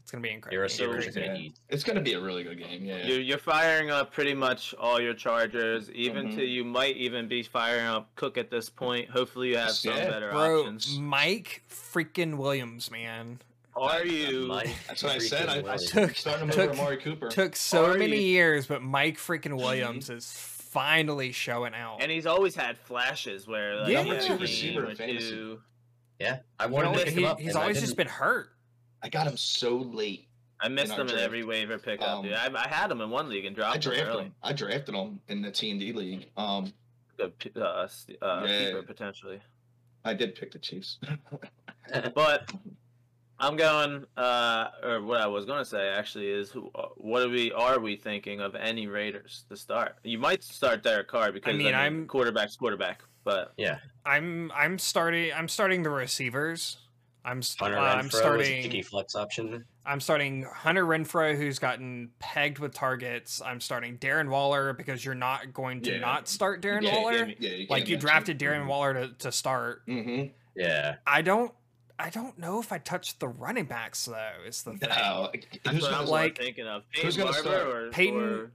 Speaker 1: It's going to be incredible.
Speaker 4: Your receivers are
Speaker 3: Crazy.
Speaker 4: going to eat.
Speaker 2: It's gonna be a really good game. Yeah.
Speaker 3: You're, you're firing up pretty much all your Chargers, even
Speaker 2: Mhm.
Speaker 3: to you might even be firing up Cook at this point. Hopefully, you have some
Speaker 2: Yeah.
Speaker 3: better
Speaker 1: Bro,
Speaker 3: options.
Speaker 1: Mike freaking Williams, man,
Speaker 3: Are you?
Speaker 4: Mike
Speaker 2: That's what I said. I, I
Speaker 4: freaking
Speaker 1: took-
Speaker 2: starting him
Speaker 1: took-
Speaker 2: over Amari Cooper.
Speaker 1: took so
Speaker 3: Are
Speaker 1: many
Speaker 3: you-
Speaker 1: years, but Mike freaking Williams is finally showing out.
Speaker 3: And he's always had flashes where like,
Speaker 1: Yeah.
Speaker 3: he had
Speaker 1: Number two
Speaker 3: a
Speaker 2: receiver
Speaker 3: game
Speaker 2: in
Speaker 3: or
Speaker 2: fantasy.
Speaker 3: two.
Speaker 4: Yeah, I
Speaker 1: You know,
Speaker 4: wanted to pick
Speaker 1: he-
Speaker 4: him up.
Speaker 1: he's
Speaker 4: and I
Speaker 1: always just been
Speaker 4: didn't.
Speaker 1: hurt.
Speaker 2: I got him so late.
Speaker 3: I missed
Speaker 2: our
Speaker 3: him in
Speaker 2: draft.
Speaker 3: every waiver pickup,
Speaker 2: Um,
Speaker 3: dude. I, I had him in one league and
Speaker 2: I
Speaker 3: dropped him
Speaker 2: drafted
Speaker 3: early.
Speaker 2: him. I drafted him in the T and D league. Um,
Speaker 3: Good p- uh, s- uh,
Speaker 2: Yeah.
Speaker 3: keeper potentially.
Speaker 2: I did pick the Chiefs.
Speaker 3: But I'm going, uh, or what I was going to say actually is, who- uh, what are we are we thinking of any Raiders to start? You might start Derek Carr because
Speaker 1: mean, I'm-
Speaker 3: quarterback's quarterback, but
Speaker 1: I'm I'm starting I'm starting the receivers. I'm s-
Speaker 4: Hunter
Speaker 1: uh, I'm
Speaker 4: Renfro is a
Speaker 1: starting
Speaker 4: sticky flex option.
Speaker 1: I'm starting Hunter Renfro, who's gotten pegged with targets. I'm starting Darren Waller because you're not going to
Speaker 2: Yeah.
Speaker 1: not start Darren
Speaker 2: Yeah, you
Speaker 1: Waller.
Speaker 2: can't- yeah, you
Speaker 1: like you drafted Darren Waller to, to start.
Speaker 2: Mm-hmm.
Speaker 4: Yeah,
Speaker 1: I don't I don't know if I touched the running backs though. Is the thing Uh,
Speaker 2: No,
Speaker 3: that's
Speaker 2: who's
Speaker 3: what
Speaker 2: gonna
Speaker 3: I'm
Speaker 1: like-
Speaker 3: like, thinking of. Peyton
Speaker 2: who's gonna
Speaker 3: Barber
Speaker 2: start?
Speaker 3: or
Speaker 1: Peyton-
Speaker 3: or-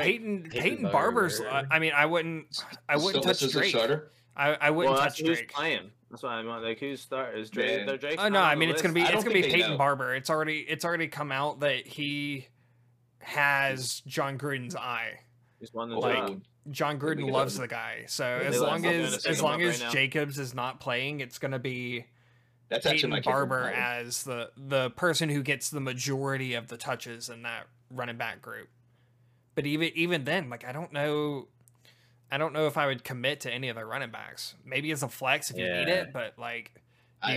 Speaker 1: Peyton Peyton,
Speaker 4: Peyton
Speaker 1: Barber's. uh,
Speaker 4: Barber.
Speaker 1: I mean, I wouldn't I
Speaker 2: still
Speaker 1: wouldn't
Speaker 2: list
Speaker 1: touch
Speaker 2: as their
Speaker 1: Drake.
Speaker 2: starter?
Speaker 1: I, I wouldn't
Speaker 3: well, that's
Speaker 1: touch
Speaker 3: who's
Speaker 1: Drake.
Speaker 3: playing. That's why I'm like, who's start is Drake?
Speaker 2: Yeah.
Speaker 3: Though Drake's
Speaker 1: Oh no!
Speaker 3: not on
Speaker 1: I
Speaker 3: the
Speaker 1: mean, it's gonna
Speaker 3: list.
Speaker 1: be
Speaker 2: I
Speaker 1: it's gonna
Speaker 2: don't
Speaker 1: be
Speaker 2: think they
Speaker 1: Peyton
Speaker 2: know.
Speaker 1: Barber. It's already it's already come out that he has John Gruden's eye.
Speaker 3: He's one of the
Speaker 1: Like,
Speaker 3: top.
Speaker 2: Oh,
Speaker 1: John
Speaker 2: we
Speaker 1: Gruden
Speaker 2: could
Speaker 1: loves
Speaker 2: have-
Speaker 1: the guy. So
Speaker 2: They
Speaker 1: as
Speaker 2: love
Speaker 1: long
Speaker 2: him. I'm
Speaker 1: as
Speaker 2: gonna
Speaker 1: as
Speaker 2: pick him
Speaker 1: long
Speaker 3: up
Speaker 1: as
Speaker 3: right now.
Speaker 1: Jacobs is not playing, it's gonna be
Speaker 2: that's actually my
Speaker 1: Peyton
Speaker 2: kicker
Speaker 1: Barber
Speaker 2: probably.
Speaker 1: as the the person who gets the majority of the touches in that running back group. But even even then, like I don't know, I don't know if I would commit to any of the running backs. Maybe as a flex if you need
Speaker 4: Yeah.
Speaker 1: it, but like do
Speaker 2: I-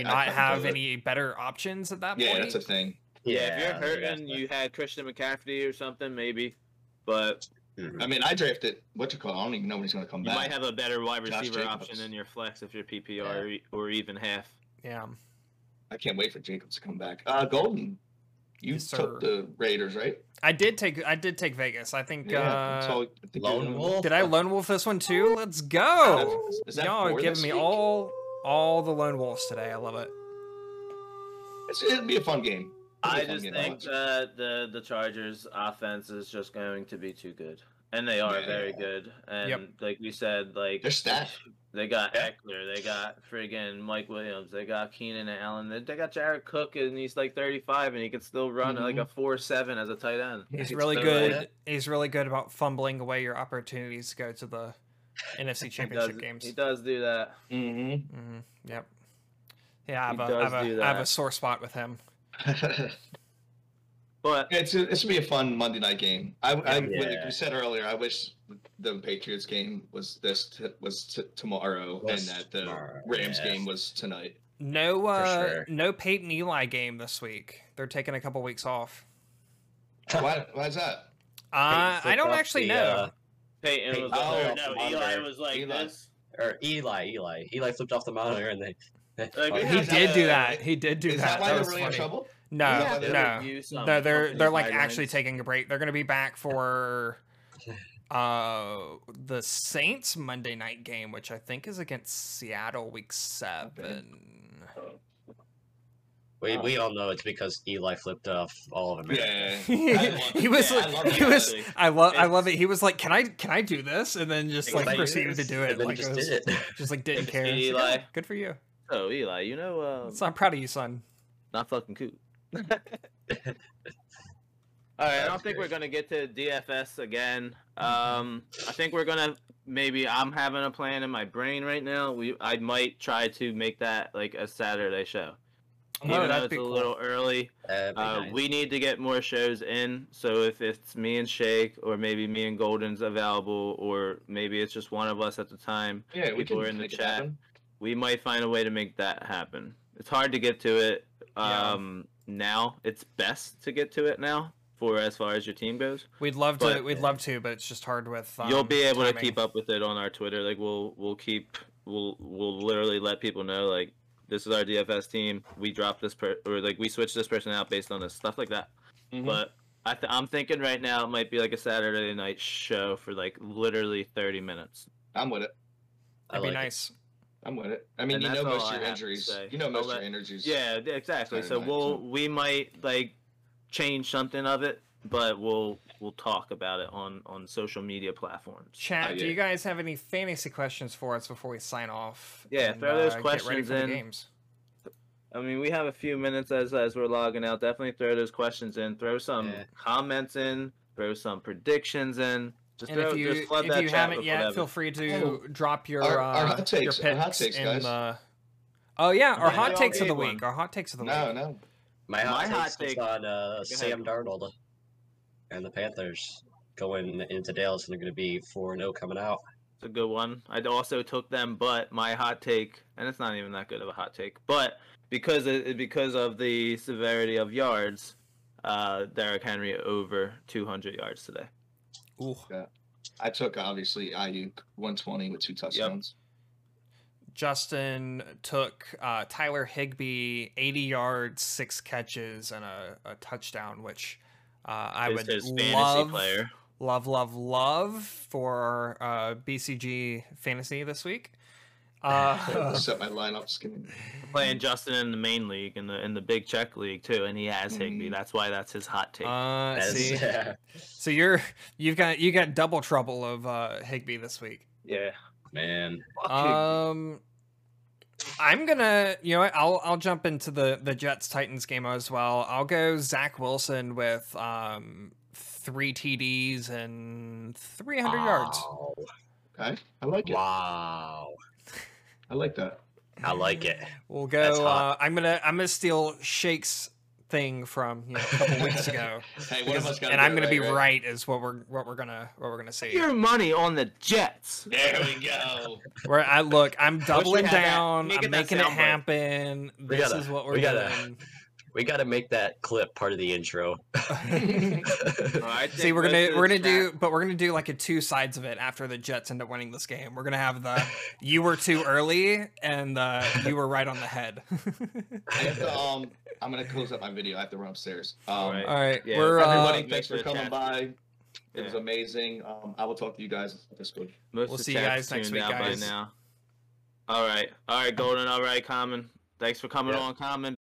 Speaker 1: you
Speaker 2: I
Speaker 1: not
Speaker 2: fucking
Speaker 1: have
Speaker 2: love it.
Speaker 1: any better options at that
Speaker 2: Yeah,
Speaker 1: point?
Speaker 2: that's a thing.
Speaker 3: Yeah, if
Speaker 4: I
Speaker 3: you're
Speaker 4: think that's
Speaker 3: hurting,
Speaker 4: my-
Speaker 3: you had Christian McCaffrey or something maybe, but
Speaker 4: hmm.
Speaker 2: I mean, I drafted what you call. I don't even know when he's going to come
Speaker 3: You
Speaker 2: back.
Speaker 3: might have a better wide
Speaker 2: Josh
Speaker 3: receiver option
Speaker 2: Jacobs.
Speaker 3: in your flex if you're PPR or even half.
Speaker 1: Yeah.
Speaker 2: I can't wait for Jacobs to come back. Uh, Golden, you
Speaker 1: Yes, sir.
Speaker 2: took the Raiders, right?
Speaker 1: I did take I did take Vegas. I think uh,
Speaker 2: so I think you're
Speaker 4: Lone
Speaker 2: the-
Speaker 4: Wolf.
Speaker 1: did I lone wolf this one too? Let's
Speaker 2: That's-
Speaker 1: go.
Speaker 2: is
Speaker 1: Oh,
Speaker 2: that
Speaker 1: Y'all are
Speaker 2: four
Speaker 1: giving
Speaker 2: this
Speaker 1: me
Speaker 2: week?
Speaker 1: all all the lone wolves today. I love it.
Speaker 2: It's, it'll be a fun game. It'll be a
Speaker 3: I
Speaker 2: fun
Speaker 3: just
Speaker 2: game to
Speaker 3: think
Speaker 2: watch.
Speaker 3: that the the Chargers offense is just going to be too good. And they are
Speaker 2: Yeah.
Speaker 3: very good. And
Speaker 1: Yep.
Speaker 3: like we said, like
Speaker 2: They're stacked.
Speaker 3: They got
Speaker 2: Yeah.
Speaker 3: Eckler, they got friggin' Mike Williams, they got Keenan Allen, they- they got Jared Cook and he's like thirty five and he can still run at, like a four seven as a tight end.
Speaker 1: Mm-hmm. He's
Speaker 2: It's
Speaker 1: really
Speaker 3: so
Speaker 1: good.
Speaker 3: late.
Speaker 1: He's really good about fumbling away your opportunities to go to the NFC
Speaker 3: He does,
Speaker 1: Championship games.
Speaker 3: he does do that.
Speaker 2: Mm-hmm.
Speaker 1: hmm Yep. Yeah, I
Speaker 3: He
Speaker 1: have, a, I,
Speaker 3: does
Speaker 1: have
Speaker 3: do
Speaker 1: a, I have a
Speaker 3: that.
Speaker 1: sore spot with him.
Speaker 3: But
Speaker 2: it's it's gonna be a fun Monday night game. I, I like
Speaker 3: Yeah.
Speaker 2: you said earlier, I wish the Patriots game was this t- was t- tomorrow,
Speaker 4: Was
Speaker 2: and that the
Speaker 4: tomorrow,
Speaker 2: Rams
Speaker 4: yes.
Speaker 2: game was tonight.
Speaker 1: No, uh,
Speaker 4: sure.
Speaker 1: no Peyton Eli game this week. They're taking a couple weeks off.
Speaker 2: Why? Why is that?
Speaker 1: Uh, I don't actually know.
Speaker 3: Peyton was
Speaker 4: Peyton-
Speaker 3: oh,
Speaker 2: oh,
Speaker 3: no,
Speaker 2: come on,
Speaker 3: Eli
Speaker 2: Eric.
Speaker 3: was like
Speaker 2: Eli.
Speaker 3: this.
Speaker 4: Or Eli, Eli, Eli flipped off the monitor and they.
Speaker 3: Like,
Speaker 2: Oh,
Speaker 3: we
Speaker 1: he
Speaker 2: he
Speaker 3: have
Speaker 2: Is
Speaker 3: to-
Speaker 1: did do
Speaker 2: that-
Speaker 1: that. He did do
Speaker 2: Is
Speaker 1: that.
Speaker 2: that why
Speaker 1: That
Speaker 2: they're
Speaker 1: was
Speaker 2: really in
Speaker 1: funny.
Speaker 2: trouble?
Speaker 3: we
Speaker 1: No,
Speaker 3: have to
Speaker 1: Uh, no,
Speaker 3: review some
Speaker 1: no. They're
Speaker 3: fucking
Speaker 1: they're like
Speaker 3: guidelines.
Speaker 1: actually taking a break. They're gonna be back for uh the Saints Monday night game, which I think is against Seattle week seven.
Speaker 4: We, we all know it's because Eli flipped off all of America.
Speaker 2: Yeah. I love-
Speaker 1: he was
Speaker 2: yeah, I love
Speaker 1: like, he
Speaker 2: that.
Speaker 1: was
Speaker 3: Like,
Speaker 1: I love I
Speaker 3: it's-
Speaker 1: love it. He was like, "Can I can I do this?" and then just
Speaker 4: Think
Speaker 1: like
Speaker 4: about
Speaker 1: proceeded to
Speaker 4: yours,
Speaker 1: do it.
Speaker 4: and then
Speaker 1: Like
Speaker 4: just
Speaker 1: it was-
Speaker 4: did it.
Speaker 1: just like didn't
Speaker 3: It's
Speaker 1: care. It's like,
Speaker 3: Eli.
Speaker 1: "Oh, good for you.
Speaker 3: Oh, Eli, you know, um,
Speaker 1: So I'm proud of you, son.
Speaker 3: not fucking cool. All right, I don't
Speaker 2: was
Speaker 3: think
Speaker 2: great.
Speaker 3: we're gonna get to DFS again. Um, I think we're gonna maybe I'm having a plan in my brain right now. We I might try to make that like a Saturday show,
Speaker 1: Oh,
Speaker 3: even
Speaker 1: that'd
Speaker 3: though it's
Speaker 1: be
Speaker 3: a
Speaker 1: cool.
Speaker 3: little early.
Speaker 4: That'd be
Speaker 3: Uh,
Speaker 4: nice.
Speaker 3: we need to get more shows in. So if it's me and Shake, or maybe me and Golden's available, or maybe it's just one of us at the time,
Speaker 2: Yeah, we
Speaker 3: People
Speaker 2: can
Speaker 3: are in the
Speaker 2: make it
Speaker 3: chat.
Speaker 2: happen.
Speaker 3: we might find a way to make that happen. It's hard to get to it
Speaker 1: Yeah.
Speaker 3: um, now. It's best to get to it now for as far as your team goes.
Speaker 1: We'd love to.
Speaker 3: But-
Speaker 1: we'd love to, but it's just hard with. Um,
Speaker 3: You'll be able to
Speaker 1: timing.
Speaker 3: keep up with it on our Twitter. Like we'll we'll keep we'll we'll literally let people know like this is our DFS team. We drop this per or like we switch this person out based on this stuff like that.
Speaker 2: Mhm.
Speaker 3: But I th- I'm thinking right now it might be like a Saturday night show for like literally 30 minutes.
Speaker 2: I'm with it.
Speaker 4: I
Speaker 1: That'd be
Speaker 4: like it.
Speaker 1: nice.
Speaker 2: I'm with it. I mean,
Speaker 3: And
Speaker 2: you know
Speaker 3: that's all
Speaker 2: most
Speaker 3: I
Speaker 2: of your
Speaker 3: have to
Speaker 2: injuries.
Speaker 3: say.
Speaker 2: You know
Speaker 3: I'll
Speaker 2: most
Speaker 3: let-
Speaker 2: of your injuries.
Speaker 3: Yeah, th- exactly.
Speaker 2: Saturday
Speaker 3: So
Speaker 2: night,
Speaker 3: we'll
Speaker 2: so-
Speaker 3: we might like change something of it, but we'll we'll talk about it on on social media platforms.
Speaker 1: Chat.
Speaker 2: Oh,
Speaker 1: Do
Speaker 2: yeah.
Speaker 1: you guys have any fantasy questions for us before we sign off?
Speaker 3: Yeah,
Speaker 1: and, uh,
Speaker 3: throw
Speaker 1: get
Speaker 3: those
Speaker 1: ready
Speaker 3: questions
Speaker 1: for the
Speaker 3: in.
Speaker 1: games.
Speaker 3: I mean, we have a few minutes as as we're logging out. Definitely throw those questions in. Throw some
Speaker 4: Yeah.
Speaker 3: comments in. Throw some predictions in. Just
Speaker 1: And
Speaker 3: throw
Speaker 1: if you
Speaker 3: just flood
Speaker 1: if
Speaker 3: that
Speaker 1: you
Speaker 3: chat
Speaker 1: haven't
Speaker 3: with
Speaker 1: yet,
Speaker 3: whatever.
Speaker 1: feel free to
Speaker 2: Oh,
Speaker 1: drop your
Speaker 2: our- our
Speaker 1: uh,
Speaker 2: hot takes-
Speaker 1: your
Speaker 2: our
Speaker 1: picks
Speaker 2: hot takes,
Speaker 1: in
Speaker 2: guys.
Speaker 1: the. Oh yeah, our
Speaker 3: Yeah,
Speaker 1: hot
Speaker 3: y'all
Speaker 1: takes of the
Speaker 3: made one.
Speaker 1: week. Our hot takes of the
Speaker 2: No,
Speaker 1: week.
Speaker 2: no.
Speaker 4: My
Speaker 3: My
Speaker 4: hot,
Speaker 3: hot
Speaker 4: take is
Speaker 3: take-
Speaker 4: on uh,
Speaker 3: ahead.
Speaker 4: Sam Darnold and the Panthers going into Dallas, and they're going to be four and zero coming out.
Speaker 3: It's a good one. I also took them, but my hot take, and it's not even that good of a hot take, but because of, because of the severity of yards, uh, Derrick Henry over 200 yards today.
Speaker 1: Ooh.
Speaker 2: I took obviously IU 120 with two touchdowns.
Speaker 1: Justin took uh, Tyler Higby 80 yards, six catches, and a, a touchdown, which uh, I
Speaker 3: Is
Speaker 1: would
Speaker 3: his fantasy
Speaker 1: love,
Speaker 3: player.
Speaker 1: love, love, love for uh, BCG fantasy this week. Uh,
Speaker 2: Set my lineups. Can...
Speaker 3: Playing Justin in the main league in the in the big check league too, and he has Higby.
Speaker 2: Mhm.
Speaker 3: That's why that's his hot take.
Speaker 1: Mm. uh,
Speaker 4: As-
Speaker 1: see, so you're you've got you got double trouble of uh, Higby this week.
Speaker 3: yeah.
Speaker 4: man,
Speaker 3: Fuck Higby.
Speaker 1: Um, I'm gonna, you know, what, I'll I'll jump into the the Jets Titans game as well. I'll go Zach Wilson with um three TDs and 300 yards.
Speaker 4: Wow.
Speaker 2: Okay, I like it.
Speaker 4: Oh, Wow,
Speaker 2: I like that.
Speaker 4: I like it.
Speaker 1: We'll
Speaker 4: That's
Speaker 1: go. Uh,
Speaker 4: hot.
Speaker 1: I'm gonna I'm gonna steal Shake's thing from you know, a couple weeks ago,
Speaker 2: Hey, one of us
Speaker 1: because,
Speaker 2: got.
Speaker 1: and I'm gonna be right is what we're what we're gonna what we're gonna see.
Speaker 3: Your money on the Jets.
Speaker 2: There we go.
Speaker 1: Where I look, I'm
Speaker 3: we
Speaker 1: doubling
Speaker 3: had that-
Speaker 1: down.
Speaker 3: make
Speaker 1: I'm
Speaker 3: it that
Speaker 1: making it
Speaker 3: soundbite.
Speaker 1: happen. This
Speaker 4: gotta-
Speaker 1: is what we're
Speaker 4: we gotta-
Speaker 1: doing.
Speaker 4: We We got to make that clip part of the intro.
Speaker 3: I
Speaker 1: See, we're gonna we're gonna do, but we're gonna do like a two sides of it after the Jets end up winning this game. We're gonna have the you were too early and the you were right on the head.
Speaker 2: I have to, um, I'm gonna close up my video. I have to run upstairs. Um,
Speaker 3: Alright.
Speaker 1: All right,
Speaker 3: Yeah,
Speaker 1: we're
Speaker 2: Everybody,
Speaker 1: uh,
Speaker 3: make
Speaker 2: thanks
Speaker 3: sure
Speaker 2: for
Speaker 3: to
Speaker 2: coming
Speaker 3: chat.
Speaker 2: by. It was
Speaker 3: Yeah.
Speaker 2: amazing. Um, I will talk to you guys this week.
Speaker 3: Most
Speaker 1: We'll
Speaker 3: of the
Speaker 1: see you guys
Speaker 3: chat's
Speaker 1: next
Speaker 3: tuned
Speaker 1: week,
Speaker 3: out by
Speaker 1: guys.
Speaker 3: now. All right, all right, Golden. All right, Common. Thanks for coming
Speaker 2: Yeah.
Speaker 3: on, Common.